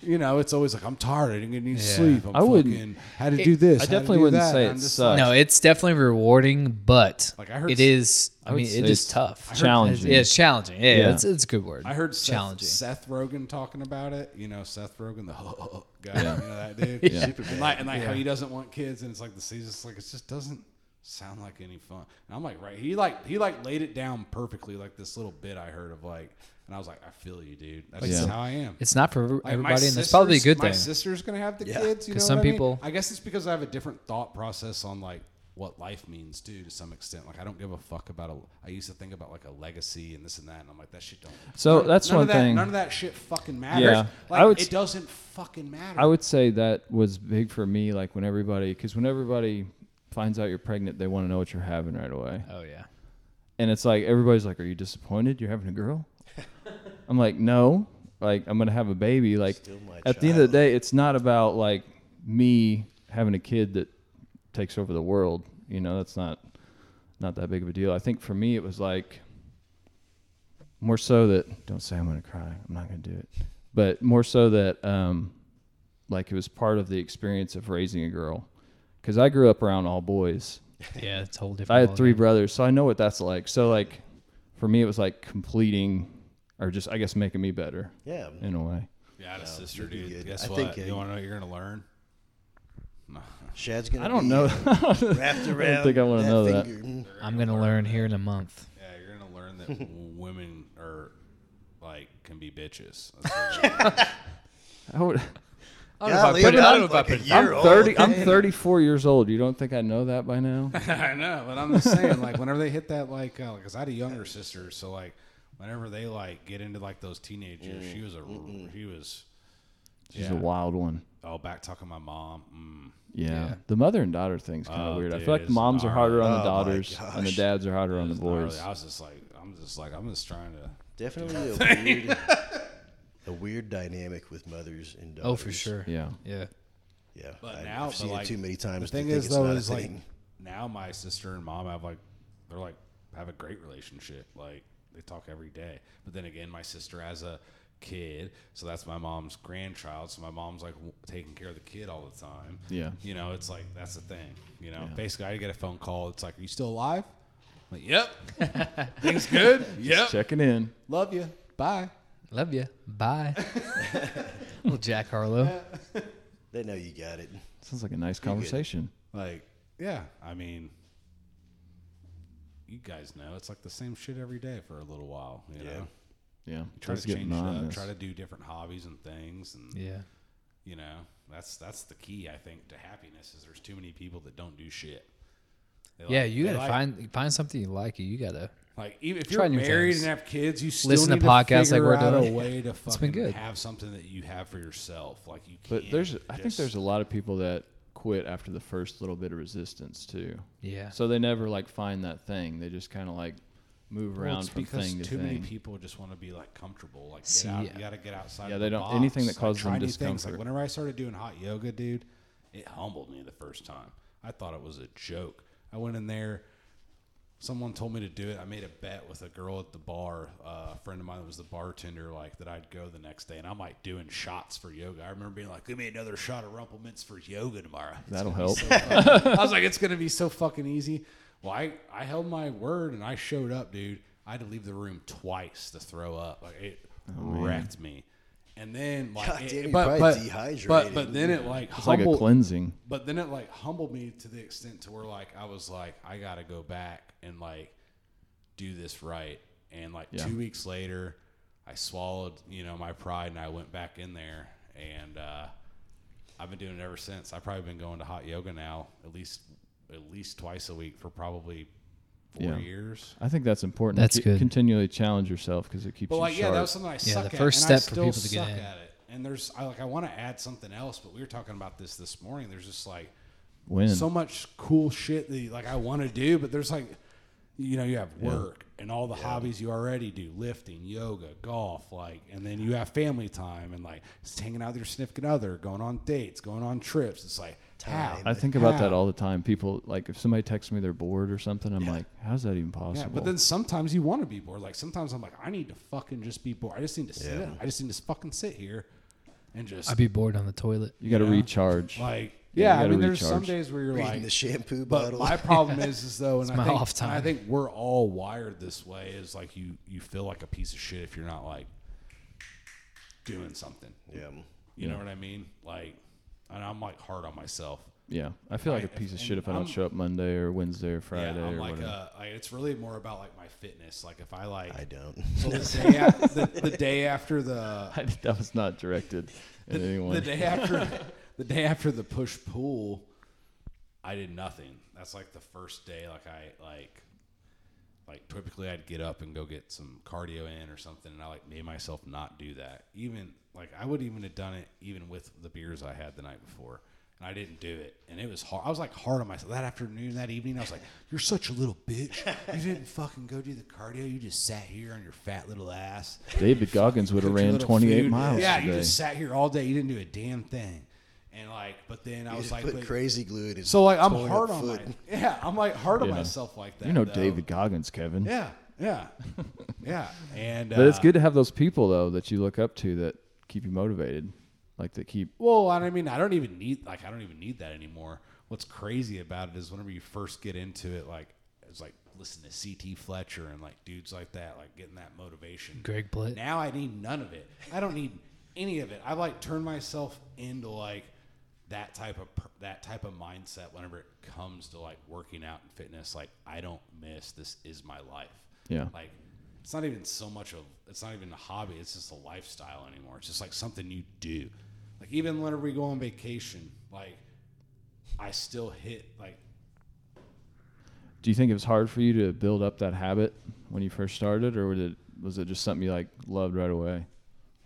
you know, it's always like, "I'm tired. I didn't need
Yeah.
sleep. I'm
I wouldn't-
fucking had to do this.
I
had to
definitely
do
wouldn't
that,"
say
and I'm
it
just
sucks.
No, it's definitely rewarding, but
Like, I heard
it
s-
is. I,
would
mean,
say
it is
it's
tough.
challenging.
Yeah, it's challenging. Yeah, It's, it's a good word.
I heard Seth,
challenging.
Seth Rogen talking about it. You know, Seth Rogen, the guy, you know that dude.
Yeah.
And like, and like how he doesn't want kids, and it's like the season's like it just doesn't sound like any fun. And I'm like, right? He like he like laid it down perfectly, like this little bit I heard of like, and I was like, I feel you, dude. That's just
Yeah.
how I am.
It's not for
Like, my
everybody, and that's probably a
sister's-
good
My
thing.
sister's gonna have the
Yeah.
kids. You know
'Cause
some
some
I mean?
people-
I guess it's because I have a different thought process on like what life means too, to some extent. Like I don't give a fuck about a. I used to think about like a legacy and this and that, and I'm like, that shit don't.
So that's
none
one
of that,
thing.
None of that shit fucking matters.
Yeah.
Like
I would
it
s-
doesn't fucking matter.
I would say that was big for me. Like when everybody, because when everybody finds out you're pregnant, they want to know what you're having right away.
oh yeah.
And it's like everybody's like, "Are you disappointed? You're having a girl?" I'm like, "No, like I'm gonna have a baby." Like
my
at the end of the day, it's not about like me having a kid that takes over the world. You know, that's not not that big of a deal. I think for me, it was like more so that don't say I'm gonna cry. I'm not gonna do it, but more so that um, like it was part of the experience of raising a girl because I grew up around all boys.
Yeah, it's a whole different.
I had
ballgame.
three brothers, so I know what that's like. So like for me it was like completing or just I guess making me better
Yeah.
in a way.
yeah, I had a sister, dude.
good.
Guess
I
what?
think, uh,
you want to know what you're gonna learn?
Shad's gonna.
I don't
be
know.
Wrapped around. I
think I wanna know that.
finger. Mm.
I'm gonna learn here in a month.
Yeah, you're gonna learn that women are like can be bitches. That's what you're gonna learn.
I would,
I
Golly, I'm like a year
I'm
old,
30 I'm
okay?
34 years old. You don't think I know that by now?
I know, but I'm just saying, like, whenever they hit that, like, because I had a younger sister, so like, whenever they like get into like those teenage years, she was a, she was,
She's
Yeah.
a wild one.
oh, back talking my mom. Mm.
Yeah. The mother and daughter thing's kind of
Oh,
weird. I
dude,
feel like
it's
the moms are harder on the
gnarly. Oh, my
daughters and the
gosh.
dads are harder on the
It's not really-
boys.
I was just like, I'm just like, I'm just trying to.
Definitely a weird, a weird dynamic with mothers and daughters.
Oh, for sure.
Yeah.
Yeah.
Yeah.
But
I-
now,
I've
but,
seen
like,
it too many
The
times. to
thing
think
is,
it's
though,
not a
is like
thing.
now my sister and mom have like, they're like have a great relationship. Like they talk every day. But then again, my sister has a kid, so that's my mom's grandchild. So my mom's like w- taking care of the kid all the time.
Yeah.
you know, it's like that's the thing. You know, basically, I get a phone call. It's like, are you still alive? I'm like, yep. Things good. Yep.
Checking in.
Love you. Bye.
Love you. Bye. Little Jack Harlow.
They know you got it.
Sounds like a nice conversation.
Like, yeah, I mean, you guys know it's like the same shit every day for a little while. You know,
Yeah.
try
Let's
to
get
change it up,
monotonous.
try to do different hobbies and things, and
Yeah.
you know, that's that's the key I think to happiness is there's too many people that don't do shit. They
Yeah.
like-
You
they
gotta
like-
find find something you like. You gotta.
like even if
try
you're
new
married
things.
and have kids, you still
Listen to
need
podcasts like
figure
we're
out a
doing.
way to
been
fucking
good.
have something that you have for yourself. Like you, can't
But there's, I think
just-
there's a lot of people that quit after the first little bit of resistance too.
Yeah.
So they never like find that thing. They just kind of like move
Well,
around
it's
from
because
thing to
too
thing.
many people just want to be like comfortable. Like, get
See,
out,
yeah.
you got to get outside.
Yeah,
of
they
the
don't- anything
box.
that causes
Like,
them
try new things.
discomfort.
Like whenever I started doing hot yoga, dude, it humbled me the first time. I thought it was a joke. I went in there. Someone told me to do it. I made a bet with a girl at the bar, uh, a friend of mine that was the bartender, like that I'd go the next day, and I'm like doing shots for yoga. I remember being like, "Give me another shot of Rumplemint's for yoga tomorrow." It's
That'll
gonna be
help.
so I was like, it's gonna be so fucking easy. Well, I, I held my word and I showed up, dude. I had to leave the room twice to throw up. Like it
Oh,
wrecked me. And then like,
God
it-
damn, you're
but,
probably
but, but
dehydrated.
but then it like
It's like a
humbled,
cleansing.
but then it like humbled me to the extent to where like I was like I gotta go back and like do this right. And like
Yeah.
two weeks later, I swallowed you know my pride and I went back in there and uh, I've been doing it ever since. I've probably been going to hot yoga now at least at least twice a week for probably four
Yeah.
years.
I think that's important.
That's
Ki-
good.
Continually challenge yourself because it keeps
But
you
like,
sharp.
yeah, that was something I suck
the
at,
first
and I
step for
still
people to get
suck
in.
at it. And there's I like I want to add something else, but we were talking about this this morning. There's just like
Win.
so much cool shit that like I want to do, but there's like, you know, you have work and all the hobbies you already do, lifting, yoga, golf, like, and then you have family time and like just hanging out with your significant other, going on dates, going on trips. It's like how?
I think about that
How?
all the time. People like if somebody texts me they're bored or something, I'm like, how's that even possible?
Yeah, but then sometimes you want to be bored. Like sometimes I'm like, I need to fucking just be bored. I just need to sit.
Yeah.
I just need to fucking sit here and just
I'd be bored on the toilet.
you got to recharge.
like,
Yeah, you
yeah. I
gotta
mean, there's some
recharge.
days where you're
Reading
like
the shampoo
But
bottle.
my problem is, is though, and I,
my
think,
off
and I
time.
think we're all wired this way. Is like you, you feel like a piece of shit if you're not like doing something.
Yeah.
You know what I mean? Like, and I'm like hard on myself.
yeah, I feel like a
Right,
piece of
and
shit if I don't
I'm-
show up Monday or Wednesday or Friday
yeah, I'm
or
like,
whatever.
uh, like, it's really more about like my fitness. Like if I like,
I don't.
so the, day af- the, the day after the
that was not directed at anyone.
the day after the day after the push pull i did nothing that's like the first day like i like like typically i'd get up and go get some cardio in or something and i like made myself not do that even like i would even have done it even with the beers i had the night before and i didn't do it and it was hard i was like hard on myself that afternoon that evening i was like you're such a little bitch you didn't fucking go do the cardio you just sat here on your fat little ass
David Goggins would have
cooked your
ran
little
28
food.
miles
Yeah,
today.
you just sat here all day. You didn't do a damn thing. And like, but then I
You
was
just
like,
put
but-
crazy glue in his
so like I'm
torn up
hard on my
foot.
yeah, I'm like hard on
Yeah.
myself like that.
you know
though.
David Goggins, Kevin.
Yeah, yeah, yeah. And uh,
But it's good to have those people though that you look up to that keep you motivated, like that keep.
Well, and I mean, I don't even need like I don't even need that anymore. What's crazy about it is whenever you first get into it, like it's like listen to CT Fletcher and like dudes like that, like getting that motivation.
Greg Blitt.
Now I need none of it. I don't need any of it. I like turn myself into like that type of per- that type of mindset whenever it comes to like working out and fitness. Like I don't miss. This is my life.
Yeah.
Like it's not even so much of it's not even a hobby. It's just a lifestyle anymore. It's just like something you do. Like even whenever we go on vacation, like I still hit like
Do you think it was hard for you to build up that habit when you first started, or was it was it just something you like loved right away?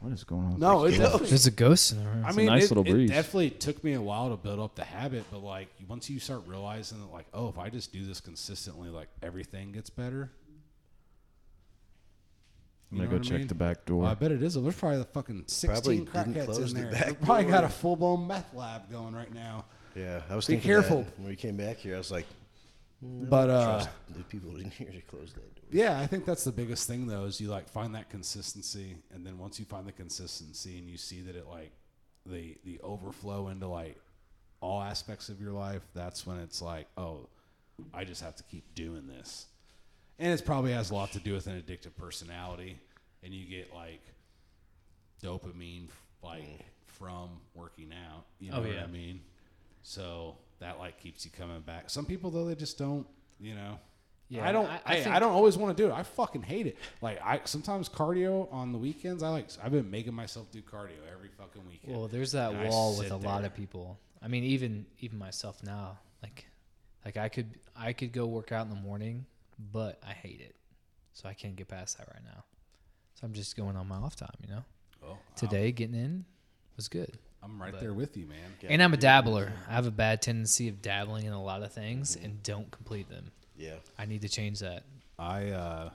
What is going on? with
no.
this
It
girl?
definitely
There's a ghost in the room.
I mean,
nice
it,
little
it
breeze.
definitely took me a while to build up the habit, but like once you start realizing that, like, oh, if I just do this consistently, like everything gets better.
I'm gonna
You know
go
what I
check
mean?
the back door.
Well, I bet it is. There's probably the fucking
Probably
sixteen
didn't
crackheads
close
in
the
there.
back
They probably
door.
got a full blown meth lab going right now.
Yeah, I was
Be
thinking that
careful.
when we came back here. I was like,
But uh,
trust the people in here to close that door.
yeah, I think that's the biggest thing though is you like find that consistency, and then once you find the consistency and you see that it like the the overflow into like all aspects of your life, that's when it's like, oh, I just have to keep doing this, and it probably has a lot to do with an addictive personality, and you get like dopamine like from working out. You know
Mm. Oh,
what
yeah.
I mean? So that like keeps you coming back. Some people though they just don't, you know.
Yeah,
I don't. I,
I- I
I,
think-
don't always want to do it. I fucking hate it. Like I sometimes cardio on the weekends. I like. I've been making myself do cardio every fucking weekend.
Well, there's that
And I
wall with a
sit
lot
there.
of people. I mean, even even myself now. Like, like I could I could go work out in the morning, but I hate it, so I can't get past that right now. So I'm just going on my off time. You know,
Well,
today getting in was good,
I'm right there with you, man.
and I'm a dabbler. I have a bad tendency of
Mm-hmm.
dabbling in a lot of things and don't complete them.
Yeah.
I need to change that.
I uh,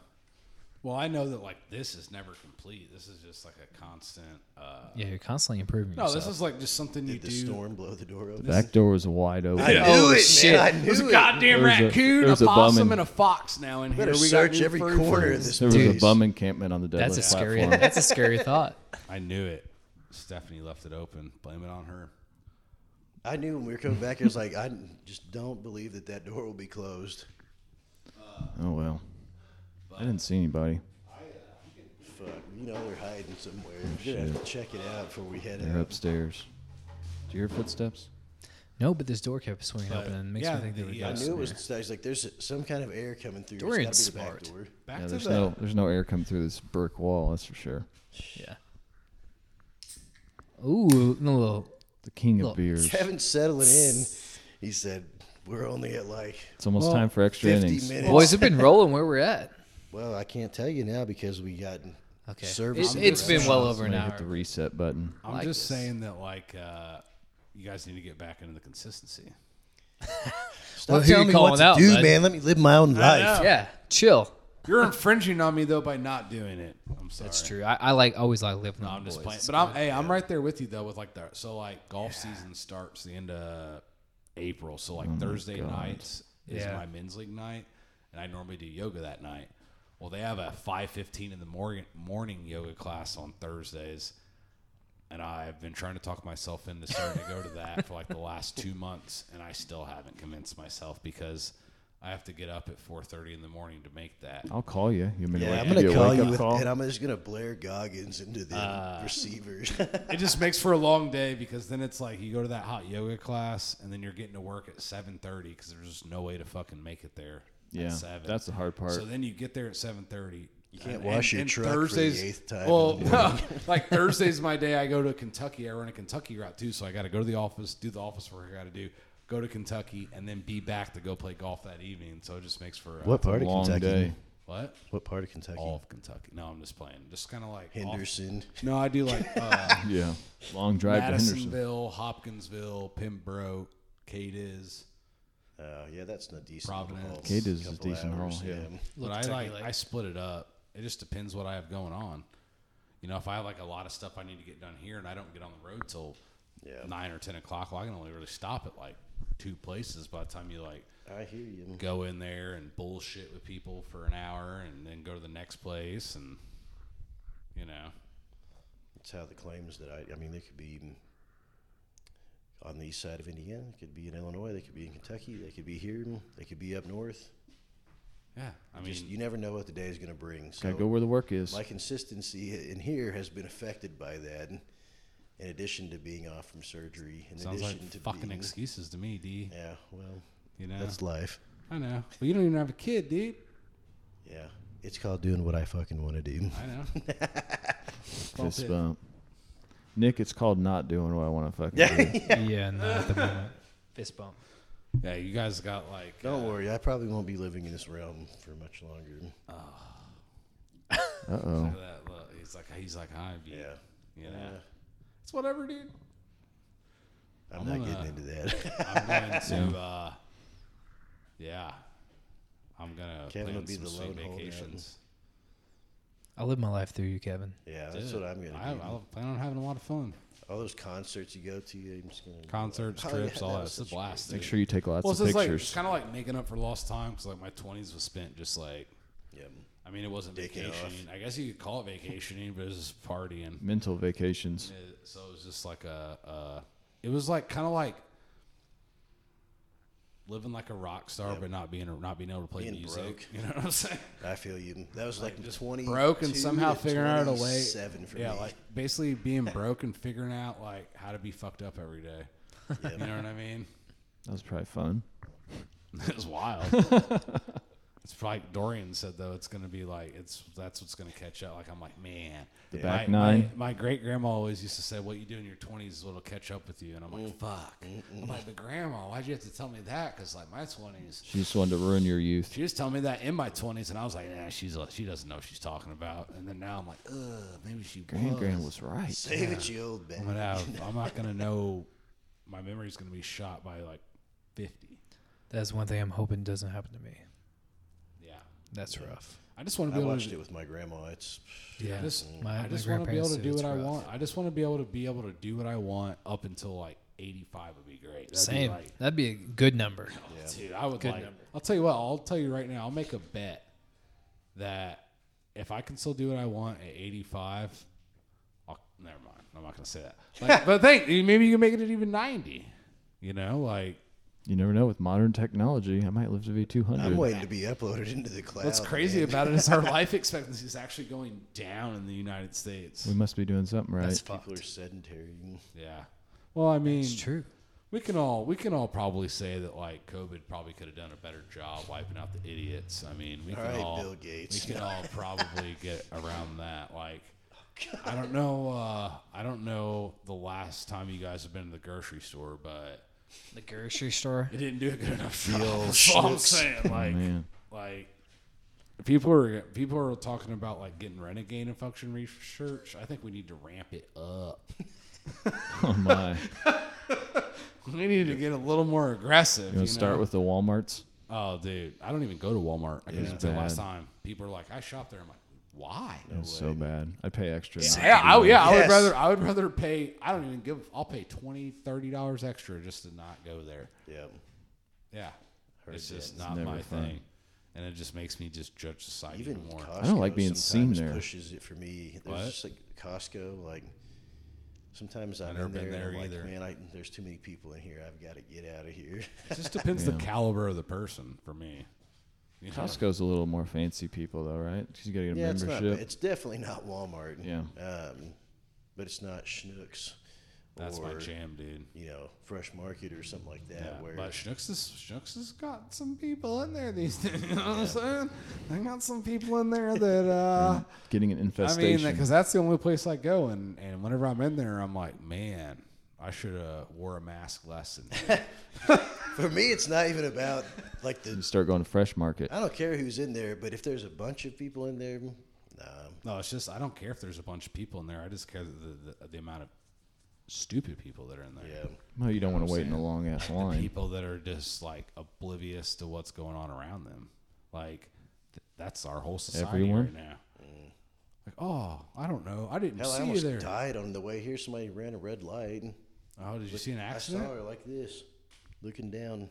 Well, I know that like this is never complete. This is just like a constant. Uh,
Yeah, you're constantly improving.
no, this
yourself.
is like just something you
Did the
do.
storm blow the door open?
Back door was wide open.
I knew it, man. I knew
Oh, There's a
it.
goddamn
There's a-
raccoon, a,
there's a bum
possum,
in-
and a fox now in here.
Better
We got
search
new
every
fur
corner
furs.
of this
There was a
place.
bum encampment on the deadlift
that's a scary.
platform.
That's a scary thought.
I knew it. Stephanie left it open. Blame it on her.
I knew when we were coming back. It was like I just don't believe that that door will be closed.
oh well, I didn't see anybody.
Fuck, you know they're hiding somewhere. We're gonna have to check it out before we head
They're
out.
upstairs. Do you hear footsteps?
No, but this door kept swinging open, and it makes
yeah,
me think they
the-
were
yeah,
I
ghosts.
knew
in
it was.
there.
I was like, there's some kind of air coming through. It's
Dorian's
gotta be the back
smart.
door.
Back
Yeah,
to
there's
the
no there's no air coming through this brick wall. That's for sure.
Yeah. Ooh, no little.
The king of
Look,
beers.
Kevin's settling in. He said, "We're only at like
It's almost time for extra
50
innings.
minutes."
Boys have been rolling where we're at.
Well, I can't tell you now because we got
Okay.
service.
It, has been well
Somebody
over an hour.
Hit the reset button.
I'm
like
just
this.
saying that like uh, you guys need to get back into the consistency.
Stop
Well,
telling
who you
me what
calling
to
out,
do,
bud?
man. Let me live my own life.
know.
Yeah, chill.
You're infringing on me though by not doing it. I'm sorry.
That's true. I, I like always like living on
I'm
the
just
boys.
playing, but I'm hey, I'm right there with you though with like the so like golf season starts the end of April, so like Thursday nights is
Yeah.
my men's league night, and I normally do yoga that night. Well, they have a five fifteen in the morning morning yoga class on Thursdays, and I've been trying to talk myself into starting to go to that for like the last two months, and I still haven't convinced myself because I have to get up at four thirty in the morning to make that.
I'll call you. You mean
Yeah,
wake
I'm
up-
gonna
do a
call
wake
you
up
with,
call? Ah.
and I'm just gonna blare Goggins into the receivers.
it just makes for a long day because then it's like you go to that hot yoga class and then you're getting to work at 7.30 because there's just no way to fucking make it there at
Yeah,
7.
that's the hard part.
so then you get there at 7.30 you
can't wash your truck for the eighth time in
Well,
the
like Thursday's my day. I go to Kentucky. I run a Kentucky route too, so I got to go to the office, do the office work I got to do, go to Kentucky, and then be back to go play golf that evening. So it just makes for uh,
what part of
Long
Kentucky?
day.
What?
What part of Kentucky?
All of Kentucky. No, I'm just playing. Just kind of like off-
Henderson.
No, I do like. Uh,
Yeah, long drive to Henderson.
Madisonville, Hopkinsville, Pembroke, Cadiz.
Uh, yeah, that's not decent.
Providence.
haul.
Cadiz is a
Couple
decent haul,
hours,
yeah.
But I
Kentucky
like
Lake.
I split it up. It just depends what I have going on. You know, if I have like a lot of stuff I need to get done here and I don't get on the road till
Yeah.
nine or ten o'clock, well, I can only really stop at like two places by the time you like
I hear you.
go in there and bullshit with people for an hour and then go to the next place and you know.
That's how the claims that I. I mean, they could be even on the east side of Indiana. They could be in Illinois. They could be in Kentucky. They could be here. They could be up north.
Yeah. I mean
Just you never know what the day is going to bring. So
Gotta go where the work is.
my consistency in here has been affected by that. In addition to being off from surgery, in
sounds
addition
like
to
fucking
being,
excuses to me, D.
yeah, well,
You know?
that's life.
I know. But you don't even have a kid, dude.
Yeah, it's called doing what I fucking want to do.
I know.
Fist bump. Nick, it's called not doing what I want to fucking do.
yeah, no, at the moment. Fist bump.
Yeah, you guys got like.
Don't worry, I probably won't be living in this realm for much longer.
Uh oh.
look at that look. He's like, he's like, hi, yeah,
Yeah.
you know, it's whatever, dude.
I'm,
I'm
not
gonna-
getting into that.
I'm going to, uh, yeah, I'm gonna
Kevin
plan
will be
some
the
sweet
lone holdout.
vacations.
I live my life through you, Kevin.
yeah, that's
Dude,
what I'm gonna
I,
do.
I plan on having a lot of fun,
All those concerts you go to, I'm just gonna
concerts,
Oh, yeah,
trips, all
that
that.
was
It's a
such a
blast.
Make
dude.
sure you take lots
well,
of
it's just like it's
pictures.
kind of like making up for lost time because like my 20s was spent just like.
Yeah,
I mean, it wasn't
Dicking off.
vacationing. I guess you could call it vacationing, but it was just partying.
Mental vacations.
It- so it was just like a, a it was like kind of like living like a rock star but not being not being able to play
Being
music
broke.
you know what i'm saying
I feel you. That was like,
just
20
broke and somehow
to
figuring out a way
Seven for
yeah
me.
like basically being broke and figuring out like how to be fucked up every day you know what i mean
That was probably fun.
it was wild it's probably like dorian said though it's gonna be like it's that's what's gonna catch up like i'm like man the
back nine.
my, great grandma always used to say what you do in your 20s is what'll catch up with you and i'm like fuck i'm like but grandma why'd you have to tell me that because like my 20s
She just wanted to ruin your youth.
She was telling me that in my twenties, and I was like, "Yeah, she's she doesn't know what she's talking about." And then now I'm like, "Ugh, maybe she
Grand
was."
Grand was right.
Save it, you old
I'm
man.
gonna have, I'm not gonna know. My memory's gonna be shot by like fifty.
That's one thing I'm hoping doesn't happen to me.
Yeah,
That's rough.
I just want to
I
be able
watched
to.
it with my grandma. It's
Yeah,
I just,
my-
Mm, I
my
just want to be able
grandparents
to
too,
do what
it's
I
rough.
want. I just want to be able to be able to do what I want up until like 85 would be great. That'd be
Same.
like-
That'd be a good number.
Dude, I would
Good
like.
number.
I'll tell you what. I'll tell you right now. I'll make a bet that if I can still do what I want at 85, I'll, never mind. I'm not gonna say that. Like, but think maybe you can make it at even 90. You know, like
You never know. With modern technology, I might live to be 200.
I'm waiting to be uploaded into the cloud.
what's crazy
man.
about it is our life expectancy is actually going down in the United States.
We must be doing something right.
That's
people are
fucked.
sedentary.
Yeah. Well, I mean,
It's true.
we can all we can all probably say that like COVID probably could have done a better job wiping out the idiots. I mean, we
All
can
right,
all
Bill Gates.
we can all probably get around that. Like,
Oh,
I don't know, uh, I don't know the last time you guys have been to the grocery store, but
The grocery store.
it didn't do a good enough job. That's all I'm saying. Like,
Oh, man.
like people are people are talking about like getting renegade and function research. I think we need to ramp it up.
Oh my! You
We need to get a little more aggressive.
want to start
know?
with the WalMarts?
Oh, dude, I don't even go to Walmart. I couldn't
It's
until last
bad.
time. People are like, I shop there. I'm like, why?
It's so bad. I pay extra.
Yeah, I, yeah.
Yes.
I would rather. I would rather pay. I don't even give. I'll pay 20 dollars extra just to not go there.
Yeah.
Yeah, it's
that.
just not
never
my
fun.
thing, and it just makes me just judge the site
Even
even more.
Costco.
I don't like being seen
sometimes
there.
Pushes it for me. There's
What?
just like Costco. Like sometimes I'm
never
in there,
been
and I'm
there
like,
either.
man, I, there's too many people in here. I've got to get out of here.
It just depends the caliber of the person for me. You know?
Costco's a little more fancy people though, right? 'Cause you got to get a
yeah, it's not.
membership.
It's definitely not Walmart.
Yeah.
Um, but it's not Schnucks.
That's
or,
my jam, dude.
You know, Fresh Market or something like that.
Yeah,
where
but Schnucks, is, Schnucks has got some people in there these days. You know what I'm saying? They got some people in there that uh,
Getting an
I mean,
infestation.
because that's the only place I go, and and whenever I'm in there, I'm like, man, I should have wore a mask less. And
for me, it's not even about like
you
the.
start going to fresh market.
Uh,
I don't care who's in there, but if there's a bunch of people in there, nah.
no, it's just I don't care if there's a bunch of people in there. I just care the the, the amount of stupid people that are in there.
Yeah.
Well, you don't want to wait in a long ass line.
people that are just like oblivious to what's going on around them. Like th- that's our whole society
Everyone?
right now. Like, oh, I don't know. I didn't
Hell, I
see you
almost
there.
died on the way here. Somebody ran a red light. and
Oh, did you see an
I saw
accident?
her like this, looking down.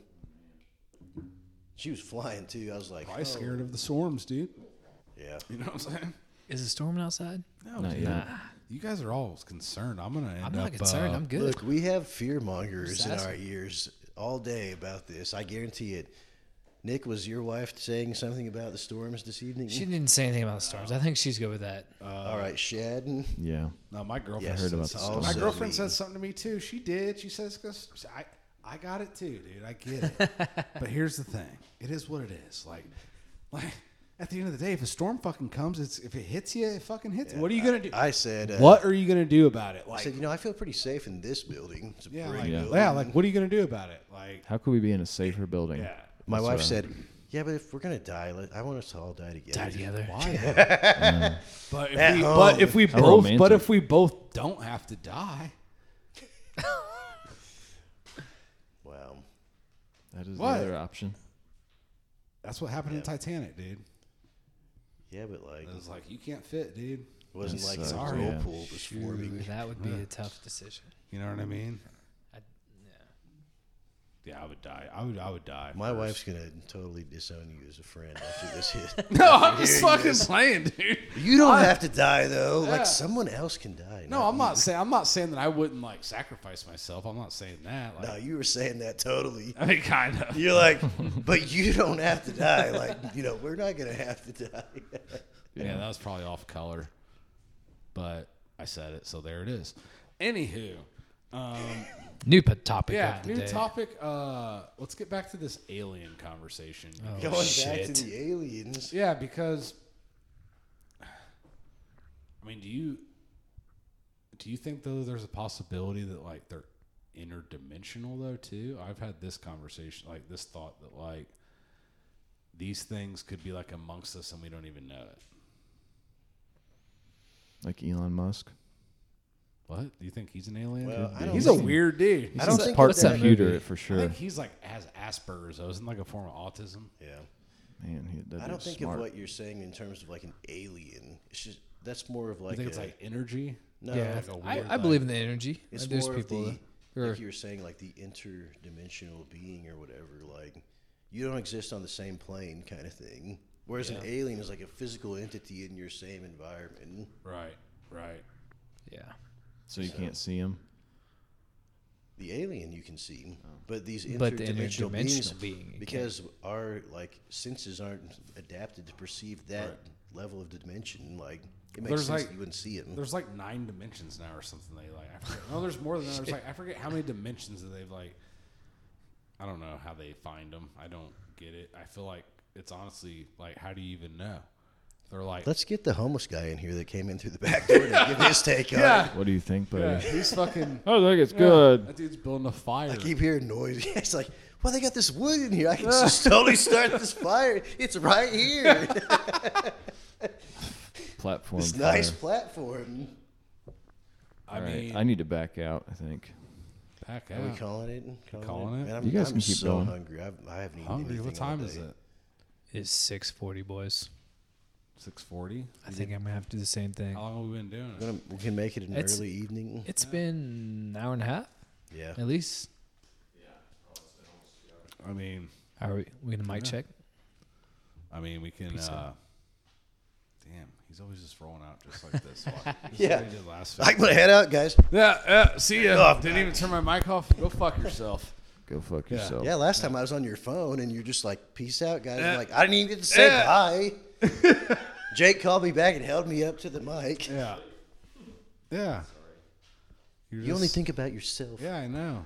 She was flying too. I was like,
I
oh.
was scared of the storms, dude.
Yeah.
You know what I'm saying?
Is it storming outside?
No,
Not
dude.
yet.
You guys are all concerned. I'm gonna end
I'm
up.
not concerned.
uh,
I'm good.
Look, we have fear mongers in
Sassy.
our ears all day about this. I guarantee it. Nick, was your wife saying something about the storms this evening?
She didn't say anything about the storms. I think she's good with that.
all right, Shad.
Yeah.
No, my girlfriend.
Yes,
said
about
it's
the
also
storms.
My girlfriend
me.
said something to me too. She did. She says, "'Cause "I, I got it too, dude. I get it." but here's the thing: it is what it is. Like, like at the end of the day, if a storm fucking comes, it's if it hits you, it fucking hits. you. What are you gonna do?
I said, uh,
what are you gonna do about it?
I
Like,
said, you know, I feel pretty safe in this building. It's a
yeah,
brick
like, yeah.
building.
like what are you gonna do about it? Like,
How could we be in a safer building?
yeah.
My
That's
wife
right.
said, yeah, but if we're going to die, let, I want us to all die together.
Die together.
Why? but, if we,
home.
but if we
How
both,
romantic.
but if we both don't have to die,
Wow.
That is the
What?
other option.
that's what happened in Titanic, dude.
Yeah, but like,
It was like you can't fit, dude.
it wasn't
That
like the
sucks,
whirlpool
yeah.
pool was forming.
Ooh, that would be a tough decision.
You know what I mean?
I-
yeah. I would die. I would. I would die.
My wife's gonna totally disown you as a friend after this hit.
No, I'm just fucking playing, dude.
You don't have to die though. Like someone else can die.
No, I'm not saying. I'm not saying that I wouldn't like sacrifice myself. I'm not saying that. Like,
No, you were saying that totally.
I mean, kind of.
You're like, but you don't have to die. Like, you know, we're not gonna have to
Oh,
die.
Yeah. that was probably off color, but I said it, so there it is. Anywho, um,
New p- topic
yeah,
of the
new
day.
topic. Uh, let's get back to this alien conversation.
Going back
shit.
to the aliens.
Yeah, because I mean, do you do you think though there's a possibility that like they're interdimensional though too? I've had this conversation, like this thought that like these things could be like amongst us and we don't even know it.
Like Elon Musk.
What? Do you think he's an alien?
Well, I don't
he's a
think-
weird dude.
I don't
He's
think
part
that-
computer
movie-
for
I
sure.
think he's like has Asperger's though, isn't it, like a form of autism.
Yeah.
Man, he, that
I don't
dude's
think
smart.
of what you're saying in terms of like an alien. It's just that's more of like
I think it's
a-
like energy.
no,
yeah,
like a weird,
I, I believe in the energy.
It's
Uh, There's
more
people.
of the,
who are-
like you were saying, like the interdimensional being or whatever. Like you don't exist on the same plane, kind of thing. Whereas an alien is like a physical entity in your same environment.
Right, right.
yeah,
so you can't see him.
The alien you can see, but these interdimensional,
Oh. But the interdimensional
beings,
being, you can't.
because our like senses aren't adapted to perceive that level of dimension. Like it makes
There's,
sense
like-
that you wouldn't see it.
There's like nine dimensions now or something. They like. I forget. No, there's more than that. There's like I forget how many dimensions that they've like. I don't know how they find them. I don't get it. I feel like it's honestly like how do you even know? They're like
Let's get the homeless guy in here that came in through the back door to give his take on it.
What do you think, buddy?
yeah, he's fucking.
I think it's good.
That dude's building a fire.
I keep hearing noise. it's like, well, they got this wood in here. I can just totally start this fire. It's right here.
Platform.
This nice
fire.
platform.
I
All right,
mean,
I need to back out. I think.
back
Are we
out.
calling it?
calling it?
Man, I'm,
You guys
I'm
can keep
so
going.
hungry. I've, I haven't eaten
Hungry.
anything
What
all
time is
day.
it?
it's six forty, boys.
Six forty.
I think I'm gonna have to do the same thing.
How long have we been doing
We're
it?
gonna, we can make it an
It's-
early evening.
It's been an hour and a half
Yeah.
at least.
I mean,
Are we, we gonna mic check?
I mean, we can.
Pizza.
uh Damn, he's always just rolling out just like this. Watch. This is
Yeah.
what he did last
I Oh,
week.
can put a head out, guys.
Yeah, yeah. See ya. Didn't even turn my mic off. Go fuck yourself.
Go fuck
Yeah.
yourself.
Yeah, last time I was on your phone and you're just like, peace out, guys. I'm
Eh.
like, I didn't even get to say
Eh.
bye. Jake called me back and held me up to the mic.
Yeah. Yeah. You're
You only
just-
think about yourself.
Yeah, I know.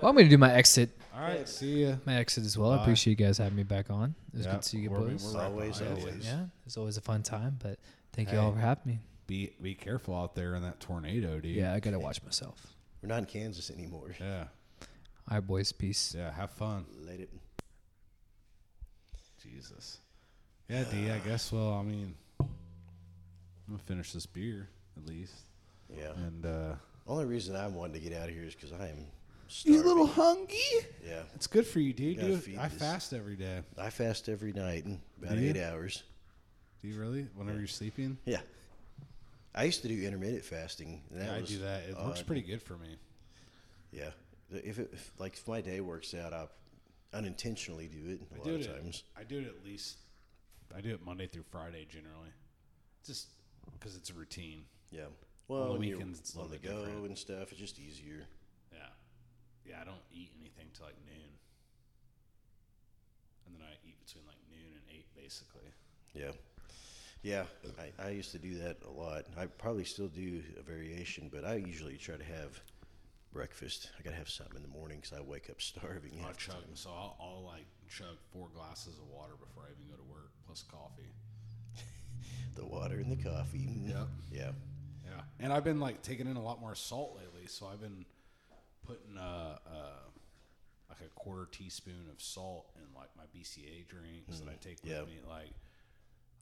Well, I'm gonna do my exit,
All right. See ya.
my exit as well. I appreciate you guys having me back on. It was
Yeah,
good to see you
we're-
boys.
we're right
Always,
behind you.
always.
yeah, it's always a fun time. But thank you all
Hey.
for having me.
Be be careful out there in that tornado, dude.
Yeah, I gotta watch myself.
We're not in Kansas anymore.
Yeah.
All right, boys. Peace.
Yeah. Have fun.
Let it.
Jesus. Yeah, D. I guess. Well, I mean, I'm gonna finish this beer at least,
Yeah.
and uh
Only reason I'm wanting to get out of here is because I am. Starving.
hungy.
Yeah.
It's good for you, dude.
gotta
Do it-
feed
I
this.
fast every day.
I fast every night, about
Do you?
eight hours.
Do you really? Whenever you're sleeping.
Yeah. I used to do intermittent fasting. And that
Yeah, I
was
do that. It works
odd.
pretty good for me.
Yeah. If, it, if like if my day works out, I unintentionally do it a
I
lot
do
of
it. at-
times.
I do it at least. I do it Monday through Friday generally, just because it's a routine.
Yeah. Well,
the
when you're
weekends, it's a
on the
little bit
go
different.
and stuff, it's just easier.
Yeah, yeah. I don't eat anything till like noon, and then I eat between like noon and eight, basically.
Yeah. Yeah, I, I used to do that a lot. I probably still do a variation, but I usually try to have breakfast. I gotta have something in the morning because I wake up starving.
I
half the
chug,
time.
so I'll, I'll like chug four glasses of water before I even go to work, plus coffee.
The water and the coffee.
Yep.
Yeah.
Yeah, and I've been like taking in a lot more salt lately, so I've been putting uh, uh like a quarter teaspoon of salt in like my BCA drinks that I take with
yeah.
me. Like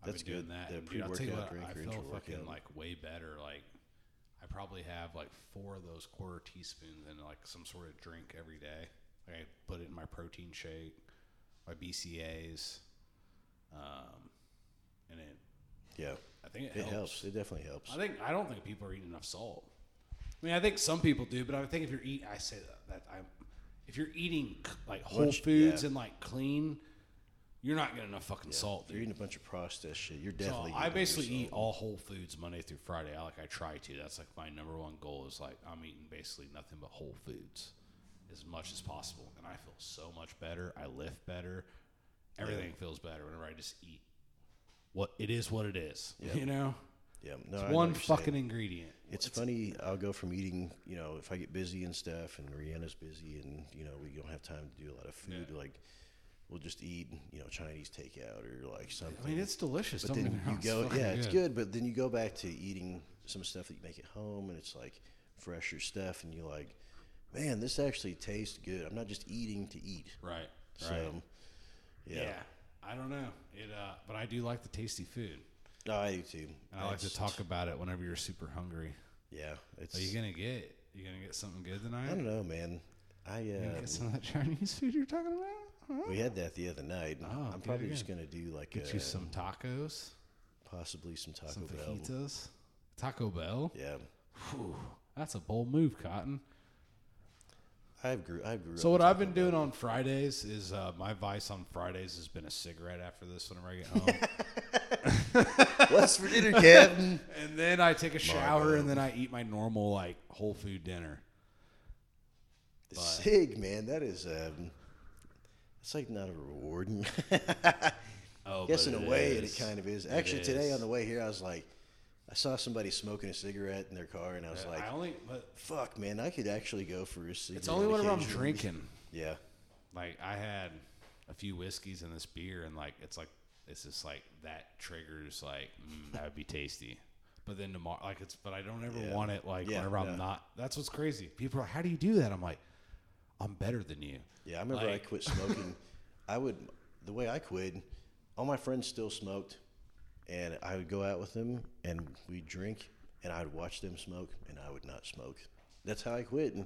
Mm. That's
I've been doing
good.
that.
The
and, dude, I'll tell you
pre-workout
what,
drink
I
or
feel
intra-workout.
fucking like way better. Like I probably have like four of those quarter teaspoons in like some sort of drink every day. Like I put it in my protein shake, my BCAs, um, and it.
Yeah.
I think it,
It helps. It definitely helps.
I think I don't think people are eating enough salt. I mean, I think some people do, but I think if you're eat, I say that, that I, if you're eating c- like whole
Lunch-
foods
yeah.
and like clean, you're not getting enough fucking salt,
You're
dude.
eating a bunch of processed shit. You're
So
definitely.
I
getting
basically
your
eat
salt.
all whole foods Monday through Friday. I like I try to. That's like my number one goal is like I'm eating basically nothing but whole foods as much as possible, and I feel so much better. I lift better. Everything feels better whenever I just eat. What it is, what it is. You know,
Yeah, no, I
it's
know what
one
you're saying.
fucking ingredient.
It's funny. I'll go from eating, you know, if I get busy and stuff, and Rihanna's busy, and you know, we don't have time to do a lot of food. Like, we'll just eat, you know, Chinese takeout or like something.
I mean, it's delicious.
but
don't get
then
me
you
wrong,
go,
fucking
yeah, it's good. But then you go back to eating some stuff that you make at home, and it's like fresher stuff, and you're like, man, this actually tastes good. I'm not just eating to eat.
Right. Right.
So,
yeah.
yeah.
I don't know. It. Uh, but I do like the tasty food.
No, I do too.
And I like to
It's-
talk about it whenever you're super hungry.
Yeah, it's.
Are you gonna get? You gonna get something good tonight?
I don't know, man. I uh,
Get some of that Chinese food you're talking about.
We had that the other night. I'm
do
probably
it
just
again.
gonna do like
Oh, Get
a,
you some tacos,
possibly some Taco
some
Bell.
fajitas. Taco Bell.
Yeah,
Whew, that's a bold move, Cotton.
I've grew. I grew.
So
up
what
with
I've been
Taco
doing
Bell.
on Fridays is uh, my vice on Fridays has been a cigarette after this whenever I get home,
What's for dinner, Captain?
and then I take a shower,
Marlboro.
and then I eat my normal like whole food dinner.
The Sig, man, that is. Um, it's like not a reward.
Oh,
guess
but
in a
it
way
is.
it kind of is. Actually, today
is.
on the way here, I was like, I saw somebody smoking a cigarette in their car, and I was like,
I only, but
"Fuck, man, I could actually go for a cigarette."
it's only whenever I'm
occasionally."
drinking.
Yeah,
Like I had a few whiskeys and this beer, and like it's like it's just like that triggers like mm, that would be tasty. But then tomorrow, like it's, but I don't ever
Yeah.
want it. Like
Yeah,
whenever
yeah.
I'm not, that's what's crazy. People are, like, how do you do that? I'm like, I'm better than you.
yeah. I remember I
Like-
quit smoking. I would the way I quit. All my friends still smoked, and I would go out with them, and we'd drink, and I'd watch them smoke, and I would not smoke. That's how I quit, and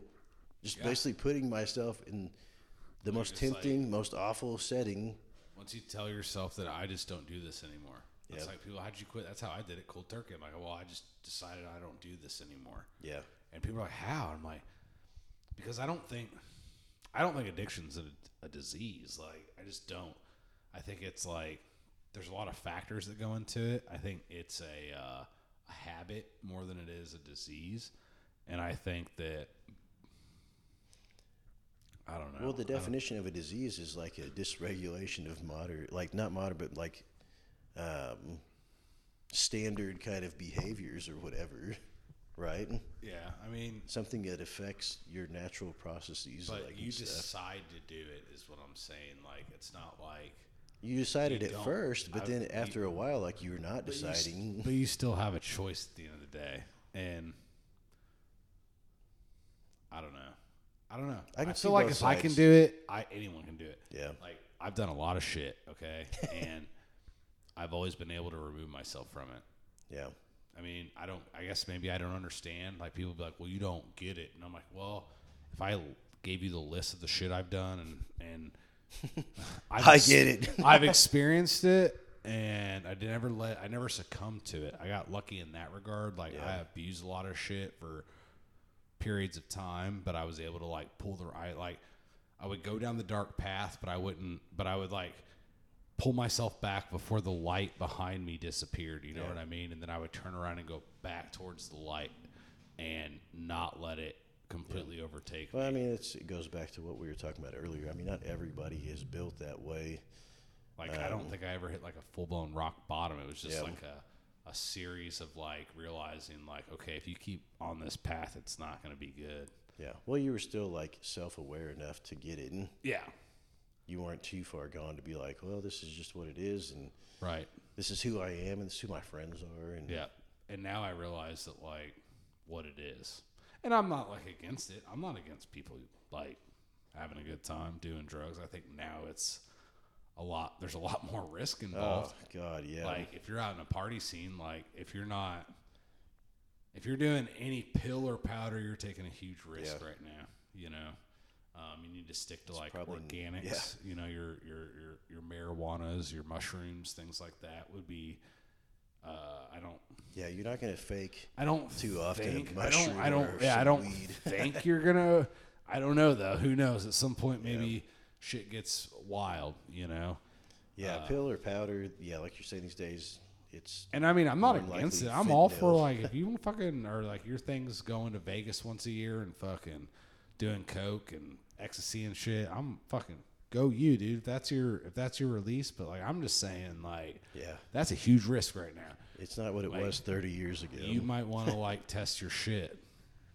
just basically putting myself in the most
just like-
tempting, most awful setting.
Once you tell yourself that I just don't do this anymore, it's
Yep.
like people, how'd you quit? That's how I did it, cold turkey. I'm like, well, I just decided I don't do this anymore.
Yeah,
And people are like, "How?" I'm like, because I don't think, I don't think addiction's a, a disease. Like, I just don't. I think it's like there's a lot of factors that go into it. I think it's a uh, a habit more than it is a disease. And I think that I don't know.
Well, the definition of a disease is like a dysregulation of moderate, like not moderate, but like um, standard kind of behaviors or whatever, right?
yeah, I mean,
Something that affects your natural processes.
but
like
you
you, stuff.
decide to do it is what I'm saying. Like, it's not like.
you decided
you
at
don't.
first, but
I-
then
you-
after a while, like you were not
But you s-
deciding.
But you still have a choice at the end of the day. And I don't know. I don't know.
I
I,
can see
feel like
both
if I can
sides.
do it, I anyone can do it.
Yeah.
Like I've done a lot of shit, okay? and I've always been able to remove myself from it.
yeah,
I mean, I don't. I guess maybe I don't understand. Like people be like, "Well, you don't get it," and I'm like, "Well, if I gave you the list of the shit I've done and and I've
I
ex-
get it.
I've experienced it, and I never let I never succumbed to it. I got lucky in that regard. Like I abused a lot of shit for periods of time, but I was able to like pull the right like I would go down the dark path, but I wouldn't. But I would like pull myself back before the light behind me disappeared. You know what I mean? And then I would turn around and go back towards the light and not let it completely overtake
Well,
me.
I mean, it's, it goes back to what we were talking about earlier. I mean, not everybody is built that way.
Like I don't think I ever hit like a full blown rock bottom. It was just
Yeah.
like a a series of like realizing like okay, if you keep on this path, it's not going to be good.
Yeah. Well, you were still like self-aware enough to get it.
Yeah.
You weren't too far gone to be like, well, this is just what it is, and
Right.
this is who I am and this is who my friends are and
Yeah. And now I realize that like what it is. And I'm not like against it. I'm not against people like having a good time doing drugs. I think now it's a lot there's a lot more risk
oh
involved.
god yeah
Like if you're out in a party scene, like if you're not if you're doing any pill or powder, you're taking a huge risk
Yeah.
right now, you know. Um, you need to stick to like
probably-
organics, you know, your your your your marijuanas, your mushrooms, things like that would be uh, I don't
yeah you're not gonna fake
I don't
Too often a
Think,
mushroom
I don't. I
or
don't. Yeah,
some
I don't
weed.
think you're gonna. I don't know though. Who knows? At some point, maybe shit gets wild. You know.
yeah
Uh.
pill or powder yeah like you're saying these days it's
And I mean, I'm not
More than
against it.
likely
I'm all for
fentanyl.
like if you want fucking or like your thing's going to Vegas once a year and fucking doing coke and ecstasy and shit. I'm fucking go you, dude. If that's your if that's your release, but like I'm just saying, like
Yeah.
that's a huge risk right now.
it's not what it was 30 years ago
You might want to like test your shit.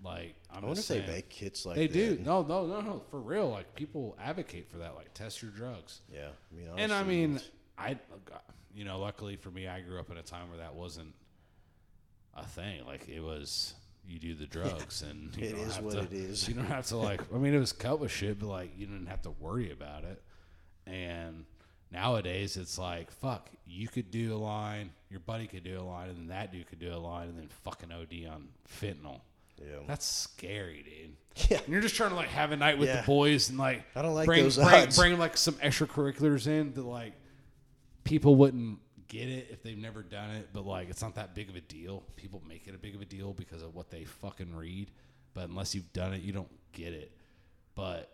Like I'm
i wonder
just
if they
saying.
make kits like
they
that.
do. No, no, no, no. For real, like people advocate for that. Like test your drugs.
yeah i mean
and I
honestly,
mean,
it's-
I, you know, luckily for me, I grew up in a time where that wasn't a thing. Like it was, you do the drugs, and you
It
don't
is
have
what
to-
it is.
You don't have to like. I mean, it was cut with shit, but like you didn't have to worry about it. And nowadays, it's like fuck. You could do a line, your buddy could do a line, and then that dude could do a line, and then fucking OD on fentanyl.
yeah
That's scary, dude. And you're just trying to like have a night with
Yeah.
the boys and like
I don't like
bring,
those
bring,
odds.
bring like some extracurriculars in that like people wouldn't get it if they've never done it, but like it's not that big of a deal. People make it a big of a deal because of what they fucking read, but unless you've done it, you don't get it. But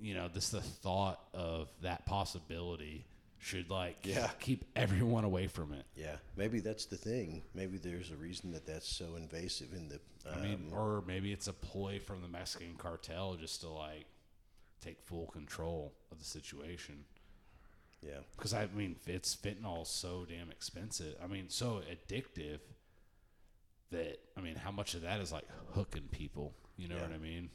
you know, this the thought of that possibility should like
Yeah.
keep everyone away from it.
Yeah, maybe that's the thing. Maybe there's a reason that that's so invasive in the. uh,
I mean, or maybe it's a ploy from the Mexican cartel just to like take full control of the situation.
yeah,
Because I mean, it's fentanyl is so damn expensive. I mean, so addictive that I mean, how much of that is like hooking people? You know what I mean?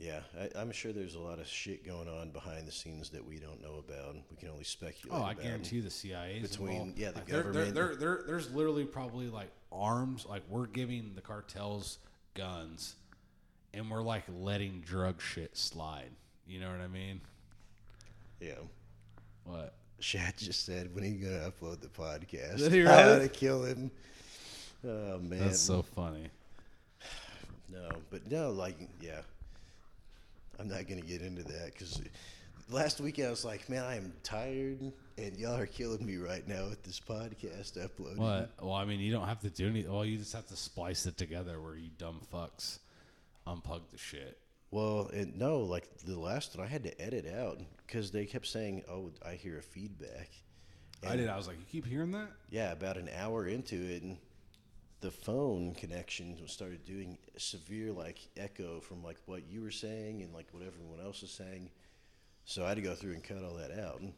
yeah. I, I'm sure there's a lot of shit going on behind the scenes that we don't know about. We can only speculate.
Oh, I
about.
guarantee the CIA is
Between-
involved.
yeah, the
Like, they're- they're-
government.
they're- they're- there's literally probably like arms. Like we're giving the cartels guns, and we're like letting drug shit slide. You know what I mean?
Yeah.
What?
Shad just said, "When are you gonna upload the podcast?"
Did he really?
How to kill him? Oh man,
That's so funny.
no, but no, like yeah. I'm not gonna get into that because last week I was like, man, I am tired, and y'all are killing me right now with this podcast uploading.
What? Well, I mean, you don't have to do anything. Well, you just have to splice it together where you dumb fucks unplug the shit.
Well, it, no, like the last one I had to edit out because they kept saying, "Oh, I hear a feedback."
I did. I was like, you keep hearing that?
Yeah, about an hour into it, and the phone connection started doing severe like echo from like what you were saying and like what everyone else was saying. So I had to go through and cut all that out, and,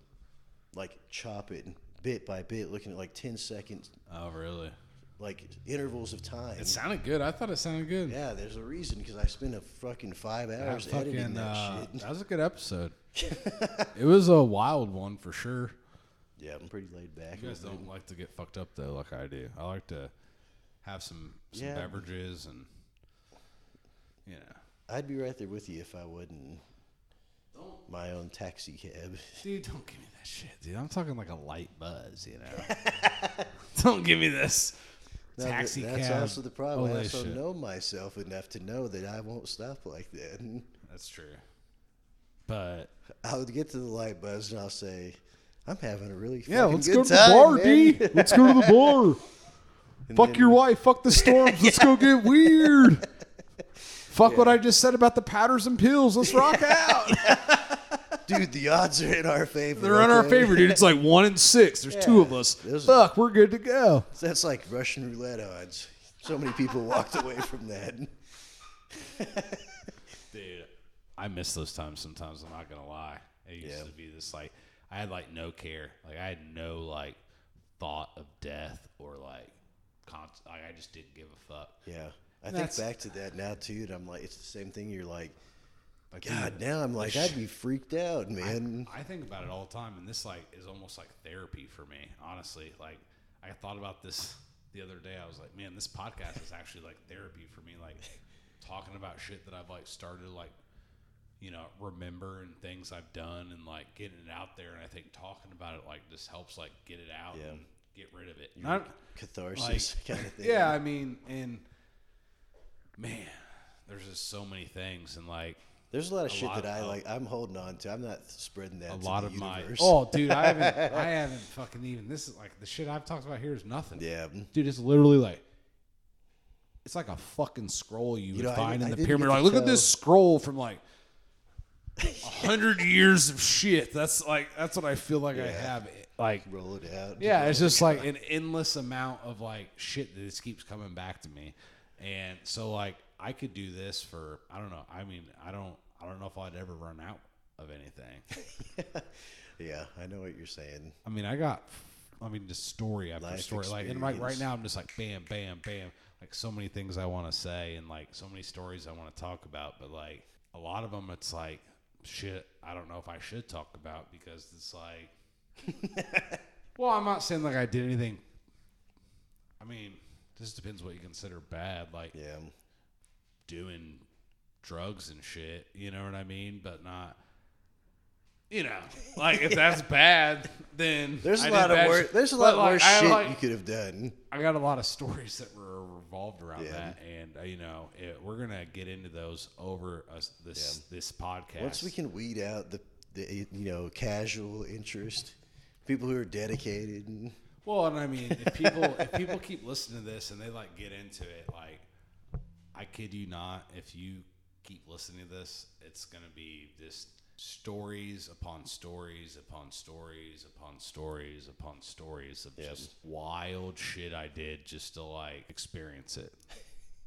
like chop it bit by bit, looking at like 10 seconds,
Oh, really?
like intervals of time.
It sounded good. I thought it sounded good.
yeah, there's a reason because I spent a fucking five
that,
hours editing
fucking,
that
uh,
shit.
that was a good episode. it was a wild one for sure.
Yeah, I'm pretty laid back.
You guys
with it.
don't like to get fucked up though, like I do. I like to have some some
Yeah.
beverages and you know.
I'd be right there with you if I wasn't my own taxi cab.
Dude, don't give me that shit, dude. I'm talking like a light buzz, you know. don't give me this
No, th-
taxi
that's
cab.
also the problem. I
Holy
also
shit.
know myself enough to know that I won't stop like that. And
That's true. But
I'll get to the light buzz and I'll say, "I'm having a really
Yeah,
fucking
let's
good
go to
time,
the bar,
man."
D. Let's go to the bar.
And
fuck
then-
your wife. Fuck the storms. Let's go get weird. Fuck what I just said about the powders and pills. Let's rock out.
dude. The odds are in our favor.
they're in our
okay?
favor, dude. It's like one in six. There's two of us.
Those-
Fuck, we're good to go.
That's like Russian roulette odds. So many people walked away from that.
Dude, I miss those times sometimes. I'm not gonna lie. It used
Yeah.
to be this like I had like no care. Like I had no like thought of death or like, con- like I just didn't give a fuck.
Yeah, I
That's-
think back to that now too, and I'm like, it's the same thing. You're like,
Like, dude,
God, now I'm like, I'd be freaked out, man.
I think about it all the time, and this like is almost like therapy for me. Honestly, like I thought about this the other day. I was like, man, this podcast is actually like therapy for me. Like talking about shit that I've like started like you know remembering things I've done and like getting it out there. And I think talking about it like just helps like get it out
Yeah.
and get rid of it.
Catharsis kind of thing.
Yeah, I mean, and man, there's just so many things, and like
There's a lot of shit
lot
that I
of-
like. I'm holding on to. I'm not spreading that.
a
to
lot
the
of my
universe.
oh dude i haven't i haven't fucking even this is like the shit i've talked about here is nothing
Yeah. mm,
dude it's literally like it's like a fucking scroll you, would
know, I
find
didn't- I
in the
didn't
pyramid
get
like
to
look
tell-
at this scroll from like a hundred years of shit that's like that's what i feel like i have like
Roll it out.
yeah, it's just like an endless amount of like shit that just keeps coming back to me. And so like I could do this for I don't know. I mean, I don't I don't know if I'd ever run out of anything.
Yeah, I know what you're saying.
I mean, I got, I mean, just story after
Life
story. Like, and like right
experience.
now, I'm just like, bam, bam, bam. Like so many things I want to say, and like so many stories I want to talk about. But like a lot of them, it's like shit. I don't know if I should talk about because it's like, well, I'm not saying like I did anything. I mean, this depends what you consider bad. Like,
Yeah.
doing drugs and shit. You know what I mean? But not, you know, like if that's bad, then
There's
a
a lot of worse. There's a lot worse
I,
shit
like-
you could have done.
I got a lot of stories that were revolving revolved around that, and uh, you know it, we're gonna get into those over us this this podcast.
Once we can weed out the, the you know casual interest, people who are dedicated. And,
Well, and I mean, if people if people keep listening to this and they like get into it, like I kid you not, if you keep listening to this, it's gonna be just stories upon stories upon stories upon stories upon stories of just wild shit I did just to like experience it.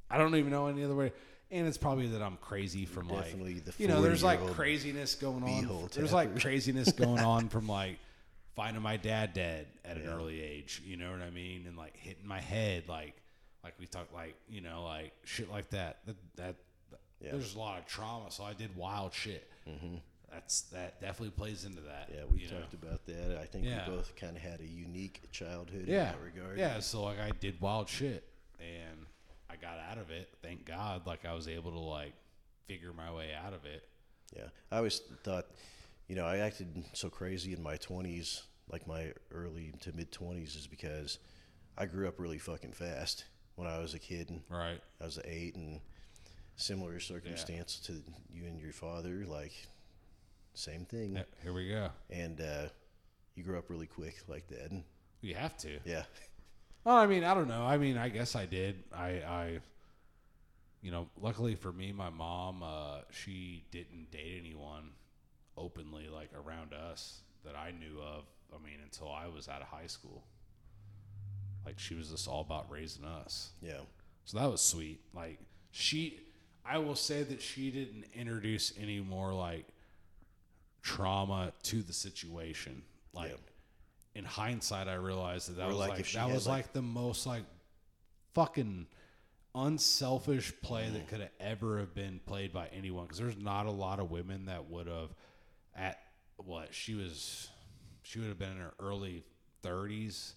I don't even know any other way. And it's probably that I'm crazy from
Definitely
like
the
you know, there's like
40-year-old
craziness going on.
beehole
There's like craziness going on from like finding my dad dead at an early age. You know what I mean? And like hitting my head, like like we talked, like you know, like shit like that. That that there's a lot of trauma. So I did wild shit. Mm-hmm. That's that definitely plays into that.
yeah, we
you know?
talked about that. I think
Yeah.
we both kind of had a unique childhood
yeah.
in that regard.
Yeah, so like I did wild shit and I got out of it. Thank God, like I was able to like figure my way out of it.
Yeah, I always thought, you know, I acted so crazy in my twenties, like my early to mid twenties, is because I grew up really fucking fast when I was a kid. And
Right.
I was eight, and similar circumstance to you and your father, like same thing.
Yeah, Here we go.
And uh, you grew up really quick like that. And
You have to.
yeah,
Oh, I mean, I don't know. I mean, I guess I did. I, I, you know, luckily for me, my mom, uh, she didn't date anyone openly like around us that I knew of. I mean, until I was out of high school. Like she was just all about raising us.
yeah,
So that was sweet. Like she, I will say that she didn't introduce any more like trauma to the situation. Like in hindsight, I realized that that
Or,
was
like,
like,
if she
that
had,
was
like-
like, the most like fucking unselfish play that could have ever have been played by anyone because there's not a lot of women that would have at what she was she would have been in her early 30s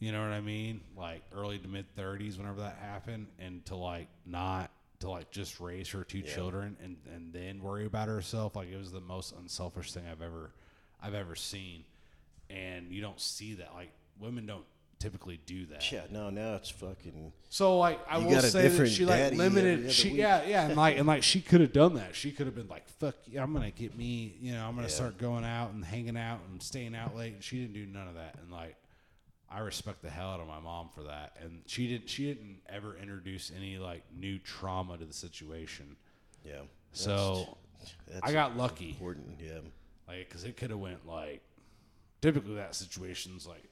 you know what I mean? Like early to mid thirties, whenever that happened, and to like not to like just raise her two children and and then worry about herself. Like it was the most unselfish thing I've ever I've ever seen, and you don't see that. Like women don't typically do that.
yeah. No, now it's fucking.
So like I
You
will
got a
say that
different
she like
daddy every
limited
other
she
week.
yeah yeah and like and like she could have done that she could have been like fuck yeah, I'm gonna get me you know I'm gonna start going out and hanging out and staying out late and she didn't do none of that and like I respect the hell out of my mom for that and she didn't she didn't ever introduce any like new trauma to the situation
Yeah.
so
That's
I got lucky
important. Yeah.
like because it could have went like typically that situation's like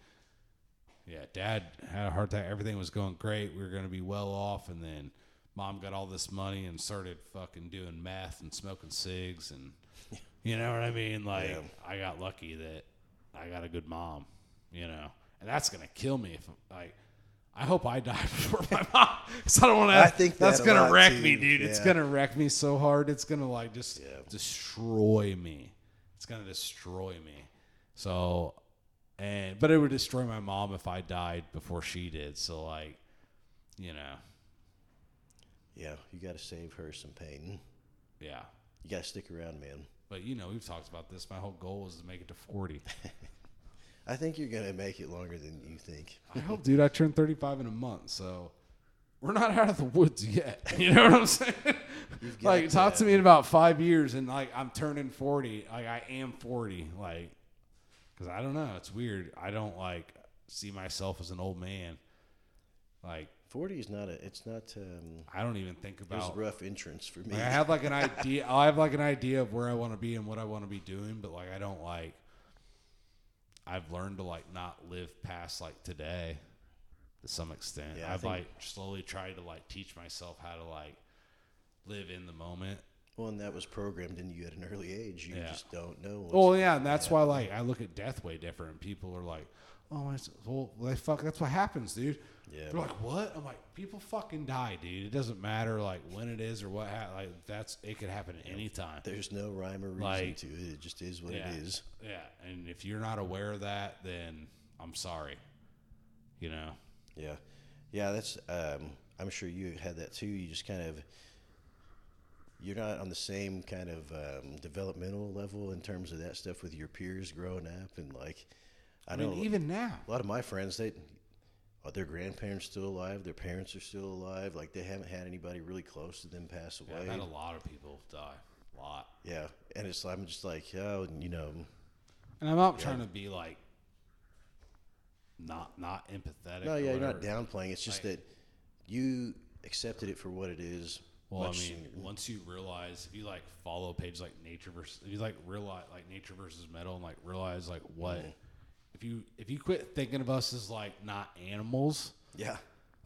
yeah dad had a heart attack everything was going great we were going to be well off and then mom got all this money and started fucking doing meth and smoking cigs and you know what i mean like
Yeah.
i got lucky that i got a good mom you know and that's going to kill me if like I hope I die before my mom, because I don't want to.
I think
that's
that a
gonna
lot,
wreck
too.
me, dude. It's
Yeah.
gonna gonna wreck me so hard. It's gonna like just
Yeah.
destroy me. It's gonna destroy me. So, and but it would destroy my mom if I died before she did. So like, you know,
Yeah. You got to save her some pain.
yeah.
You got to stick around, man.
But you know, we've talked about this. My whole goal is to make it to forty.
I think you're gonna make it longer than you think.
I hope, dude. I turned thirty-five in a month, so we're not out of the woods yet. You know what I'm saying?
got
like, talk to me in about five years, and like I'm turning forty. Like I am forty. Like, because I don't know. It's weird. I don't like see myself as an old man. Like
Forty is not a. It's not. Um,
I don't even think
it was
about
a rough entrance for me.
like I have like an idea. I have like an idea of where I want to be and what I want to be doing, but like I don't like. I've learned to like not live past like today, to some extent.
Yeah, I
I've
think-
like slowly tried to like teach myself how to like live in the moment.
Well, and that was programmed in you at an early age. You
Yeah.
just don't know. what's-
Well, yeah, and that's why like I look at death way different. And people are like, "Oh, it's, well, they fuck. That's what happens, dude."
Yeah.
They're like, "What?" I'm like, "People fucking die, dude. It doesn't matter like when it is or what. Ha- like that's it could happen at any time."
There's no rhyme or reason
Like-
to it. It just is what
Yeah.
it is.
Yeah, and if you're not aware of that, then I'm sorry. You know,
Yeah, yeah. That's. Um, I'm sure you had that too. You just kind of. You're not on the same kind of um, developmental level in terms of that stuff with your peers growing up and like. I,
I
know
mean, even now,
a lot of my friends. They, are their grandparents still alive? Their parents are still alive. Like they haven't had anybody really close to them pass away.
Yeah, I've had a lot of people die. A lot.
Yeah, and it's I'm just like, oh, you know,
And I'm not trying to be like not not empathetic.
no,
or
yeah, you're
whatever.
not downplaying. It's just that you accepted it for what it is.
Well, I
much
mean, once you realize, if you like follow pages like nature versus, if you like realize like nature versus metal, and like realize like what,
Mm-hmm.
if you if you quit thinking of us as like not animals,
yeah,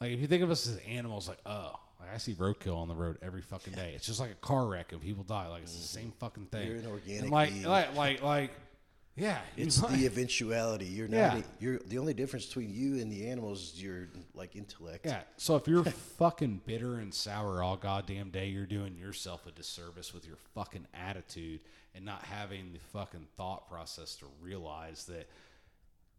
like if you think of us as animals, like oh, like I see roadkill on the road every fucking day. It's just like a car wreck and people die. Like it's the same fucking thing.
Mm-hmm. You're an organic
And, like,
being.
like like like yeah. you
it's
like-
the eventuality. You're not.
Yeah.
You're the only difference between you and the animals is your like intellect.
Yeah. So if you're fucking bitter and sour all goddamn day, you're doing yourself a disservice with your fucking attitude and not having the fucking thought process to realize that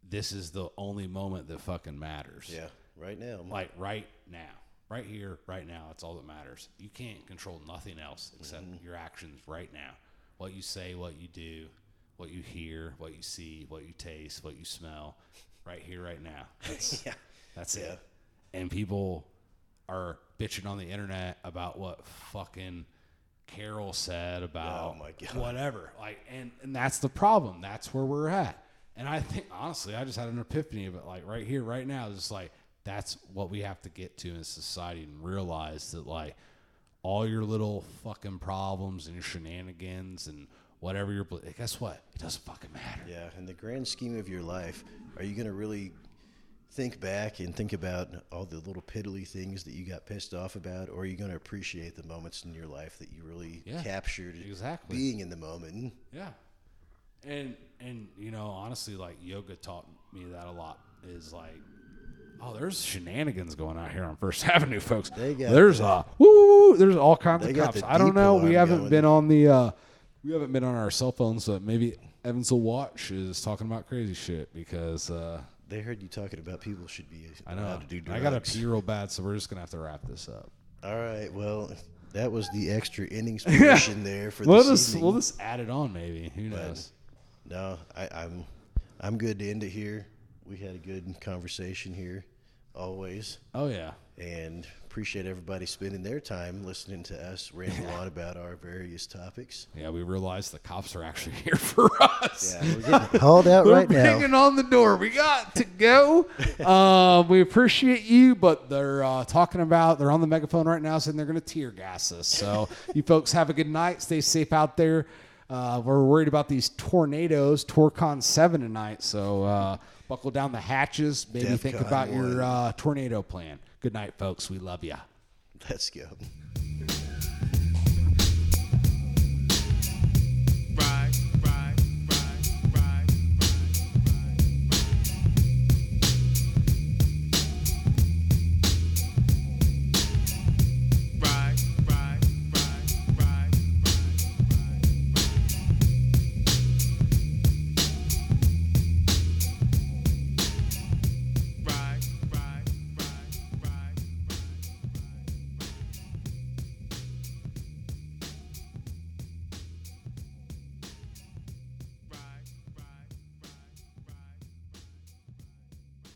this is the only moment that fucking matters.
Yeah, right now.
Like right now, right here, right now, it's all that matters. You can't control nothing else except your actions right now. What you say, what you do, what you hear, what you see, what you taste, what you smell, right here, right now. That's,
Yeah.
that's
Yeah.
it. And people are bitching on the internet about what fucking Carol said about
Oh, my God.
whatever. Like, and, and that's the problem. That's where we're at. And I think honestly, I just had an epiphany of it. Like right here, right now, it's just like that's what we have to get to in society and realize that like all your little fucking problems and your shenanigans and whatever you're, bl- guess what? It doesn't fucking matter.
Yeah, in the grand scheme of your life, are you going to really think back and think about all the little piddly things that you got pissed off about, or are you going to appreciate the moments in your life that you really
Yeah,
captured
exactly.
being in the moment?
Yeah. And and you know, honestly, like yoga taught me that a lot is like Oh, there's shenanigans going out here on First Avenue, folks.
They got-
there's uh, woo, there's all kinds
They
of
got
cops.
the
I don't
deep
know. We
line
haven't
going.
been on the, uh, we haven't been on our cell phones, so maybe Evans will watch is talking about crazy shit because uh,
They heard you talking about people should be
I know
allowed to do drugs.
I got a pee real bad, so we're just gonna have to wrap this up.
All right, well, that was the extra innings position there for
We'll
this
just
evening.
we'll just add it on, maybe. Who knows?
No, I, I'm, I'm good to end it here. We had a good conversation here, always.
Oh yeah.
and appreciate everybody spending their time listening to us ramble on about our various topics.
Yeah, we realized the cops are actually here for us.
Yeah, we're getting hauled out
They're
right now.
banging on the door. We got to go. um, we appreciate you, but they're uh, talking about they're on the megaphone right now, saying they're going to tear gas us. So you folks have a good night. Stay safe out there. Uh, we're worried about these tornadoes. Torcon seven tonight, so uh, buckle down the hatches. Maybe think
Defcon
about your
one.
uh, tornado plan. Good night, folks. We love ya.
Let's go.